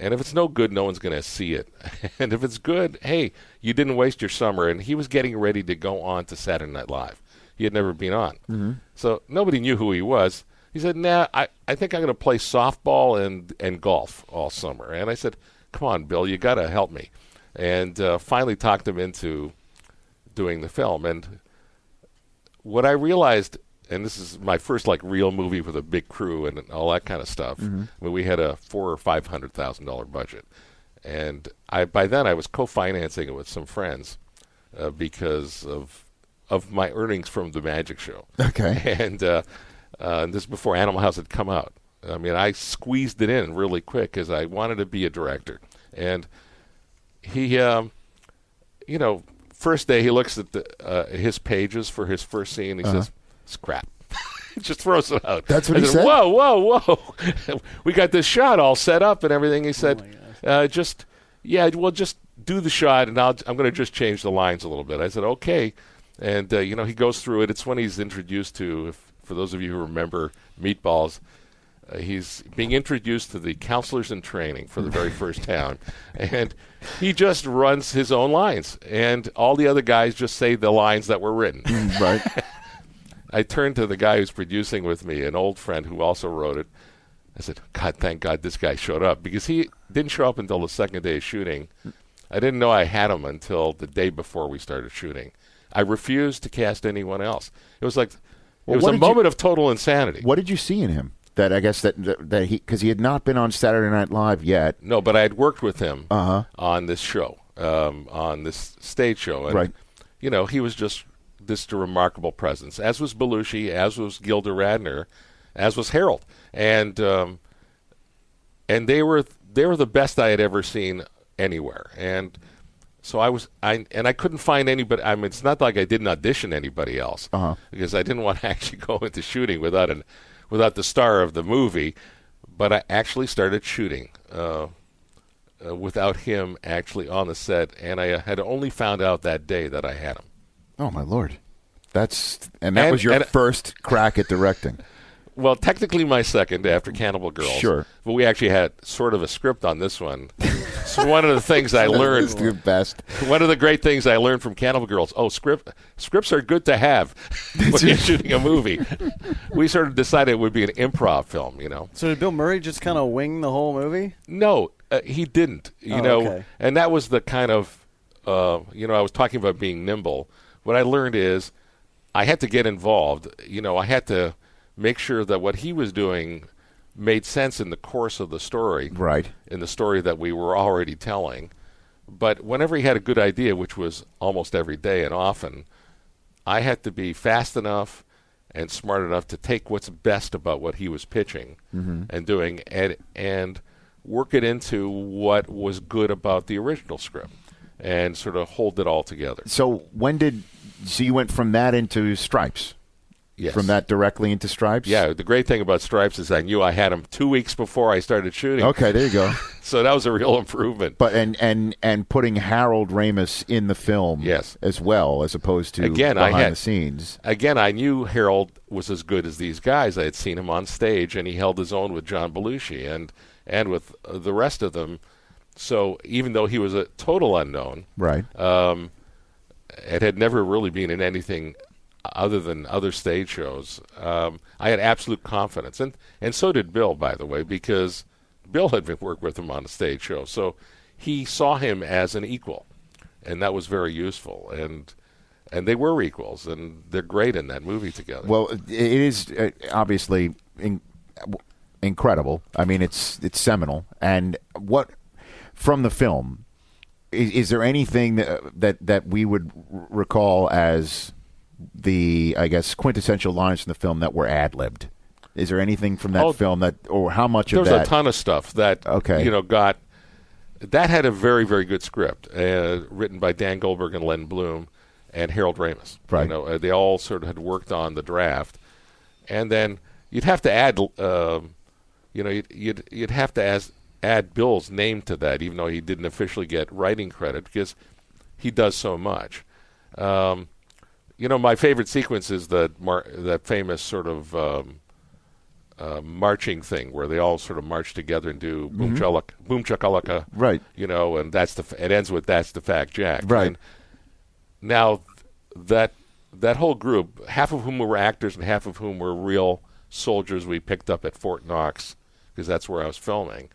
S16: and if it's no good, no one's going to see it. [laughs] And if it's good, hey, you didn't waste your summer. And he was getting ready to go on to Saturday Night Live. He had never been on,
S12: Mhm.
S16: so nobody knew who he was. He said, "Nah, I, I think I'm going to play softball and and golf all summer." And I said, "Come on, Bill, you got to help me." And uh, finally talked him into doing the film. And what I realized, and this is my first like real movie with a big crew and all that kind of stuff.
S12: Mhm.
S16: I mean, we had a four or five hundred thousand dollar budget, and I by then I was co-financing it with some friends uh, because of of my earnings from the Magic Show.
S1: Okay.
S16: [laughs] and uh, uh, this is before Animal House had come out. I mean, I squeezed it in really quick because I wanted to be a director, and he, um, you know, first day he looks at the, uh, his pages for his first scene. He
S1: Uh-huh.
S16: says, "Scrap." [laughs] Just throws it out.
S1: That's what
S16: I
S1: he said?
S16: Whoa, whoa, whoa! [laughs] we got this shot all set up and everything. He said, uh, "Just yeah, well, just do the shot, and I'll, I'm going to just change the lines a little bit." I said, "Okay," and uh, you know he goes through it. It's when he's introduced to, if, for those of you who remember Meatballs, uh, he's being introduced to the counselors in training for the very first time, and he just runs his own lines, and all the other guys just say the lines that were written.
S1: Mm, Right.
S16: [laughs] I turned to the guy who's producing with me, an old friend who also wrote it. I said, "God, thank God this guy showed up because he didn't show up until the second day of shooting. I didn't know I had him until the day before we started shooting. I refused to cast anyone else. It was like it was
S1: what
S16: a
S1: did you-
S16: moment of total insanity.
S1: What did you see in him that I guess that that he because he had not been on Saturday Night Live yet?
S16: No, but I had worked with him
S1: Uh-huh.
S16: on this show, um, on this stage show, and
S1: Right.
S16: you know he was just this remarkable presence, as was Belushi, as was Gilda Radner, as was Harold, and um, and they were they were the best I had ever seen anywhere, and so I was I and I couldn't find anybody. I mean, it's not like I didn't audition anybody else
S1: Uh-huh.
S16: because I didn't [laughs] want to actually go into shooting without an without the star of the movie, but I actually started shooting. Uh, uh, without him actually on the set, and I uh, had only found out that day that I had him.
S1: Oh my lord, that's and that
S16: And-
S1: was your
S16: and-
S1: first crack at directing.
S16: Well, technically my second after Cannibal Girls.
S1: Sure.
S16: But we actually had sort of a script on this one. so one of the
S1: [laughs]
S16: things I learned
S1: the best.
S16: One of the great things I learned from Cannibal Girls, oh, script scripts are good to have [laughs] when you're shooting a movie. we sort of decided it would be an improv film, you know.
S9: So did Bill Murray just kind of wing the whole movie?
S16: No, uh, he didn't. You
S9: Oh,
S16: know,
S9: okay.
S16: and that was the kind of, uh, you know, I was talking about being nimble. What I learned is, I had to get involved. You know, I had to make sure that what he was doing made sense in the course of the story,
S1: right?
S16: In the story that we were already telling. But whenever he had a good idea, which was almost every day and often, I had to be fast enough and smart enough to take what's best about what he was pitching
S9: Mm-hmm.
S12: Mhm.
S16: and doing and and work it into what was good about the original script and sort of hold it all together.
S1: So when did so you went from that into Stripes?
S16: Yes.
S1: From that directly into Stripes.
S16: Yeah, the great thing about Stripes is I knew I had him two weeks before I started shooting.
S1: Okay, there you go.
S16: [laughs] so that was a real improvement.
S1: But and and and putting Harold Ramis in the film, yes, as well as opposed to
S16: again,
S1: behind
S16: I had
S1: the scenes.
S16: Again, I knew Harold was as good as these guys. I had seen him on stage, and he held his own with John Belushi and and with uh, the rest of them. So even though he was a total unknown,
S1: Right.
S16: um, it had never really been in anything other than other stage shows. Um, I had absolute confidence, and and so did Bill, by the way, because Bill had been worked with him on a stage show, so he saw him as an equal, and that was very useful. And and they were equals, and they're great in that movie together.
S1: Well, it is uh, obviously in, incredible. I mean, it's it's seminal. And what from the film is, is there anything that that that we would r- recall as the I guess quintessential lines from the film that were ad libbed? Is there anything from that
S16: Oh,
S1: film that, or how much
S16: There
S1: of
S16: was
S1: that?
S16: a ton of stuff that
S1: Okay.
S16: you know got that had a very very good script uh, written by Dan Goldberg and Len Bloom and Harold Ramis.
S1: Right.
S16: You know, uh, they all sort of had worked on the draft, and then you'd have to add, um, you know, you'd you'd, you'd have to as, add Bill's name to that, even though he didn't officially get writing credit because he does so much. Um, you know, my favorite sequence is that mar- that famous sort of um, uh, marching thing where they all sort of march together and do boom
S1: Mhm.
S16: chalak, boom chakalaka,
S1: Right.
S16: You know, and that's the f- it ends with that's the fact, Jack.
S1: Right.
S16: And now that that whole group, half of whom were actors and half of whom were real soldiers we picked up at Fort Knox because that's where I was filming.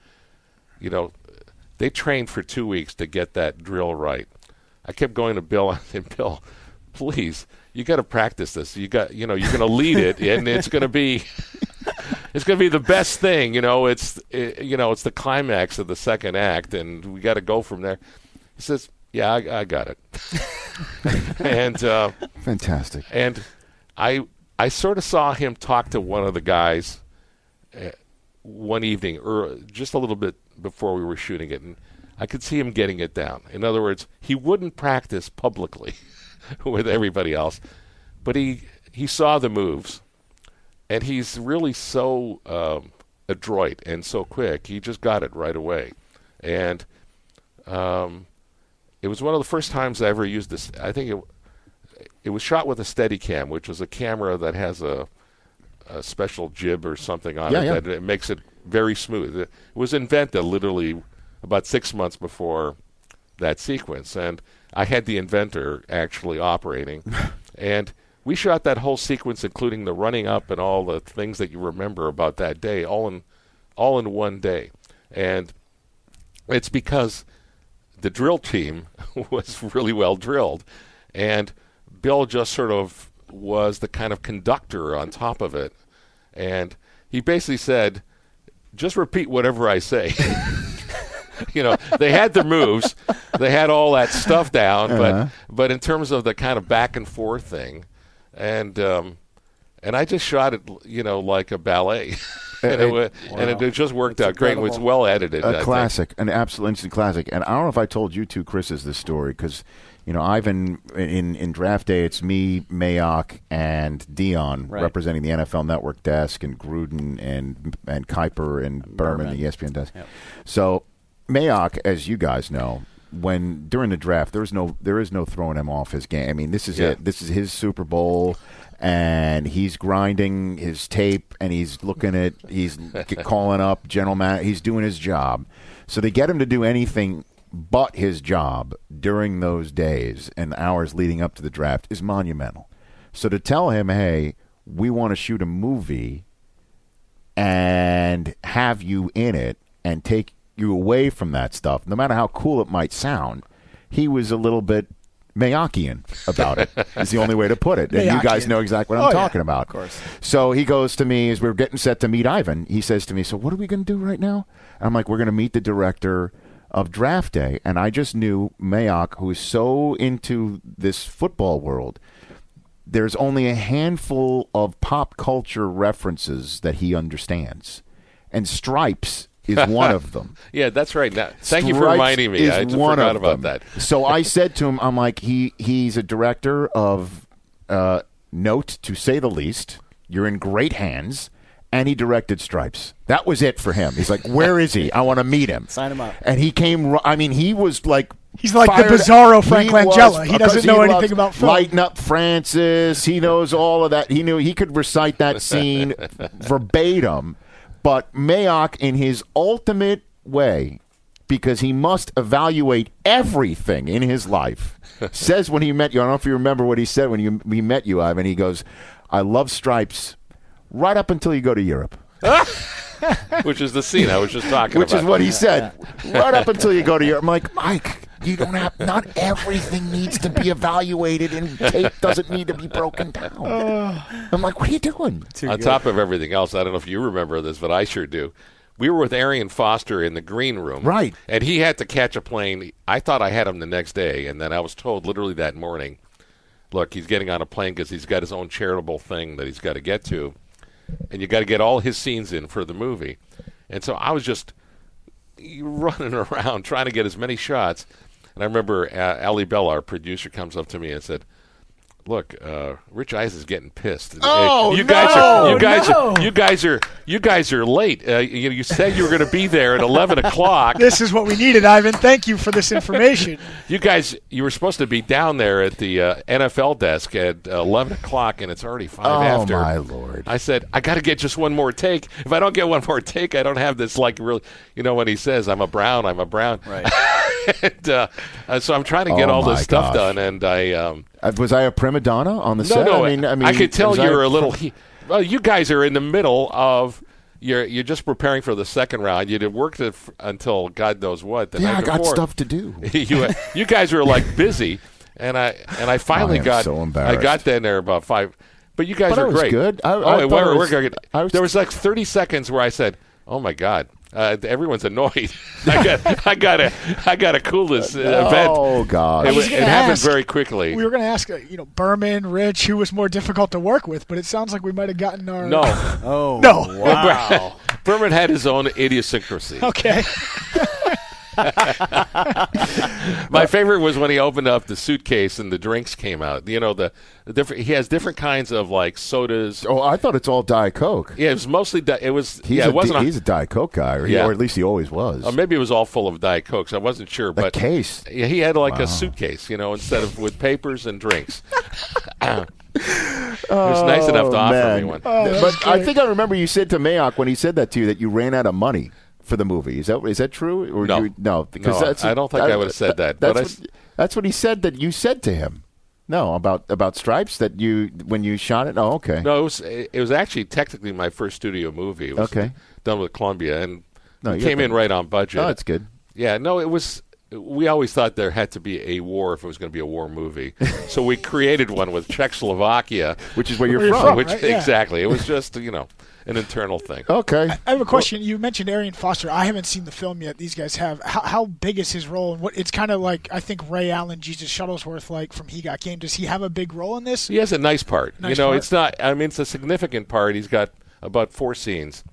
S16: You know, they trained for two weeks to get that drill right. I kept going to Bill [laughs] and saying, Bill, please, you got to practice this. You got, you know, you're going to lead it, and it's going to be, it's going to be the best thing. You know, it's, it, you know, it's the climax of the second act, and we got to go from there. He says, Yeah, I, I got it. [laughs] and uh,
S1: Fantastic.
S16: and I I sort of saw him talk to one of the guys uh, one evening, or just a little bit before we were shooting it, and I could see him getting it down. In other words, he wouldn't practice publicly [laughs] with everybody else, but he he saw the moves, and he's really so um, adroit and so quick. He just got it right away, and um, it was one of the first times I ever used this. I think it it was shot with a Steadicam, which is a camera that has a a special jib or something on
S1: Yeah,
S16: it
S1: yeah.
S16: that it makes it very smooth. It was invented literally about six months before that sequence, and I had the inventor
S1: [laughs]
S16: actually operating, and we shot that whole sequence, including the running up and all the things that you remember about that day, all in all in one day, and it's because the [laughs] drill team was really well drilled, and Bill just sort of was the kind of conductor on top of it, and he basically said, "Just repeat whatever I say." [laughs] you know, they had their moves, they had all that stuff down,
S1: Uh-huh.
S16: but but in terms of the kind of back and forth thing, and um, and I just shot it, you know, like a ballet. [laughs] and, it, wa- and it, just worked out great. It was well edited. I
S1: A
S16: think.
S1: classic, an absolute instant classic. And I don't know if I told you two Chris's this story because, you know, Ivan in in draft day, it's me, Mayock, and Dion
S13: Right.
S1: representing the NFL Network desk, and Gruden and and Kuiper and Berman,
S13: Berman.
S1: the E ESPN desk.
S13: Yep.
S1: So Mayock, as you guys know. When during the draft, there is no there is no throwing him off his game. I mean, this is
S13: Yeah.
S1: it. This is his Super Bowl, and he's grinding his tape, and he's looking at he's [laughs] get- calling up general man. He's doing his job. So they get him to do anything but his job during those days and hours leading up to the draft is monumental. So to tell him, hey, we want to shoot a movie and have you in it and take you away from that stuff, no matter how cool it might sound, he was a little bit Mayakian about it. Is the only way to put it. And you guys
S13: Mayakian.
S1: know exactly what
S13: Oh,
S1: I'm
S13: yeah.
S1: talking about.
S13: Of course.
S1: So he goes to me as we're getting set to meet Ivan. He says to me, "So what are we going to do right now?" And I'm like, "We're going to meet the director of Draft Day." And I just knew Mayock, who is so into this football world. There's only a handful of pop culture references that he understands, and Stripes is one
S13: [laughs]
S1: of them.
S16: Yeah, that's right. Now, thank you for
S1: Stripes
S16: reminding me.
S1: is
S16: I just
S1: one
S16: forgot
S1: of
S16: about
S1: them.
S16: that.
S1: so I said to him, I'm like, he he's a director of uh, note to say the least. You're in great hands. And he directed Stripes. That was it for him. He's like, where is he? I want to meet him. Sign him up. And he came. ru- I mean, he was like.
S8: He's like the
S1: fired-
S8: bizarro Frank
S1: was-
S8: Langella. He
S1: because
S8: doesn't know
S1: loves
S8: anything about film.
S1: Lighten up Francis. He knows all of that. He knew he could recite that scene verbatim. But Mayock, in his ultimate way, because he must evaluate everything in his life, says when he met you, I don't know if you remember what he said when you, he met you, Ivan. He goes, I love stripes right up until you go to Europe.
S16: Which is the scene I was just talking
S1: Which
S16: about.
S1: is what he said. Right up [laughs] until you go to Europe. I'm like, Mike, you don't have, not everything needs to be evaluated and tape doesn't need to be broken down. I'm like, what are you doing?
S16: on top of everything else, I don't know if you remember this, but I sure do. We were with Arian Foster in the green room.
S1: Right.
S16: And he had to catch a plane. I thought I had him the next day, and then I was told literally that morning, look, he's getting on a plane because he's got his own charitable thing that he's got to get to, and you got to get all his scenes in for the movie. And so I was just running [laughs] around trying to get as many shots. And I remember uh, Ali Bell, our producer, comes up to me and said, "Look, uh, Rich Eyes is getting pissed.
S13: Oh,
S16: you guys
S13: no,
S16: are you guys
S13: no.
S16: are you guys are you guys are late. Uh, you, you said you were going to be there at eleven
S8: [laughs]
S16: o'clock.
S8: This is what we needed, Ivan. Thank you for this information.
S16: [laughs] You guys, you were supposed to be down there at the uh, NFL desk at uh, eleven o'clock, and it's already five
S1: Oh,
S16: after.
S1: my lord!
S16: I said I got to get just one more take. If I don't get one more take, I don't have this like really. You know when he says, "I'm a brown, I'm a brown." Right. [laughs] and, uh, uh, so I'm trying to get
S1: Oh,
S16: all
S1: my
S16: this stuff
S1: gosh.
S16: done, and I. Um,
S1: Uh, Was I a prima donna on the
S16: no,
S1: set?
S16: no,
S1: I mean, I mean,
S16: could tell
S1: was
S16: you were
S1: a [laughs]
S16: a little. uh, He, [laughs] well, you guys are in the middle of. You're, you're just preparing for the second round. You did work f- until God knows what. The
S1: Yeah,
S16: night
S1: I got
S16: before.
S1: stuff to do.
S16: [laughs] you uh, you guys were like busy, and I
S1: [laughs]
S16: and I finally
S1: am
S16: got
S1: so
S16: I
S1: embarrassed.
S16: got down there about five. But you guys
S1: But I
S16: were
S1: was
S16: great.
S1: good. I-
S16: oh,
S1: I
S16: we
S1: thought I
S16: were-
S1: was-
S16: we're good. there was like thirty seconds where I said, "Oh my god." Uh, everyone's annoyed. [laughs] I got, I got to, I got to cool
S1: [laughs]
S16: this uh, event.
S1: Oh, God.
S16: It,
S1: I was
S16: was- it
S8: gonna
S16: happened
S8: ask-
S16: very quickly.
S8: We were going to ask, uh, you know, Berman, Rich, who was more difficult to work with, but it sounds like we might have gotten our
S16: [laughs] No.
S8: oh, no,
S16: [laughs] Berman had his own idiosyncrasy.
S8: [laughs] okay.
S16: [laughs] My favorite was when he opened up the suitcase and the drinks came out. You know, the, the different. He has different kinds of like sodas.
S1: Oh, I thought it's all Diet Coke.
S16: Yeah, it was mostly. Di- it was.
S1: He's,
S16: yeah,
S1: a,
S16: it wasn't.
S1: he's a Diet Coke guy, or, he-
S16: Yeah.
S1: or at least he always was.
S16: or maybe it was all full of Diet Cokes. I wasn't sure,
S1: The
S16: but
S1: case.
S16: Yeah, he had like
S1: Wow.
S16: a suitcase, you know, instead
S1: [laughs]
S16: of with papers and drinks. it was nice enough to
S1: Oh,
S16: offer me
S1: man.
S16: one.
S1: but I think I remember you said to Mayock when he said that to you that you ran out of money for the movie. Is that is that true? Or
S16: No.
S1: you, no, because
S16: No,
S1: that's
S16: I don't think I would've said that,
S1: That's,
S16: but I
S1: what,
S16: s-
S1: that's what he said that you said to him. No, about about stripes that you when you shot it. Oh, okay.
S16: No, it was it was actually technically my first studio movie. It was
S1: Okay.
S16: done with Columbia and
S1: No,
S16: it
S1: you're
S16: came in
S1: good.
S16: right on budget.
S1: No, it's good.
S16: Yeah, no, it was we always thought there had to be a war if it was going to be a war
S1: [laughs]
S16: movie. so we created one with Czechoslovakia,
S1: which is where you're Where you're from, from,
S16: Which
S8: right? Yeah.
S16: exactly, it was just you know an internal thing.
S1: Okay.
S8: I have a question. you mentioned Arian Foster. I haven't seen the film yet. These guys have. How, how big is his role? And what it's kind of like. I think Ray Allen, Jesus Shuttlesworth, like from He Got Game. Does he have a big role in this?
S16: He has a nice part.
S8: Nice
S16: you know,
S8: part.
S16: it's not. I mean, it's a significant part. He's got about four scenes,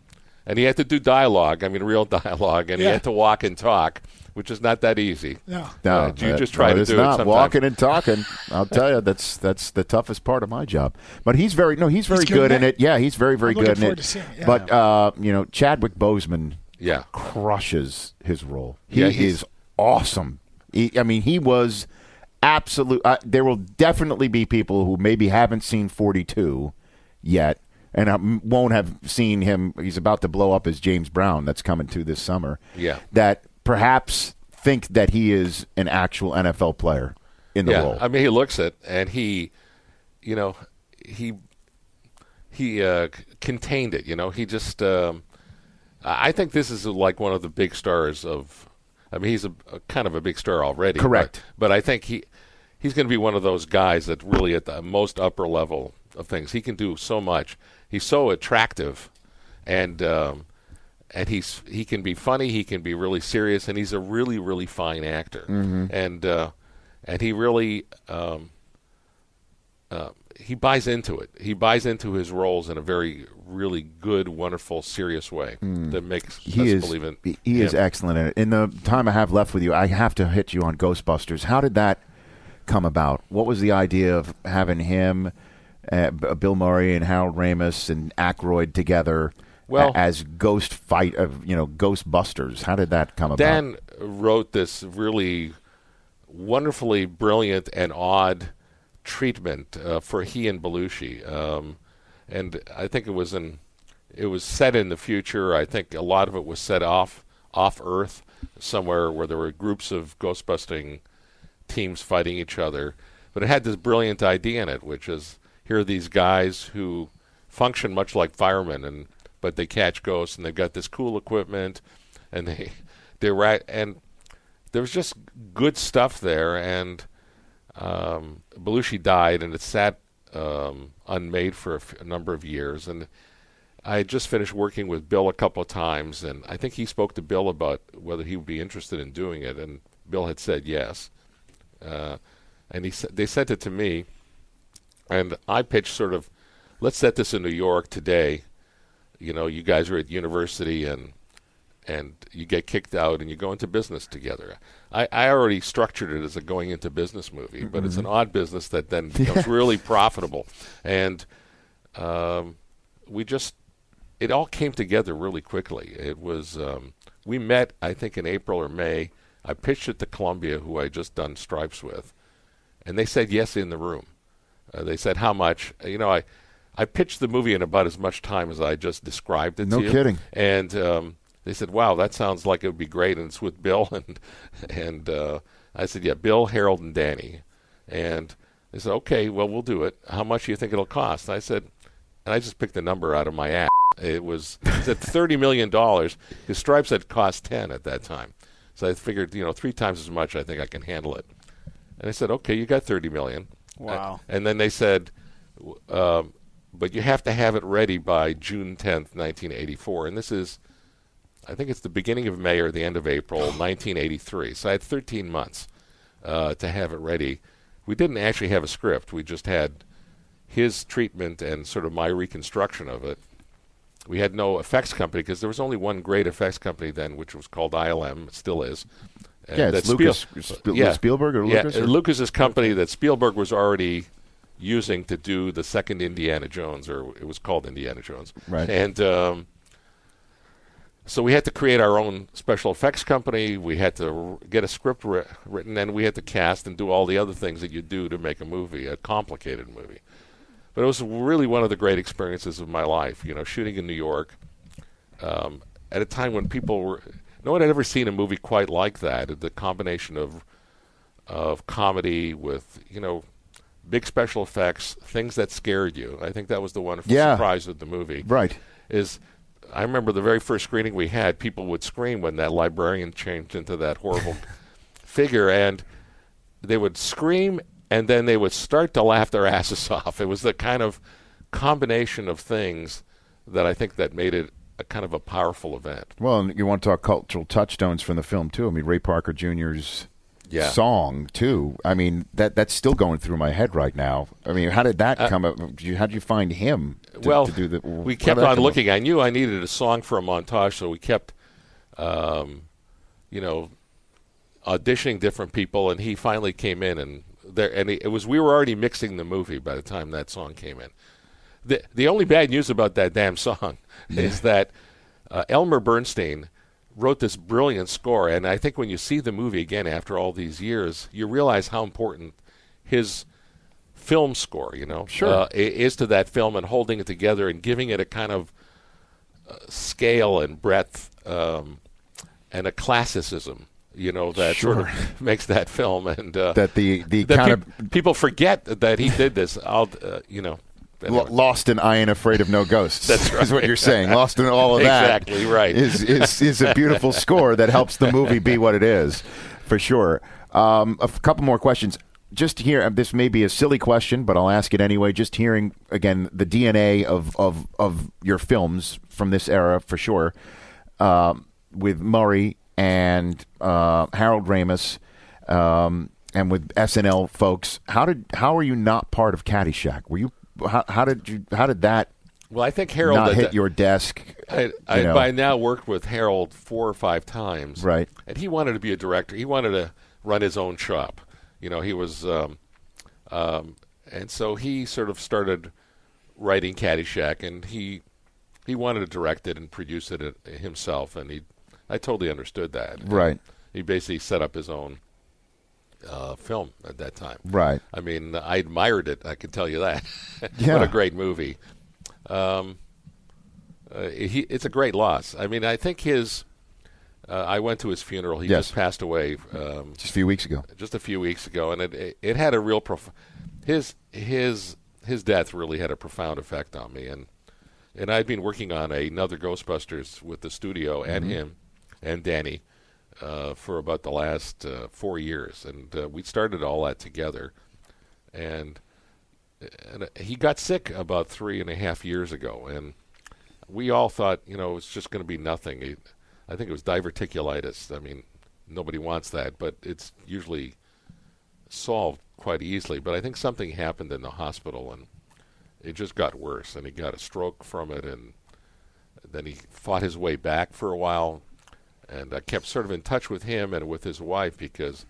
S16: and he had to do dialogue. I mean, real [laughs] dialogue, and he
S8: Yeah.
S16: had to walk and talk, which is not that easy.
S8: No.
S1: No,
S16: Uh, you
S1: that-
S16: just try
S1: no,
S16: to
S1: it's
S16: do it.
S1: not
S16: sometime.
S1: walking and talking. I'll tell you, that's that's the toughest part of my job. But he's very no, he's very
S16: good
S1: good
S16: in
S1: in
S16: it?
S1: it. Yeah, he's very very
S16: I'm
S1: good
S16: looking
S1: in
S16: forward
S1: it.
S16: to seeing it, yeah.
S1: But uh, you know, Chadwick Boseman,
S16: yeah,
S1: crushes his role. He
S16: Yeah, he's-
S1: is awesome. He, I mean, he was absolute. Uh, there will definitely be people who maybe haven't seen Forty Two yet. And I m- won't have seen him. He's about to blow up as James Brown. That's coming to this summer
S16: Yeah.
S1: that perhaps think that he is an actual NFL player in the
S16: yeah.
S1: role.
S16: I mean, he looks it, and he, you know, he he uh, c- contained it. You know, he just. Um, I I think this is like one of the big stars of. I mean, he's a, a kind of a big star already.
S1: Correct.
S16: But, but I think he he's going to be one of those guys that really at the most upper level of things. He can do so much. He's so attractive, and um, and he's he can be funny. He can be really serious, and he's a really really fine actor
S1: Mm-hmm.
S12: Mhm.
S16: and uh, and he really um, uh, he buys into it. He buys into his roles in a very really good, wonderful, serious way
S1: Mm.
S16: that makes us
S1: he is
S16: believe in.
S1: he he is
S16: him.
S1: excellent in it. In the time I have left with you, I have to hit you on Ghostbusters. How did that come about? What was the idea of having him, uh, B- Bill Murray, and Harold Ramis and Aykroyd together? a-
S16: Well-
S1: as ghost fight of you know Ghostbusters, how did that come about?
S16: Dan wrote this really wonderfully brilliant and odd treatment uh, for he and Belushi, um, and I think it was in it was set in the future. I think a lot of it was set off off Earth somewhere where there were groups of ghostbusting teams fighting each other. But it had this brilliant idea in it, which is here are these guys who function much like firemen, and but they catch ghosts, and they've got this cool equipment, and they [laughs] they're right, and there was just good stuff there, and um, Belushi died, and it sat um, unmade for a, f- a number of years, and I had just finished working with Bill a couple of times, and I think he spoke to Bill about whether he would be interested in doing it, and Bill had said yes, uh, and he s- they sent it to me, and I pitched sort of, let's set this in New York today. You know, you guys are at university and and you get kicked out and you go into business together. I, I already structured it as a going into business movie, but it's an odd business that then becomes really profitable. And um, we just, it all came together really quickly. It was, um, we met, I think, in April or May. I pitched it to Columbia, who I had just done Stripes with, and they said yes in the room. Uh, they said how much. You know, I, I pitched the movie in about as much time as I just described it
S1: No
S16: to you.
S1: kidding.
S16: And um, they said, "Wow, that sounds like it would be great." And it's with Bill [laughs] and and uh, I said, "Yeah, Bill, Harold, and Danny." And they said, "Okay, well, we'll do it. How much do you think it'll cost?" And I said, and I just picked a number out of my ass. It was it said thirty million dollars. His stripes had cost ten at that time, so I figured, you know, three times as much. I think I can handle it. And I said, "Okay, you got thirty million.
S9: Wow.
S16: And then they said, w- um, but you have to have it ready by June 10th, 1984. And this is, I think it's the beginning of May or the end of
S1: [gasps]
S16: April, 1983. So I had 13 months uh, to have it ready. We didn't actually have a script. We just had his treatment and sort of my reconstruction of it. We had no effects company because there was only one great effects company then, which was called ILM. It still is. And
S1: Yeah, it's
S16: that Spiel-
S1: Lucas- Sp- Spielberg or Lucas
S16: Yeah,
S1: or-
S16: Lucas's company that Spielberg was already using to do the second Indiana Jones, or it was called Indiana Jones.
S1: Right.
S16: And um, so we had to create our own special effects company. We had to r- get a script ri- written, and we had to cast and do all the other things that you do to make a movie, a complicated movie. But it was really one of the great experiences of my life. You know, shooting in New York um, at a time when people were no one had ever seen a movie quite like that. The combination of of comedy with you know big special effects, things that scared you. I think that was the wonderful
S1: Yeah.
S16: surprise with the movie.
S1: Right.
S16: Is I remember the very first screening we had, people would scream when that librarian changed into that horrible figure, and they would scream and then they would start to laugh their asses [laughs] off. It was the kind of combination of things that I think that made it a kind of a powerful event.
S1: Well, and you want to talk cultural touchstones from the film too. I mean, Ray Parker Jr.'s
S16: Yeah.
S1: song too. I mean, that that's still going through my head right now. I mean, how did that
S16: Uh,
S1: come up? Did you- How did you find him? To,
S16: well,
S1: to do the,
S16: we
S1: how
S16: kept
S1: did that
S16: on
S1: come up?
S16: looking. I knew I needed a song for a montage, so we kept, um, you know, auditioning different people, and he finally came in, and there, and it was we were already mixing the movie by the time that song came in. The the only bad news about that damn song [laughs] is that uh, Elmer Bernstein wrote this brilliant score, and I think when you see the movie again after all these years, you realize how important his film score, you know,
S1: Sure.
S16: uh, i- is to that film and holding it together and giving it a kind of uh, scale and breadth um, and a classicism, you know, that sort of [laughs] makes that film and uh,
S1: That the- the kind of-
S16: peop- people forget that he did this. I'll, uh, you know,
S1: Lo- lost in I Ain't Afraid of No Ghosts. [laughs]
S16: That's
S1: Is what
S16: right.
S1: you're saying. Lost in all of that.
S16: Exactly right.
S1: Is, is, is a
S16: [laughs]
S1: beautiful score that helps the movie be what it is, for sure. Um, a f- couple more questions. Just here, uh, this may be a silly question, but I'll ask it anyway. Just hearing, again, the DNA of, of, of your films from this era, for sure, um, with Murray and uh, Harold Ramis. Um, and with SNL folks, how did how are you not part of Caddyshack? Were you how, how did you how did that
S16: Well, I think Harold
S1: not
S16: did
S1: hit
S16: that-
S1: your desk?
S16: [laughs] I,
S1: you
S16: I
S1: know?
S16: by now worked with Harold four or five times,
S1: Right.
S16: And he wanted to be a director. He wanted to run his own shop. You know, he was, um, um, and so he sort of started writing Caddyshack, and he he wanted to direct it and produce it uh, himself, and he I totally understood that.
S1: Right.
S16: He basically set up his own uh, film at that time.
S1: Right.
S16: I mean, I admired it. I can tell you that. [laughs] what
S1: Yeah.
S16: a great movie. Um, uh, he, it's a great loss. I mean, I think his. Uh, I went to his funeral. He
S1: Yes.
S16: just passed away. Um,
S1: Just a few weeks ago.
S16: Just a few weeks ago, and it it, it had a real prof- his his his death really had a profound effect on me, and and I'd been working on another Ghostbusters with the studio and
S14: Mhm.
S16: him and Danny uh, for about the last uh, four years, and uh, we started all that together, and and uh, he got sick about three and a half years ago, and we all thought, you know, it's just going to be nothing. It, I think it was diverticulitis. I mean, nobody wants that, but it's usually solved quite easily. But I think something happened in the hospital, and it just got worse. And he got a stroke from it, and then he fought his way back for a while. And I kept sort of in touch with him and with his wife because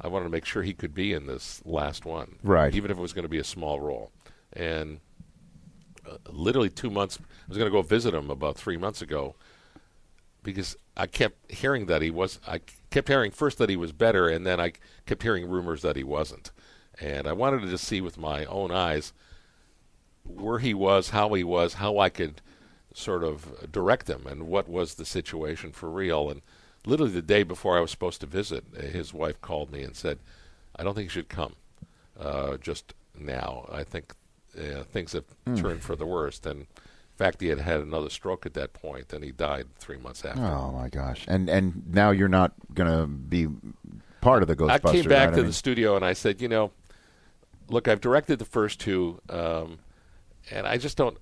S16: I wanted to make sure he could be in this last one,
S1: Right.
S16: Even if it was going to be a small role, and uh, literally two months. I was going to go visit him about three months ago because I kept hearing that he was. I kept hearing first that he was better, and then I kept hearing rumors that he wasn't. And I wanted to just see with my own eyes where he was, how he was, how I could sort of direct him, and what was the situation for real. And literally the day before I was supposed to visit, uh, his wife called me and said, "I don't think you should come uh, just now. I think uh, things have
S1: Mm.
S16: turned for the worst." And in fact, he had had another stroke at that point, and he died three months after.
S1: Oh my gosh! And and now you're not gonna be part of the
S16: I
S1: Ghostbusters.
S16: came back
S1: right?
S16: to
S1: I mean,
S16: the studio and I said, you know, look, I've directed the first two, um, and I just don't.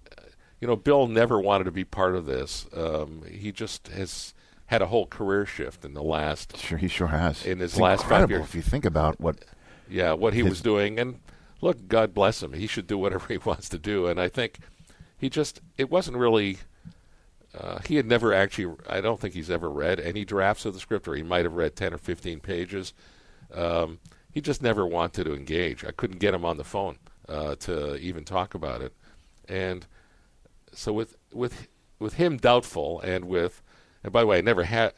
S16: You know, Bill never wanted to be part of this. Um, he just has had a whole career shift in the last.
S1: sure, he sure has.
S16: In his
S1: It's
S16: last five
S1: incredible
S16: years.
S1: if you think about what
S16: Yeah, what he
S1: His-
S16: was doing, and look, God bless him. He should do whatever [laughs] he wants to do, and I think he just it wasn't really. Uh, he had never actually. I don't think he's ever read any drafts of the script, or he might have read ten or fifteen pages. Um, he just never wanted to engage. I couldn't get him on the phone uh, to even talk about it, and so with with with him doubtful, and with and by the way, I never had.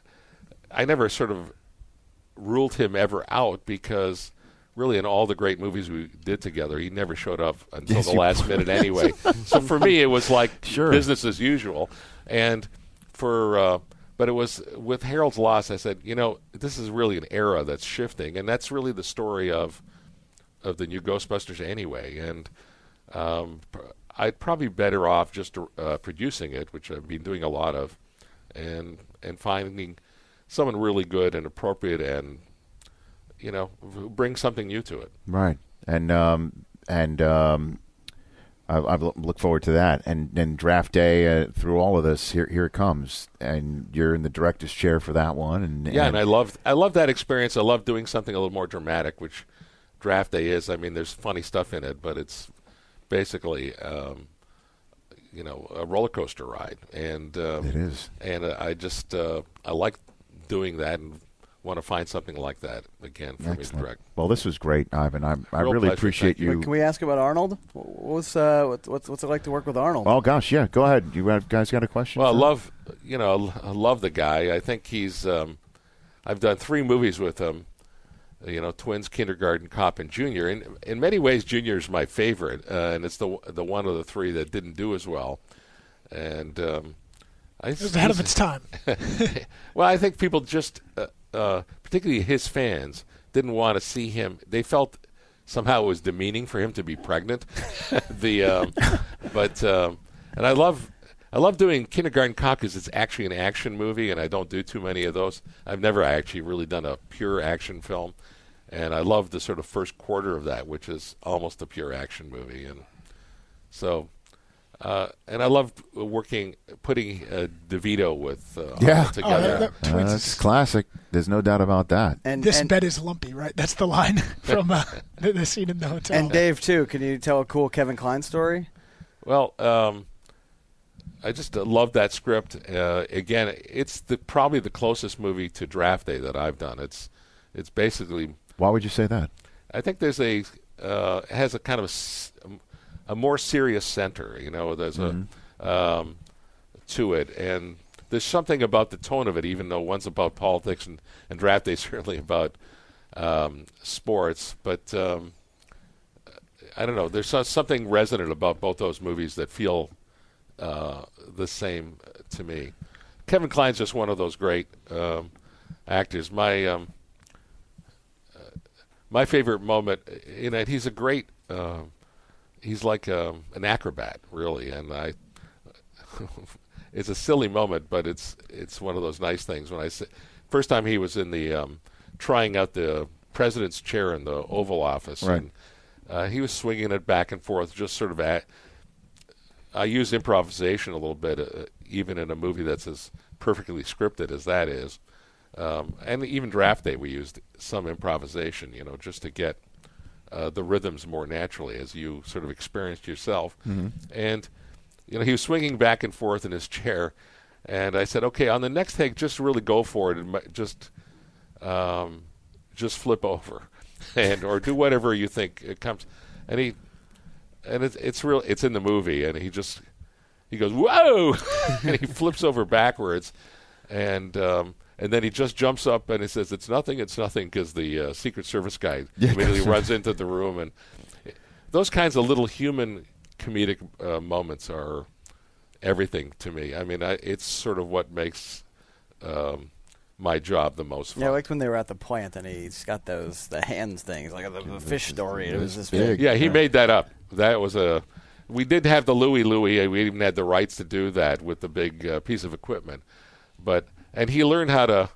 S16: I never sort of ruled him ever out because really in all the great movies we did together he never showed up until
S14: Yes,
S16: the
S14: you-
S16: last minute
S14: [laughs]
S16: anyway so for me it was like
S14: Sure.
S16: business as usual and for uh, but it was with harold's loss i said you know this is really an era that's shifting and that's really the story of of the new ghostbusters anyway and um, pr- i'd probably better off just uh, producing it which i've been doing a lot of and and finding someone really good and appropriate and you know, bring something new to it.
S1: Right. And um, and um, I, I lo- look forward to that. And then draft day uh, through all of this, here here it comes. And you're in the director's chair for that one. And
S16: Yeah, and I love I love that experience. I love doing something a little more dramatic, which draft day is. I mean, there's funny stuff in it, but it's basically um, you know a roller coaster ride, and um,
S1: It is.
S16: And uh, I just uh, I like doing that and want to find something like that again for me to
S1: Excellent.
S16: direct.
S1: Well, this was great, Ivan. I, I
S16: Real
S1: really
S16: pleasure.
S1: appreciate
S16: Thank you.
S1: you.
S9: Can we ask about Arnold? What was uh, what, what's what's it like to work with Arnold?
S1: Oh gosh, yeah. Go ahead. You have- guys got a question?
S16: Well, I
S1: sir?
S16: love you know I love the guy. I think he's um, I've done three movies with him. You know, Twins, Kindergarten Cop, and Junior. In in many ways, Junior is my favorite, uh, and it's the the one of the three that didn't do as well. And um, I,
S8: It was ahead of its time.
S16: [laughs] well, I think people just, uh, uh, particularly his fans, didn't want to see him. They felt somehow it was demeaning for him to be pregnant. [laughs] the, um, but um, and I love. I love doing Kindergarten Cop because it's actually an action movie, and I don't do too many of those. I've never actually really done a pure action film, and I love the sort of first quarter of that, which is almost a pure action movie. And so, uh, and I loved working, putting uh, DeVito with uh,
S1: yeah. Oh,
S16: all together.
S1: Uh, that's classic. There's no doubt about that.
S8: this bed is lumpy, right? That's the line [laughs] from uh, the, the scene in the hotel.
S9: And Dave too. Can you tell a cool Kevin Klein story?
S16: Well, um, I just uh, love that script. Uh, again, it's the probably the closest movie to Draft Day that I've done. It's it's basically
S1: Why would you say that?
S16: I think there's a uh, it has a kind of a s- a, more serious center, you know. There's a um, to it, and there's something about the tone of it, even though one's about politics and, and draft day [laughs] certainly about um, sports. But um, I don't know. There's so- something resonant about both those movies that feel uh, the same to me. Kevin Kline's just one of those great um, actors. My um, my favorite moment in it. He's a great. um he's like um an acrobat, really, and I. [laughs] it's a silly moment, but it's it's one of those nice things. When I s- first time he was in the um, trying out the president's chair in the Oval Office,
S1: Right.
S16: and uh, he was swinging it back and forth, just sort of at. I use improvisation a little bit, uh, even in a movie that's as perfectly scripted as that is. Um, and even draft day, we used some improvisation, you know, just to get uh, the rhythms more naturally as you sort of experienced yourself.
S12: Mhm.
S16: And, you know, he was swinging back and forth in his chair. And I said, okay, on the next take, just really go for it and mi- just, um, just flip over [laughs] and, or do whatever you think it comes. And he, and it's it's real. It's in the movie, and he just he goes whoa, [laughs] and he flips over backwards, and um, and then he just jumps up and he says it's nothing, it's nothing, because the uh, Secret Service guy
S12: Yeah,
S16: immediately
S12: that's
S16: runs into the room, and those kinds of little human comedic uh, moments are everything to me. I mean, I, it's sort of what makes um, my job the most fun.
S9: Yeah, I liked when they were at the plant and he's got those the hands things like the, the fish story. It was this big.
S16: Yeah, he made that up. That was a. We did have the Louis Louis. and We even had the rights to do that with the big uh, piece of equipment, but and he learned how to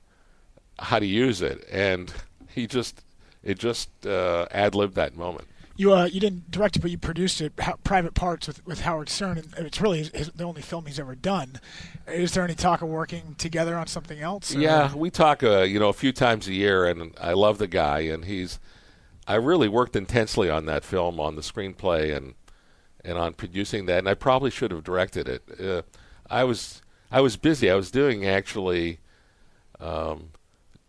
S16: how to use it, and he just it just uh, ad libbed that moment.
S8: You uh, you didn't direct it, but you produced it. Ho- Private Parts with, with Howard Stern, and it's really his, his, the only film he's ever done. Is there any talk of working together on something else? or-
S16: Yeah, we talk, uh, you know, a few times a year, and I love the guy, and he's. I really worked intensely on that film, on the screenplay, and and on producing that, and I probably should have directed it. Uh, I was I was busy. I was doing actually um,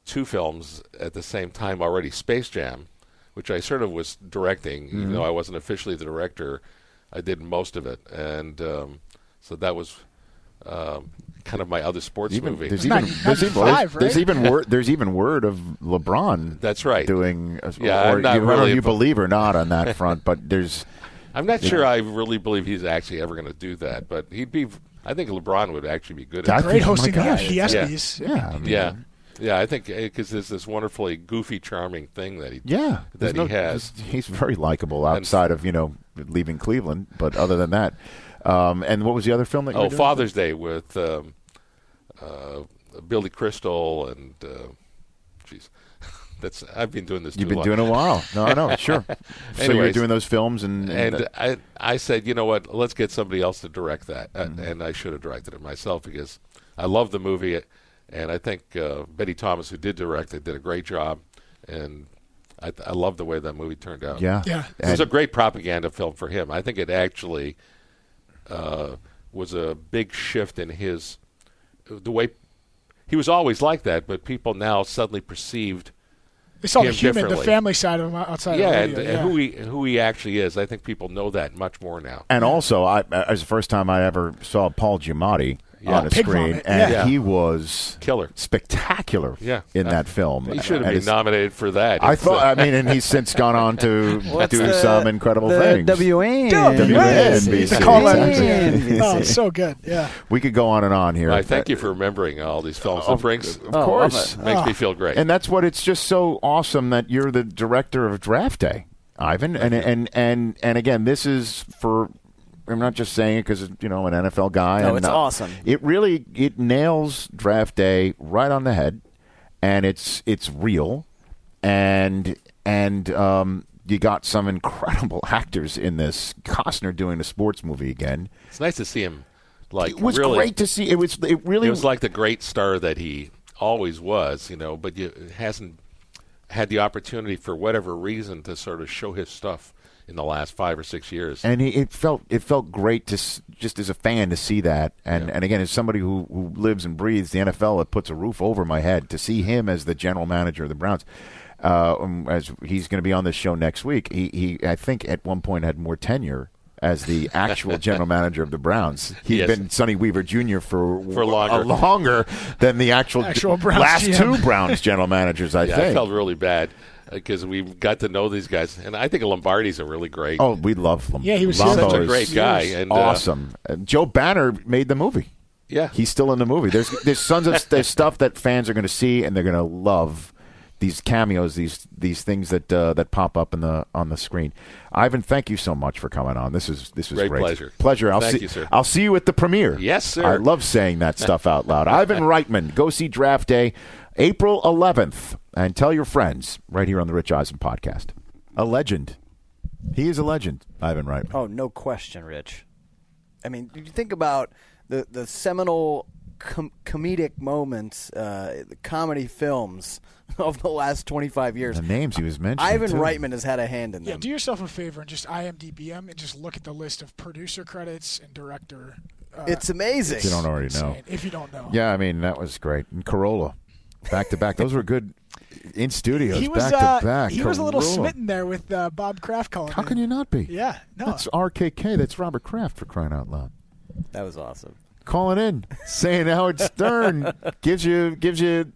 S16: two films at the same time already. Space Jam, which I sort of was directing, even
S12: Mhm.
S16: though I wasn't officially the director. I did most of it, and um, so that was. Um, kind of my other sports
S1: Even-
S16: movie.
S1: there's even there's even there's- there's even word there's even word of LeBron.
S16: That's right.
S1: Doing as-
S16: Yeah,
S1: or
S16: I'm not
S1: you, whether
S16: really
S1: you
S16: a-
S1: believe or not on that front, but there's
S16: [laughs] I'm not
S1: Yeah.
S16: sure I really believe he's actually ever going to do that, but he'd be. I think LeBron would actually be good
S1: I
S16: at
S1: think- Great my hosting the gosh.
S16: Yeah.
S1: ESPYs. Yeah, I mean-
S16: yeah, yeah. I think because there's this wonderfully goofy, charming thing that he
S1: yeah
S16: that
S1: there's
S16: he
S1: no-
S16: has.
S1: there's- He's very likable outside of you know leaving Cleveland, but other than that, um, and what was the other film that? you were
S16: Oh,
S1: doing?
S16: Father's Day with um, uh, Billy Crystal and uh, jeez, [laughs] That's I've been doing this.
S1: You've
S16: too
S1: been
S16: long.
S1: doing a while. No, I know.
S16: [laughs]
S1: Sure. so you were
S16: Anyways,
S1: doing those films and,
S16: and,
S1: and, uh,
S16: I, I said, you know what? Let's get somebody else to direct that, Uh, and I should have directed it myself because I love the movie, and I think uh, Betty Thomas, who did direct it, did a great job, and I, I love the way that movie turned out.
S1: Yeah. Yeah.
S16: it was a great propaganda film for him. I think it actually uh, was a big shift in his the way he was always like that, but people now suddenly perceived.
S8: They saw the
S16: him
S8: human, the
S16: differently
S8: family side of him outside
S16: yeah,
S8: of the video.
S16: and, and who he who he actually is. I think people know that much more now.
S1: and also I, I was the first time I ever saw Paul Giamatti
S16: Yeah.
S1: on a
S16: Pig
S1: screen,
S16: vomit.
S1: and
S16: Yeah.
S1: he was
S16: killer,
S1: spectacular.
S16: Yeah.
S1: in
S16: Uh,
S1: Mm, that film,
S16: He should
S1: And
S16: have been
S1: it's-
S16: nominated for that.
S1: I
S16: It's,
S1: thought.
S16: uh,
S1: I mean, and he's since gone on to
S16: What's
S1: do
S16: the-
S1: some incredible
S9: the
S1: things.
S9: WN.
S1: WNBC.
S9: The call letters.
S1: WNBC.
S8: Oh, it's so good. Yeah.
S1: We could go on and on here.
S16: [laughs] I thank you for remembering all these films.
S1: Of-
S16: It brings,
S1: of Oh, course. love it.
S16: makes
S1: Ah.
S16: me feel great.
S1: And that's what it's just so awesome that you're the director of Draft Day, Ivan. And and and and again, this is for. I'm not just saying it because you know I'm an NFL guy.
S9: No,
S1: and
S9: it's
S1: uh,
S9: awesome.
S1: It really it nails Draft Day right on the head, and it's it's real, and and um, you got some incredible [laughs] actors in this. Costner doing a sports movie again.
S16: it's nice to see him. Like
S1: It was
S16: really,
S1: great to see. It was it really
S16: It was like the great star that he always was, you know. But you hasn't had the opportunity for whatever reason to sort of show his stuff in the last five or six years.
S1: and he, it felt it felt great to s- just as a fan to see that and and again as somebody who, who lives and breathes the NFL it puts a roof over my head to see him as the general manager of the Browns uh, um, as he's going to be on this show next week he he I think at one point had more tenure as the
S16: [laughs]
S1: actual general manager of the Browns he had
S16: Yes.
S1: been Sonny Weaver Jr for
S16: For longer.
S1: a longer than the actual,
S16: Actual Browns
S1: last
S16: GM.
S1: two Browns general managers I
S16: yeah,
S1: think
S16: I felt really bad because we got to know these guys, and I think Lombardi's a really great.
S1: Oh, we love Lombardi.
S16: Yeah, he was Such a
S1: Lombardi
S16: great
S1: is
S16: guy, and, uh,
S1: awesome. And Joe Banner made the movie.
S16: Yeah.
S1: he's still in the movie. There's there's tons
S16: [laughs]
S1: of there's stuff that fans are going to see and they're going to love. These cameos, these these things that uh, that pop up in the on the screen. Ivan, thank you so much for coming on. This is this is
S16: Great
S1: great,
S16: pleasure.
S1: Pleasure. I'll
S16: Thank
S1: see
S16: you, sir.
S1: I'll see you at the premiere.
S16: Yes, sir.
S1: I love saying that stuff out loud. Ivan Reitman, go see Draft Day, April 11th, and tell your friends right here on the Rich Eisen podcast. A legend. He is a legend, Ivan Reitman.
S9: Oh, no question, Rich. I mean, did you think about the the seminal com- comedic moments, uh, the comedy films [laughs] of the last twenty five years?
S1: The names he was mentioning.
S9: Ivan
S1: too.
S9: Reitman has had a hand in
S8: Yeah,
S9: them.
S8: do yourself a favor and just IMDb 'em and just look at the list of producer credits and director. Uh,
S9: It's amazing.
S1: If you don't already know.
S8: Insane, if you don't know.
S1: Yeah, I mean, that was great. And Corolla, back to back. Those were good in studios,
S8: he was
S1: back
S8: uh,
S1: to back.
S8: he was a little
S1: Corolla.
S8: smitten there with uh, Bob Kraft calling.
S1: How can you not be?
S8: Yeah, no.
S1: That's RKK. That's Robert Kraft for crying out loud.
S9: That was awesome.
S1: Calling in, saying Howard Stern gives you gives you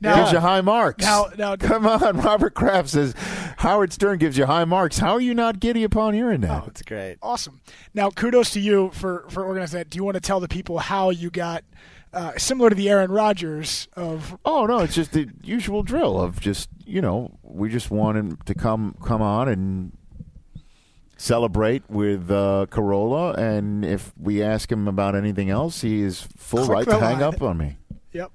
S8: Now-
S1: gives you high marks.
S8: now- now-
S1: [laughs] Come on, Robert Kraft says Howard Stern gives you high marks. How are you not giddy upon hearing that?
S8: Oh,
S9: It's great.
S8: Awesome. Now, kudos to you for for organizing that. Do you want to tell the people how you got uh, similar to the Aaron Rodgers of?
S1: Oh no, it's just the usual drill of just you know we just want him to come come on and celebrate with uh, Corolla, and if we ask him about anything else, he is full
S8: Click
S1: right
S8: the
S1: to hang
S8: line.
S1: up on me.
S8: Yep.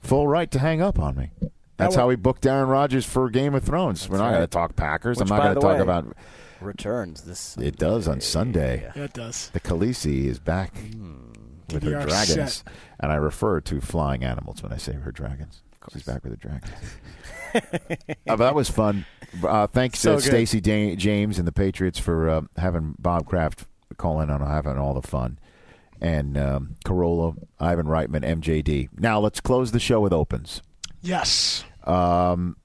S1: Full right to hang up on me. That's
S9: Now,
S1: how we booked Aaron Rodgers for Game of Thrones. We're not
S9: right.
S1: going to talk Packers.
S9: Which,
S1: I'm not
S9: by
S1: going
S9: the
S1: to talk
S9: way,
S1: about.
S9: Returns this.
S1: It does on Sunday.
S8: Yeah, it does.
S1: The Khaleesi is back with her
S8: TBR
S1: dragons,
S8: set.
S1: and I refer to flying animals when I say her dragons. She's back with her dragons. Uh, that was fun. Uh, thanks
S13: So
S1: to
S13: good.
S1: Stacy da- James and the Patriots for uh, having Bob Kraft call in on having all the fun. And um, Corolla, Ivan Reitman, MJD. Now let's close the show with opens.
S8: Yes.
S1: Um,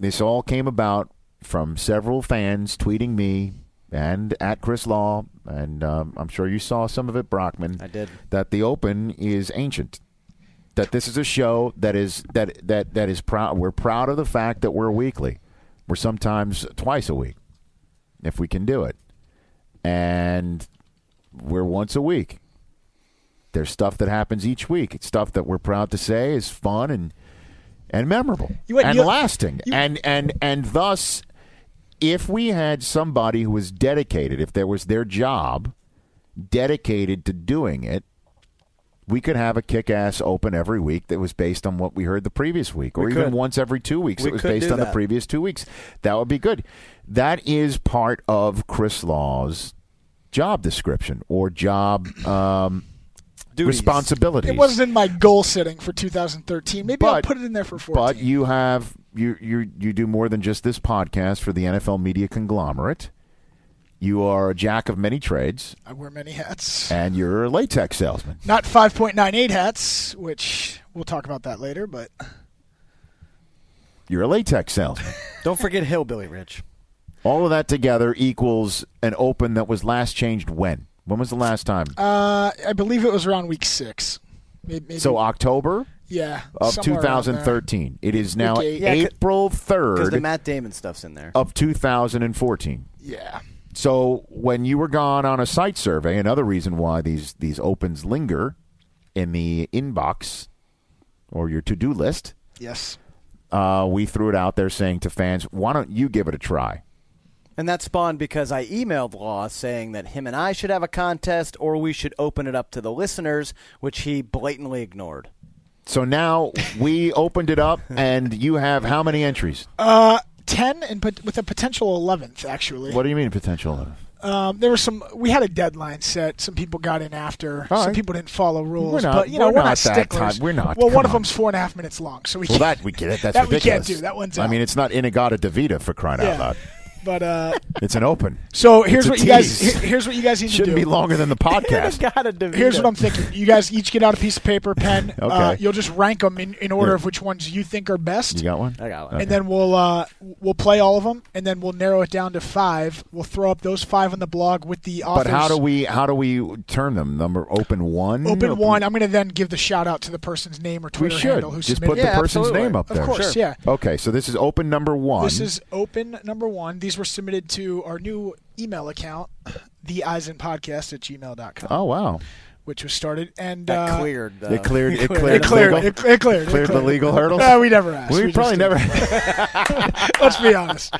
S1: this all came about from several fans tweeting me and at Chris Law, and um, I'm sure you saw some of it, Brockman. I
S9: did.
S1: That the Open is ancient. That this is a show that is that that that is proud. We're proud of the fact that we're weekly. We're sometimes twice a week, if we can do it, and we're once a week. There's stuff that happens each week. It's stuff that we're proud to say is fun and and memorable
S13: You had-
S1: and
S13: you-
S1: lasting and and and thus if we had somebody who was dedicated if there was their job dedicated to doing it we could have a kick-ass open every week that was based on what we heard the previous week, or
S13: We
S1: even
S13: could.
S1: once every two weeks
S13: We
S1: that was
S13: could
S1: based
S13: do
S1: on the
S13: that.
S1: previous two weeks. That would be good. That is part of Chris Law's job description or job um, responsibilities.
S8: It wasn't in my goal setting for 2013. Maybe I'll
S1: But-
S8: put it in there for 14.
S1: But you have you you you do more than just this podcast for the NFL media conglomerate. You are a jack of many trades,
S8: I wear many hats.
S1: and you're a latex salesman.
S8: Not 5.98 hats, which we'll talk about that later, but
S1: You're a latex salesman.
S9: Don't forget Hillbilly Rich.
S1: All of that together equals an open that was last changed when? When was the last time?
S8: uh, I believe it was around week six. Maybe, maybe-
S1: so October
S8: yeah,
S1: of
S8: somewhere around there.
S1: 2013. It is now
S8: Week eight.
S9: Yeah, 'cause-
S1: April
S9: Because the
S1: 3rd
S9: Matt Damon stuff's in there.
S1: of 2014.
S8: Yeah.
S1: So when you were gone on a site survey, another reason why these these opens linger in the inbox or your to do list,
S8: Yes.
S1: uh, we threw it out there saying to fans, "Why don't you give it a try?"
S9: And that spawned because I emailed Law saying that him and I should have a contest or we should open it up to the listeners, which he blatantly ignored.
S8: [laughs]
S1: So now we opened it up, and you have how many entries?
S8: Uh, 10 and pot- with a potential 11th, actually.
S1: What do you mean potential?
S8: Um, there was some. We had a deadline set. Some people got in after.
S1: All
S8: Some
S1: right.
S8: people didn't follow rules.
S1: We're not-
S8: but you know,
S1: we're
S8: we're,
S1: not
S8: not,
S1: that
S8: sticklers.
S1: type. We're not.
S8: Well, one
S1: Come
S8: of them's four and a half minutes long, so we
S1: well,
S8: can't.
S1: that we get it. That's
S8: that
S1: ridiculous.
S8: we can't do. That one's.
S1: I
S8: out.
S1: mean, it's not Inagata Davita for crying out
S8: Yeah.
S1: loud.
S8: [laughs] But uh, [laughs]
S1: It's an open.
S8: so
S1: It's
S8: here's
S1: a
S8: what you guys.
S1: tease.
S8: here- here's what you guys need to
S1: Shouldn't
S8: do.
S1: be
S8: [laughs]
S1: longer than the podcast.
S8: Here's what I'm thinking. You guys each get out a piece of paper, [laughs] pen. uh,
S1: Okay.
S8: you'll just rank them in, in order
S1: Yeah.
S8: of which ones you think are best.
S1: You got one? I
S9: got
S8: And then we'll uh, we'll play all of them, and then we'll narrow it down to five. We'll throw up those five on the blog with the authors.
S1: But how do we how do we term them? Number open one.
S8: Open one. I'm going to then give the shout out to the person's name or
S1: Mm, We
S8: Twitter
S1: should
S8: handle who
S1: just
S8: submitted
S1: put
S8: it.
S1: the person's name up there.
S8: Of course, yeah.
S1: Okay, so this is open number one.
S8: This is open number one. These were submitted to our new email account, [clears throat] the Podcast at gmail.com,
S1: Oh wow!
S8: which was started and
S9: That
S8: uh,
S9: cleared. Uh,
S1: It cleared. It
S8: Cleared. It
S1: cleared.
S8: cleared.
S1: legal-
S8: It cleared. It cleared. It
S1: the
S8: cleared.
S1: legal hurdles.
S8: Uh, we never asked.
S1: We,
S8: We
S1: probably
S8: just did.
S1: never.
S8: [laughs]
S1: [laughs]
S8: Let's be honest.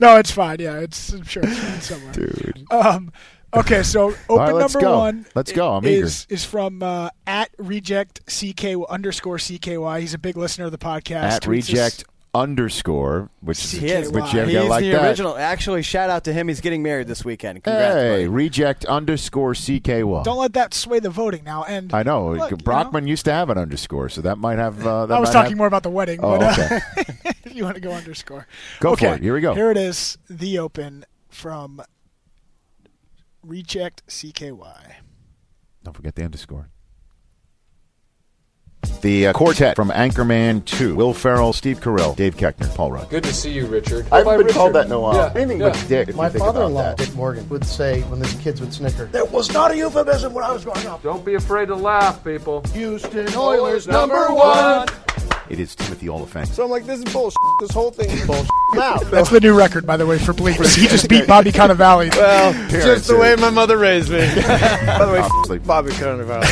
S8: No, it's fine. Yeah, it's I'm sure it's fine somewhere.
S1: Dude.
S8: Um, okay, so open
S1: All right, let's
S8: number
S1: go.
S8: one.
S1: Let's go. Oh, I'm
S8: is is from uh, at reject ck underscore cky. He's a big listener of the podcast.
S1: At
S8: Tweets us-
S1: reject underscore, which is
S9: He is.
S1: which you
S9: He's
S1: got like
S9: the
S1: that.
S9: original. Actually, shout out to him. He's getting married this weekend. Congrats.
S1: Hey, reject underscore CKY.
S8: Don't let that sway the voting now. And
S1: I know
S8: Look, you
S1: Brockman used to have an underscore, so that might have. Uh, that
S8: I was
S1: might
S8: talking
S1: have-
S8: more about the wedding,
S1: Oh,
S8: but [laughs]
S1: okay.
S8: uh, if you want to go underscore,
S1: Go
S8: okay.
S1: for it. Here we go.
S8: Here it is, the open from Reject CKY.
S1: Don't forget the underscore. The uh, quartet from Anchorman 2. Will Ferrell, Steve Carell, Dave Keckner, Paul Rudd.
S12: Good to see you, Richard.
S1: I haven't been called that in a while. Anything but dick, if
S6: My
S1: you think about
S6: father-in-law,
S1: that.
S6: Dick Morgan, would say when his kids would snicker,
S12: There was not a euphemism when I was growing up. Don't be afraid to laugh, people. Houston Oilers number one.
S1: It is Timothy Oliphant.
S12: So I'm like, this is bullshit. This whole thing is
S1: [laughs]
S12: bullshit.
S6: Now,
S8: That's the new record, by the way, for Bleeps. He just beat Bobby Cannavale.
S12: Well,
S1: Parents
S12: just the
S1: are-
S12: way my mother raised
S1: [laughs]
S12: me. By the way, [laughs]
S1: Obviously.
S12: Bobby Cannavale.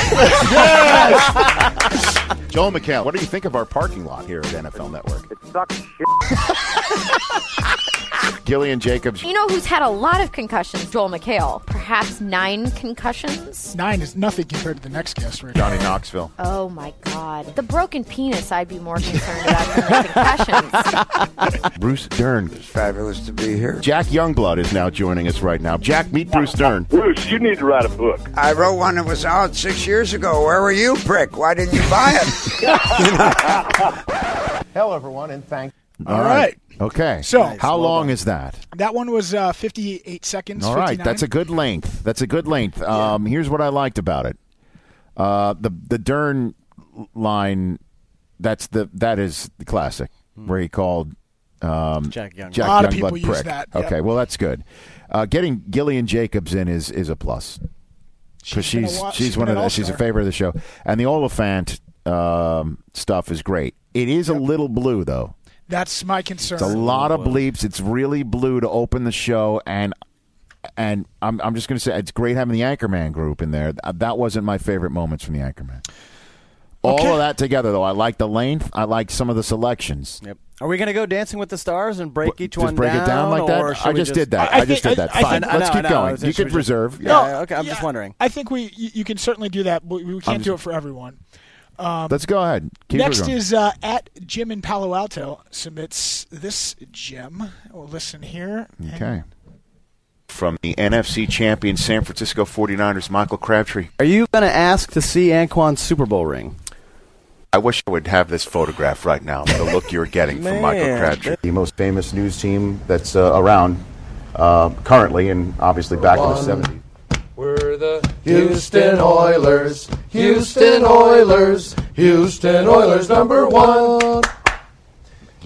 S1: [laughs] Joel McHale, what do you think of our parking lot here at NFL Network? It
S4: sucks
S1: [laughs] Gillian Jacobs.
S18: You know who's had a lot of concussions? Joel McHale. Perhaps nine concussions?
S8: Nine is nothing compared to the next guest, right?
S1: Johnny Knoxville.
S18: Oh my god. The broken penis I'd be more concerned about than the [laughs] concussions.
S1: [laughs] Bruce Dern. It's fabulous to be here. Jack Youngblood is now joining us right now. Jack, meet Bruce Dern.
S19: Bruce, you need to write a book. I wrote one that was out six years ago. Where were you, prick? Why didn't you buy [laughs] it?
S6: Hello, everyone, and thanks.
S1: All right. Okay.
S8: So- Well
S1: how long is that?
S8: That one was uh, 58 seconds.
S1: All right,
S8: 59.
S1: that's a good length. That's a good length. Um, Here's what I liked about it: uh, the the Dern line. That's the that is the classic where he called um,
S9: Jack Youngblood.
S1: Jack
S9: A lot of
S1: Youngblood
S9: people use
S1: prick.
S9: that, yep.
S1: Okay, well that's good. Uh, getting Gillian Jacobs in is is a plus because
S13: been a
S1: she's
S13: wa-
S1: she's,
S13: she's
S1: one of
S13: been
S1: the,
S13: an
S1: she's a
S13: all-star.
S1: favorite of the show, and the Oliphant um, stuff is great. It is a little blue though.
S8: That's my concern.
S1: It's a lot of bleeps. It's really blue to open the show, and and I'm I'm just going to say it's great having the Anchorman group in there. Th- That wasn't my favorite moments from the Anchorman. All of that together, though, I like the length. I like some of the selections.
S9: Yep. Are we going to go Dancing with the Stars and break each
S1: Just
S9: one
S1: break
S9: down?
S1: it down like
S9: or
S1: that.
S9: should
S1: I
S9: we
S1: just did that. I, just did that. Fine.
S9: I know,
S1: Let's
S9: I
S1: keep
S9: know. I
S1: going.
S9: was
S1: You
S9: just-
S1: could
S9: should we just-
S1: reserve.
S9: Yeah, okay. I'm just wondering.
S8: I think we you, you can certainly do that, but we, we can't
S1: I'm-
S8: do it for everyone. Um,
S1: Let's go ahead. Keep it
S8: next
S1: going.
S8: is uh, at Jim in Palo Alto submits this gem. We'll listen here.
S1: Okay. From the NFC champion San Francisco 49ers, Michael Crabtree.
S9: Are you going to ask to see Anquan's Super Bowl ring?
S13: I wish I would have this photograph right now. The look you're getting
S9: [laughs]
S13: from Michael
S20: Man.
S13: Crabtree.
S20: The most famous news team that's uh, around uh, currently, and obviously back in the
S12: One.
S20: 70s.
S12: We're the Houston Oilers. Houston Oilers. Houston Oilers number one.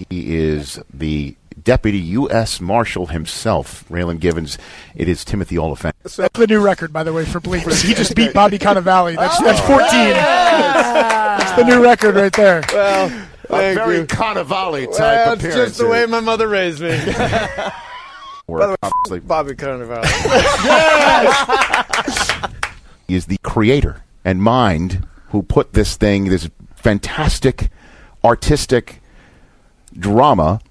S1: He is the deputy U.S. Marshal himself, Raylan Givens. It is Timothy Oliphant.
S8: That's the new record, by the way, for bleeps. He just beat Bobby Cannavale.
S1: Oh,
S8: That's that's 14. That's the new record right there.
S1: Well, a very Cannavale type well,
S21: That's just the way my mother raised me.
S1: [laughs] By the way,
S21: way, Bobby Cannavale.
S1: [laughs] He is the creator and mind who put this thing, this fantastic artistic drama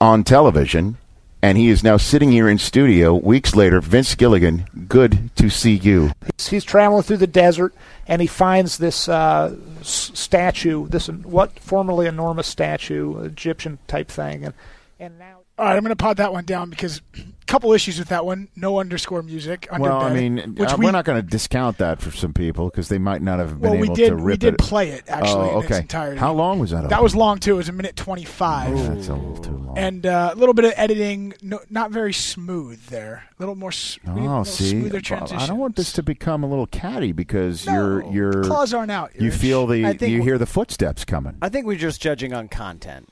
S1: on television. And he is now sitting here in studio weeks later. Vince Gilligan, good to see you.
S17: He's, he's traveling through the desert and he finds this uh, s- statue, this en- what formerly enormous statue, Egyptian type thing, and and now
S8: All right, I'm going to pod that one down because [clears throat] a couple issues with that one. No underscore music. Under
S1: Well, I
S8: bed,
S1: mean,
S8: which
S1: uh,
S8: we,
S1: we're not going to discount that for some people because they might not have been
S8: Well, we
S1: able
S8: did-
S1: to
S8: we
S1: rip it.
S8: did play it, actually,
S1: Oh,
S8: in its
S1: okay.
S8: entirety.
S1: How long was that?
S8: that was long too. It was a minute 25.
S1: That's a little too long.
S8: and uh, a little bit of editing, no, not very smooth there. A little more. s- we need a
S1: Oh,
S8: little
S1: see,
S8: smoother
S1: well,
S8: transition.
S1: I don't want this to become a little catty because you're you're
S8: claws aren't out,
S1: You
S8: Rich.
S1: feel the
S9: I think
S1: you
S9: w-
S1: hear the footsteps coming.
S9: I think we're just judging on content,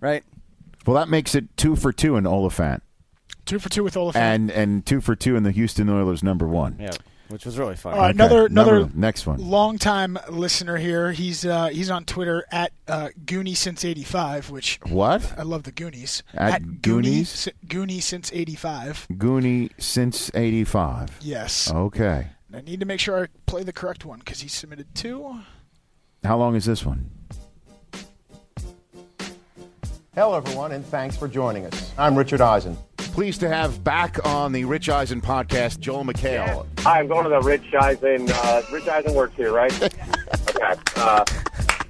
S9: right?
S1: Well, that makes it two for two in Oliphant,
S8: Two for two with Olaf.
S1: and and two for two in the Houston Oilers number one.
S9: Yeah, which was really fun.
S8: All right, another
S1: Okay, number-
S8: another
S1: next one.
S8: Longtime listener here. He's uh, he's on Twitter at uh, Goonie since '85, which
S1: What?
S8: I love the Goonies.
S1: At
S8: Goonie
S1: Goonies?
S8: si- Goonie since '85.
S1: Goonie since '85.
S8: Yes.
S1: Okay.
S8: I need to make sure I play the correct one because he submitted two.
S1: How long is this one?
S6: Hello, everyone, and thanks for joining us. I'm Richard Eisen.
S1: Pleased to have back on the Rich Eisen podcast, Joel McHale.
S22: Hi, I'm going to the Rich Eisen. Uh, Rich Eisen works here,
S1: [laughs]
S22: right? okay. Uh,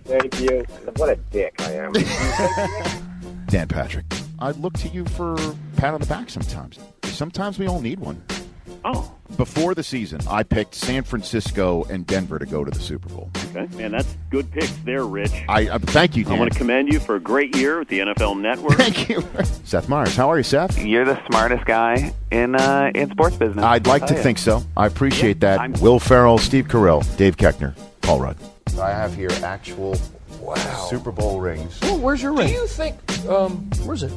S22: thank you. What a dick I am.
S1: Dan Patrick. I look to you for pat on the back sometimes. Sometimes we all need one.
S23: Oh.
S1: Before the season, I picked San Francisco and Denver to go to the Super Bowl.
S23: Okay, man, that's good picks there, Rich.
S1: I uh, thank you,
S23: I
S1: Dan.
S23: want to commend you for a great year with the NFL Network. Thank
S1: you. Seth Myers, how are you, Seth?
S23: You're the smartest guy in uh, in sports business.
S1: I'd like to think so. I appreciate that. Will Farrell, Steve Carell, Dave Keckner, Paul Rudd.
S20: I have here actual Super Bowl rings.
S12: Oh, where's your ring? Do you think? Um, where's it?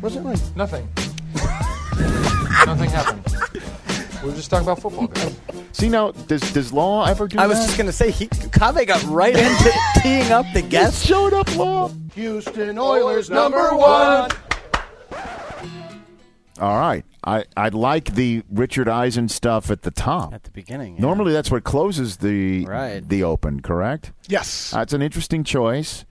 S12: Where's that ring? Nothing. Nothing happened. We were just talking about football. Guys.
S1: See now, does does Law ever do
S9: I was just going to say, he Kaveh got right into teeing up the guests.
S1: showed up, Law.
S12: Houston
S9: Oilers
S12: number one.
S1: All right. I, I like the Richard Eisen stuff at the top. At the
S9: beginning.
S1: Normally that's what closes the
S9: Right.
S1: the open, correct?
S8: Yes.
S1: That's an interesting choice.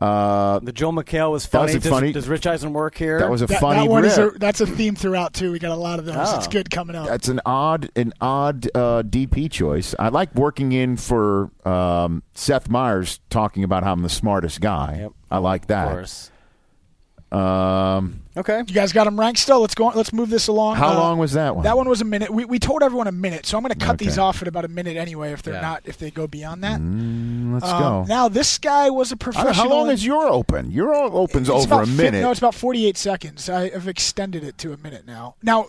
S1: Uh,
S9: the Joel McHale was
S1: That was
S9: funny.
S1: a funny.
S9: Does, does Rich Eisen work here?
S1: That was a funny
S8: that one is a,
S1: rip.
S8: that's a theme throughout too. We got a lot of those.
S9: Oh.
S8: It's good coming up.
S1: that's an odd an odd uh, DP choice. I like working in for um, Seth Meyers talking about how I'm the smartest guy. Yep. I like that. Of course. Um,
S9: Okay.
S8: You guys got them ranked still. Let's go on. Let's move this along. Uh,
S1: How long was that one?
S8: That one was a minute. We, we told everyone a minute, so I'm going to cut
S1: Okay.
S8: these off at about a minute anyway if they're
S1: Yeah.
S8: not if they go beyond that.
S1: mm, let's
S8: Um,
S1: go.
S8: Now this guy was a
S1: I don't know,
S8: Uh, professional.
S1: how long is your open? Your all opens
S8: It's
S1: over
S8: about
S1: a
S8: fif-
S1: minute.
S8: no, it's about 48 seconds. I have extended it to a minute now. Now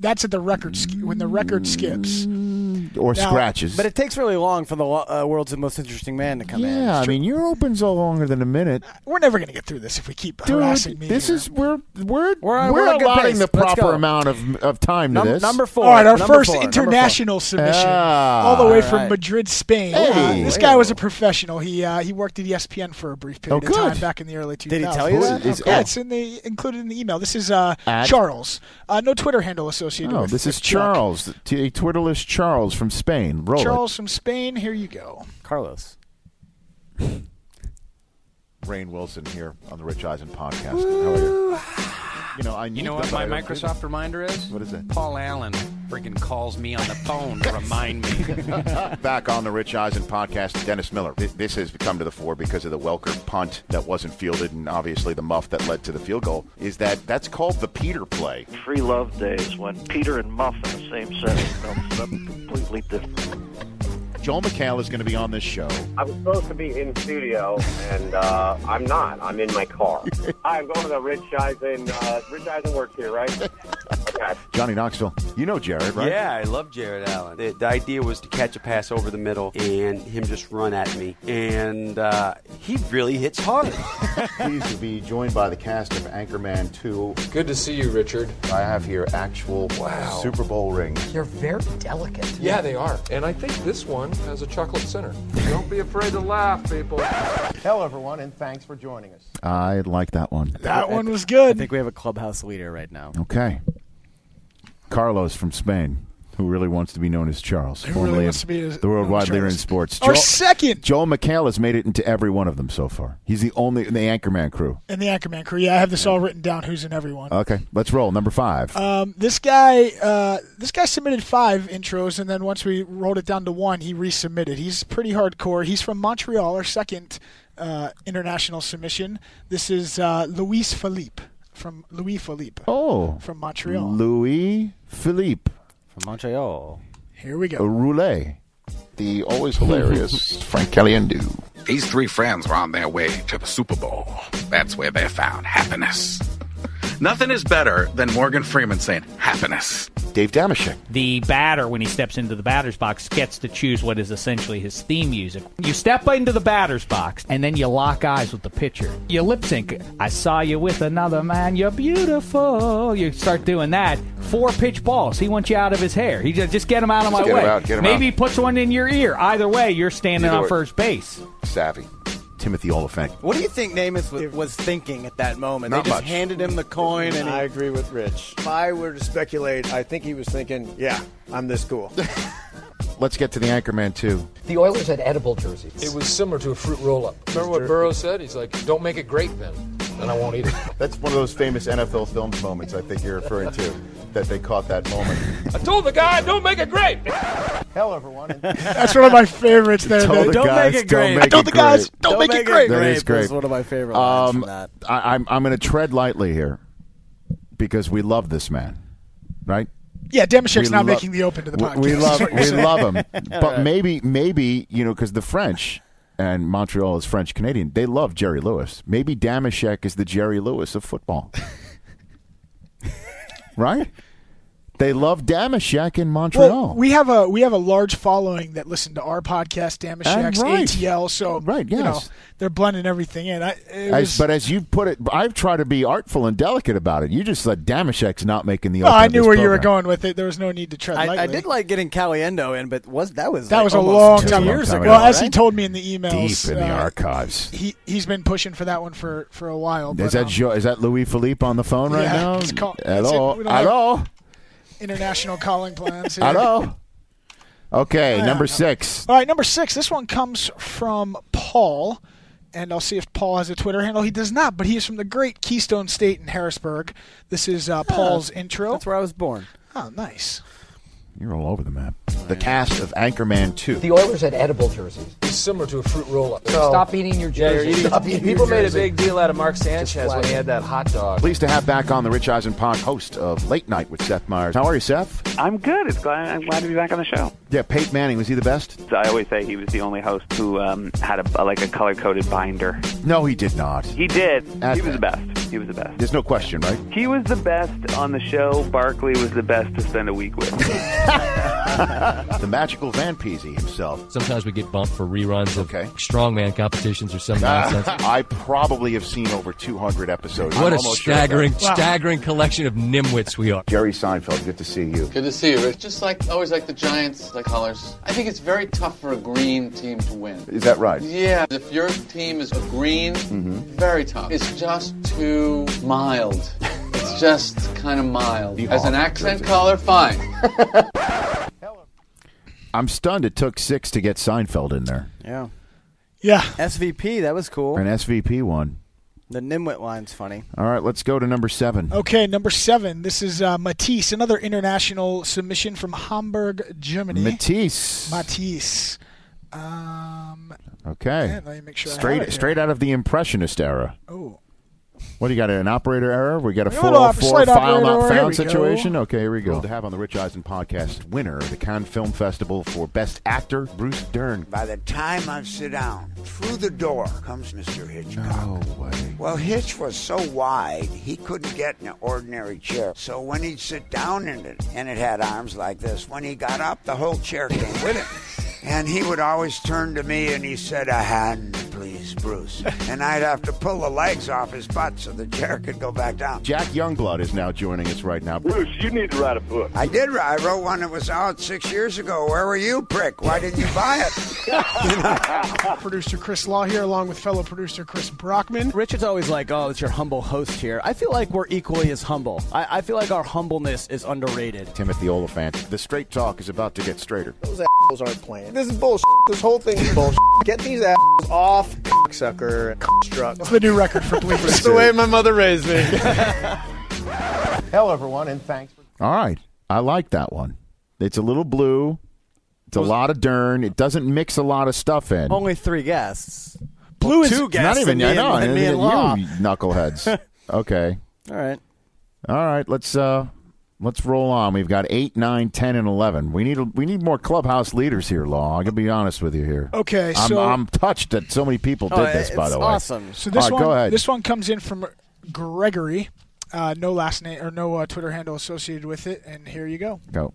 S8: that's at the record sk- when the record skips
S1: Mm. or
S8: Now-
S1: scratches.
S9: But it takes really long for the lo- uh, world's most interesting man to come in.
S1: yeah, I mean, your open's all longer than a minute.
S8: We're never going to get through this if we keep
S1: Dude,
S8: harassing me.
S1: this is we're we're
S8: we're,
S1: We're, allotting the proper amount of, of time to
S8: Num-
S1: this.
S8: number four, All right, our number first four, number international four. submission,
S1: Ah.
S8: all the way from
S1: Right.
S8: Madrid, Spain. Uh,
S1: Hey.
S8: this guy was a professional. He uh, he worked at ESPN for a brief period
S1: Oh,
S8: of time
S1: good.
S8: back in the early 2000s.
S1: Did he tell you that? Is-
S8: yeah,
S1: oh.
S8: it's in the included in the email. This is uh,
S1: At-
S8: Charles. Uh, no Twitter handle associated
S1: Oh,
S8: with
S1: this
S8: with
S1: is
S8: Chuck.
S1: Charles, the t- Twitterless Charles from Spain. Roll
S8: Charles from Spain. Here you go.
S9: Carlos.
S1: it. Rain Wilson here on the Rich Eisen podcast. How are you? You know, I need
S3: You know
S1: them,
S3: what
S1: but
S3: my
S1: I don't do
S3: Microsoft reminder is? What is it? Paul Allen freaking calls me on the phone to remind me.
S13: Back on the Rich Eisen podcast, Dennis Miller. Th- This has come to the fore because of the Welker punt that wasn't fielded, and obviously the muff that led to the field goal. Is that that's called the Peter play?
S7: Free love days when Peter and Muff in the same setting becomes something completely different.
S1: Joel McHale is going to be on this show.
S22: I was supposed to be in studio, and uh, I'm not. I'm in my car. Hi, I'm going to the Rich Eisen. Uh, Rich Eisen works here, right? Okay.
S1: [laughs] Johnny Knoxville, you know Jared, right? [laughs]
S24: Yeah, I love Jared Allen. The, the idea was to catch a pass over the middle and him just run at me. And uh, he really hits hard.
S20: Pleased to be joined by the cast of Anchorman 2.
S12: Good to see you, Richard.
S20: I have here actual
S12: Wow.
S20: Super Bowl rings.
S12: They're very delicate. Yeah, they are. And I think this one has a chocolate center. Don't be afraid to laugh, people.
S6: Hello, everyone, and thanks for joining us.
S1: I like that one.
S8: That one was good.
S9: I think we have a clubhouse leader right now.
S1: Okay. Carlos from Spain, who really wants to be known as Charles,
S8: Who really
S1: formerly
S8: wants
S1: of
S8: to be as-
S1: the worldwide
S8: known as
S1: leader in
S8: Charles.
S1: sports.
S8: Our second.
S1: Joel McHale has made it into every one of them so far. He's the only in the Anchorman crew.
S8: And the Anchorman crew. Yeah, I have this all written down. Who's in everyone?
S1: Okay, let's roll. Number five.
S8: Um, this guy, uh, this guy submitted five intros, and then once we rolled it down to one, he resubmitted. He's pretty hardcore. He's from Montreal, our second uh, international submission. This is uh, Luis Philippe from Louis Philippe.
S1: oh,
S8: from Montreal.
S1: Louis Philippe
S9: from Montreal.
S8: Here we go.
S1: Roulet.
S13: The always
S8: [laughs]
S13: hilarious Frank Caliendo.
S25: These three friends were on their way to the Super Bowl. That's where they found happiness. Nothing is better than Morgan Freeman saying happiness.
S13: Dave Damashek.
S26: [laughs] The batter, when he steps into the batter's box, gets to choose what is essentially his theme music. You step into the batter's box, and then you lock eyes with the pitcher. You lip sync. I saw you with another man. You're beautiful. You start doing that. Four pitch balls. He wants you out of his hair. He just, just get him out of
S13: Just
S26: my
S13: get him
S26: way.
S13: out, get him
S26: Maybe he puts one in your ear. Either way, you're standing
S13: Either
S26: on
S13: way.
S26: first base.
S13: Savvy.
S1: Timothy Oliphant.
S9: What do you think Namath was, was thinking at that moment?
S1: Not
S9: they just
S1: much.
S9: handed him the coin, and he,
S21: I agree with Rich. If I were to speculate, I think he was thinking, yeah, I'm this cool.
S1: Let's get to the Anchorman two.
S21: the Oilers had edible jerseys.
S12: It was similar to a fruit roll up. Remember what Burrow said? He's like, don't make it great then. Then I won't eat it.
S20: That's one of those famous NFL films moments I think you're referring to, that they caught that moment.
S12: I told the guy, don't make it great.
S6: Hello, everyone. and-
S8: [laughs] That's one of my favorites. There,
S1: Tell the
S8: don't
S1: guys,
S8: make it
S1: don't
S8: great.
S1: make
S8: Tell
S1: it
S8: the guys,
S1: great.
S8: don't, make, it great.
S1: That is great. Um,
S9: was one of my favorite lines from that.
S1: I, I'm I'm going to tread lightly here because we love this man, right?
S8: Yeah, Damashek's
S1: We
S8: not
S1: lo-
S8: making the open to the
S1: we-
S8: podcast.
S1: We
S8: [laughs]
S1: love
S8: That's what
S1: we
S8: you're
S1: love
S8: saying.
S1: him, but maybe maybe you know because the French and Montreal is French Canadian. They love Jerry Lewis. Maybe Damashek is the Jerry Lewis of
S8: [laughs]
S1: football, right? They love Damashek in Montreal.
S8: Well, we have a we have a large following that listen to our podcast, Damashek's
S1: And right.
S8: ATL. So right, you know,
S1: yes.
S8: they're blending everything in. I, it
S1: As-
S8: was-
S1: but as you put it, I've tried to be artful and delicate about it. You just said Damashek's not making the.
S8: Well,
S1: open
S8: oh, I
S1: of
S8: knew
S1: this
S8: where you were
S1: program.
S8: going with it. There was no need to tread
S9: I,
S8: lightly.
S9: I did like getting Caliendo in, but was that was
S8: that
S9: like
S8: was a
S9: almost
S8: long
S9: two
S8: time
S9: years
S8: ago.
S9: ago.
S8: Well, as he
S9: right?
S8: told me in the emails,
S1: Deep in the
S8: uh,
S1: archives.
S8: he he's been pushing for that one for for a while. but,
S1: Is that
S8: um,
S1: jo- is that Louis Philippe on the phone right
S8: yeah,
S1: now?
S8: he's call- that's
S1: Hello,
S8: it. We don't have
S1: hello,
S8: international calling plans. here.
S1: hello. Okay,
S8: Yeah.
S1: number six.
S8: All right, number six. This one comes from Paul, and I'll see if Paul has a Twitter handle. He does not, but he is from the great Keystone State in Harrisburg. This is
S1: Ah,
S8: uh, Paul's intro. That's
S9: where I was born.
S8: Oh, nice.
S1: You're all over the map. The cast of Anchorman Two.
S27: The Oilers had edible jerseys.
S12: It's similar to a fruit roll up.
S27: Stop eating your
S12: Yeah, you're
S27: jerseys.
S12: eating-
S27: Stop eating
S12: people
S27: your
S12: made a
S27: jerseys.
S12: big deal out of Mark Sanchez when he had that hot dog.
S1: Pleased to have back on the Rich Eisen Pod, host of Late Night with Seth Meyers. How are you, Seth?
S23: I'm good. It's glad, I'm glad to be back on the show.
S1: Yeah, Peyton Manning was he the best?
S23: So I always say he was the only host who um, had a, like a color coded binder.
S1: No, he did not.
S23: He did.
S1: At-
S23: he was the best. He was the best.
S1: There's no question, right?
S23: He was the best on the show. Barkley was the best to spend a week with.
S1: the magical Van Peasy himself.
S28: Sometimes we get bumped for reruns of
S1: okay.
S28: strongman competitions or
S1: [laughs]
S28: some nonsense.
S1: Ah, I probably have seen over 200 episodes.
S28: what
S1: I'm
S28: a
S1: almost sure of that.
S28: staggering, staggering collection of nimwits we are.
S1: Jerry Seinfeld, good to see you.
S29: Good to see you, Rich. Just like always, like the Giants, like colors. I think it's very tough for a green team to win.
S1: Is that right? Mm-hmm.
S29: Yeah, if your team is a green, very tough. It's just too mild. It's just kind of mild. As an accent color, fine.
S1: [laughs] I'm stunned it took six to get Seinfeld in there.
S9: Yeah.
S8: Yeah.
S9: SVP, that was cool.
S1: An SVP one.
S9: The Nimwit line's funny.
S1: All right, let's go to number seven.
S8: Okay, number seven. This is uh, Matisse, another international submission from Hamburg, Germany.
S1: Matisse.
S8: Matisse. Um,
S1: Okay.
S8: Man, let me make sure I have it
S1: straight
S8: here.
S1: straight out of the impressionist era.
S8: Oh.
S1: What do you got? An operator error? We got a
S8: We got a little
S1: 404
S8: slight
S1: file
S8: operator
S1: not
S8: error. Here we
S1: found situation?
S8: go.
S1: Okay, here we go. to have on the Rich Eisen podcast winner of the Cannes Film Festival for Best Actor, Bruce Dern.
S19: By the time I sit down, through the door comes Mr. Hitchcock.
S1: No way.
S19: Well, Hitch was so wide, he couldn't get in an ordinary chair. So when he'd sit down in it, and it had arms like this, when he got up, the whole chair came with him. And he would always turn to me and he said, A hand, please, Bruce. And I'd have to pull the legs off his butt so the chair could go back down.
S1: Jack Youngblood is now joining us right now.
S19: Bruce, you need to write a book. I did. write- I wrote one that was out six years ago. Where were you, prick? Why didn't you buy [laughs] it? You know?
S2: producer Chris Law here, along with fellow producer Chris Brockman.
S9: Richard's always like, oh, it's your humble host here. I feel like we're equally as humble. I, I feel like our humbleness is underrated.
S1: Timothy Oliphant. The straight talk is about to get straighter.
S2: Those assholes [laughs] aren't playing. This is bullshit. This whole thing is bullshit. Get these [laughs] assholes off, sucker, [laughs] struck.
S8: That's the new record for bleepers.
S2: That's the way my mother raised me. [laughs]
S6: Hello, everyone, and thanks.
S1: All right. I like that one. It's a little blue. It's a lot of Dern. It doesn't mix a lot of stuff in.
S9: Only three guests.
S8: Blue
S9: is Oh, two guests.
S1: Not
S9: and
S1: even,
S9: me
S1: I know.
S9: and- and me and
S1: you
S9: Law. [laughs]
S1: knuckleheads. okay.
S9: All right.
S1: All right, let's uh let's roll on. We've got eight, nine, ten, and eleven. We need we need more clubhouse leaders here, Law. I'm gonna be honest with you here.
S8: Okay,
S1: I'm,
S8: so-
S1: I'm touched that so many
S2: Oh,
S1: people
S9: Oh,
S1: did this. By the way,
S8: So this
S1: All right,
S8: one,
S1: go ahead.
S8: this one comes in from Gregory. Uh, no last name or no uh, Twitter handle associated with it. And here you go.
S1: go.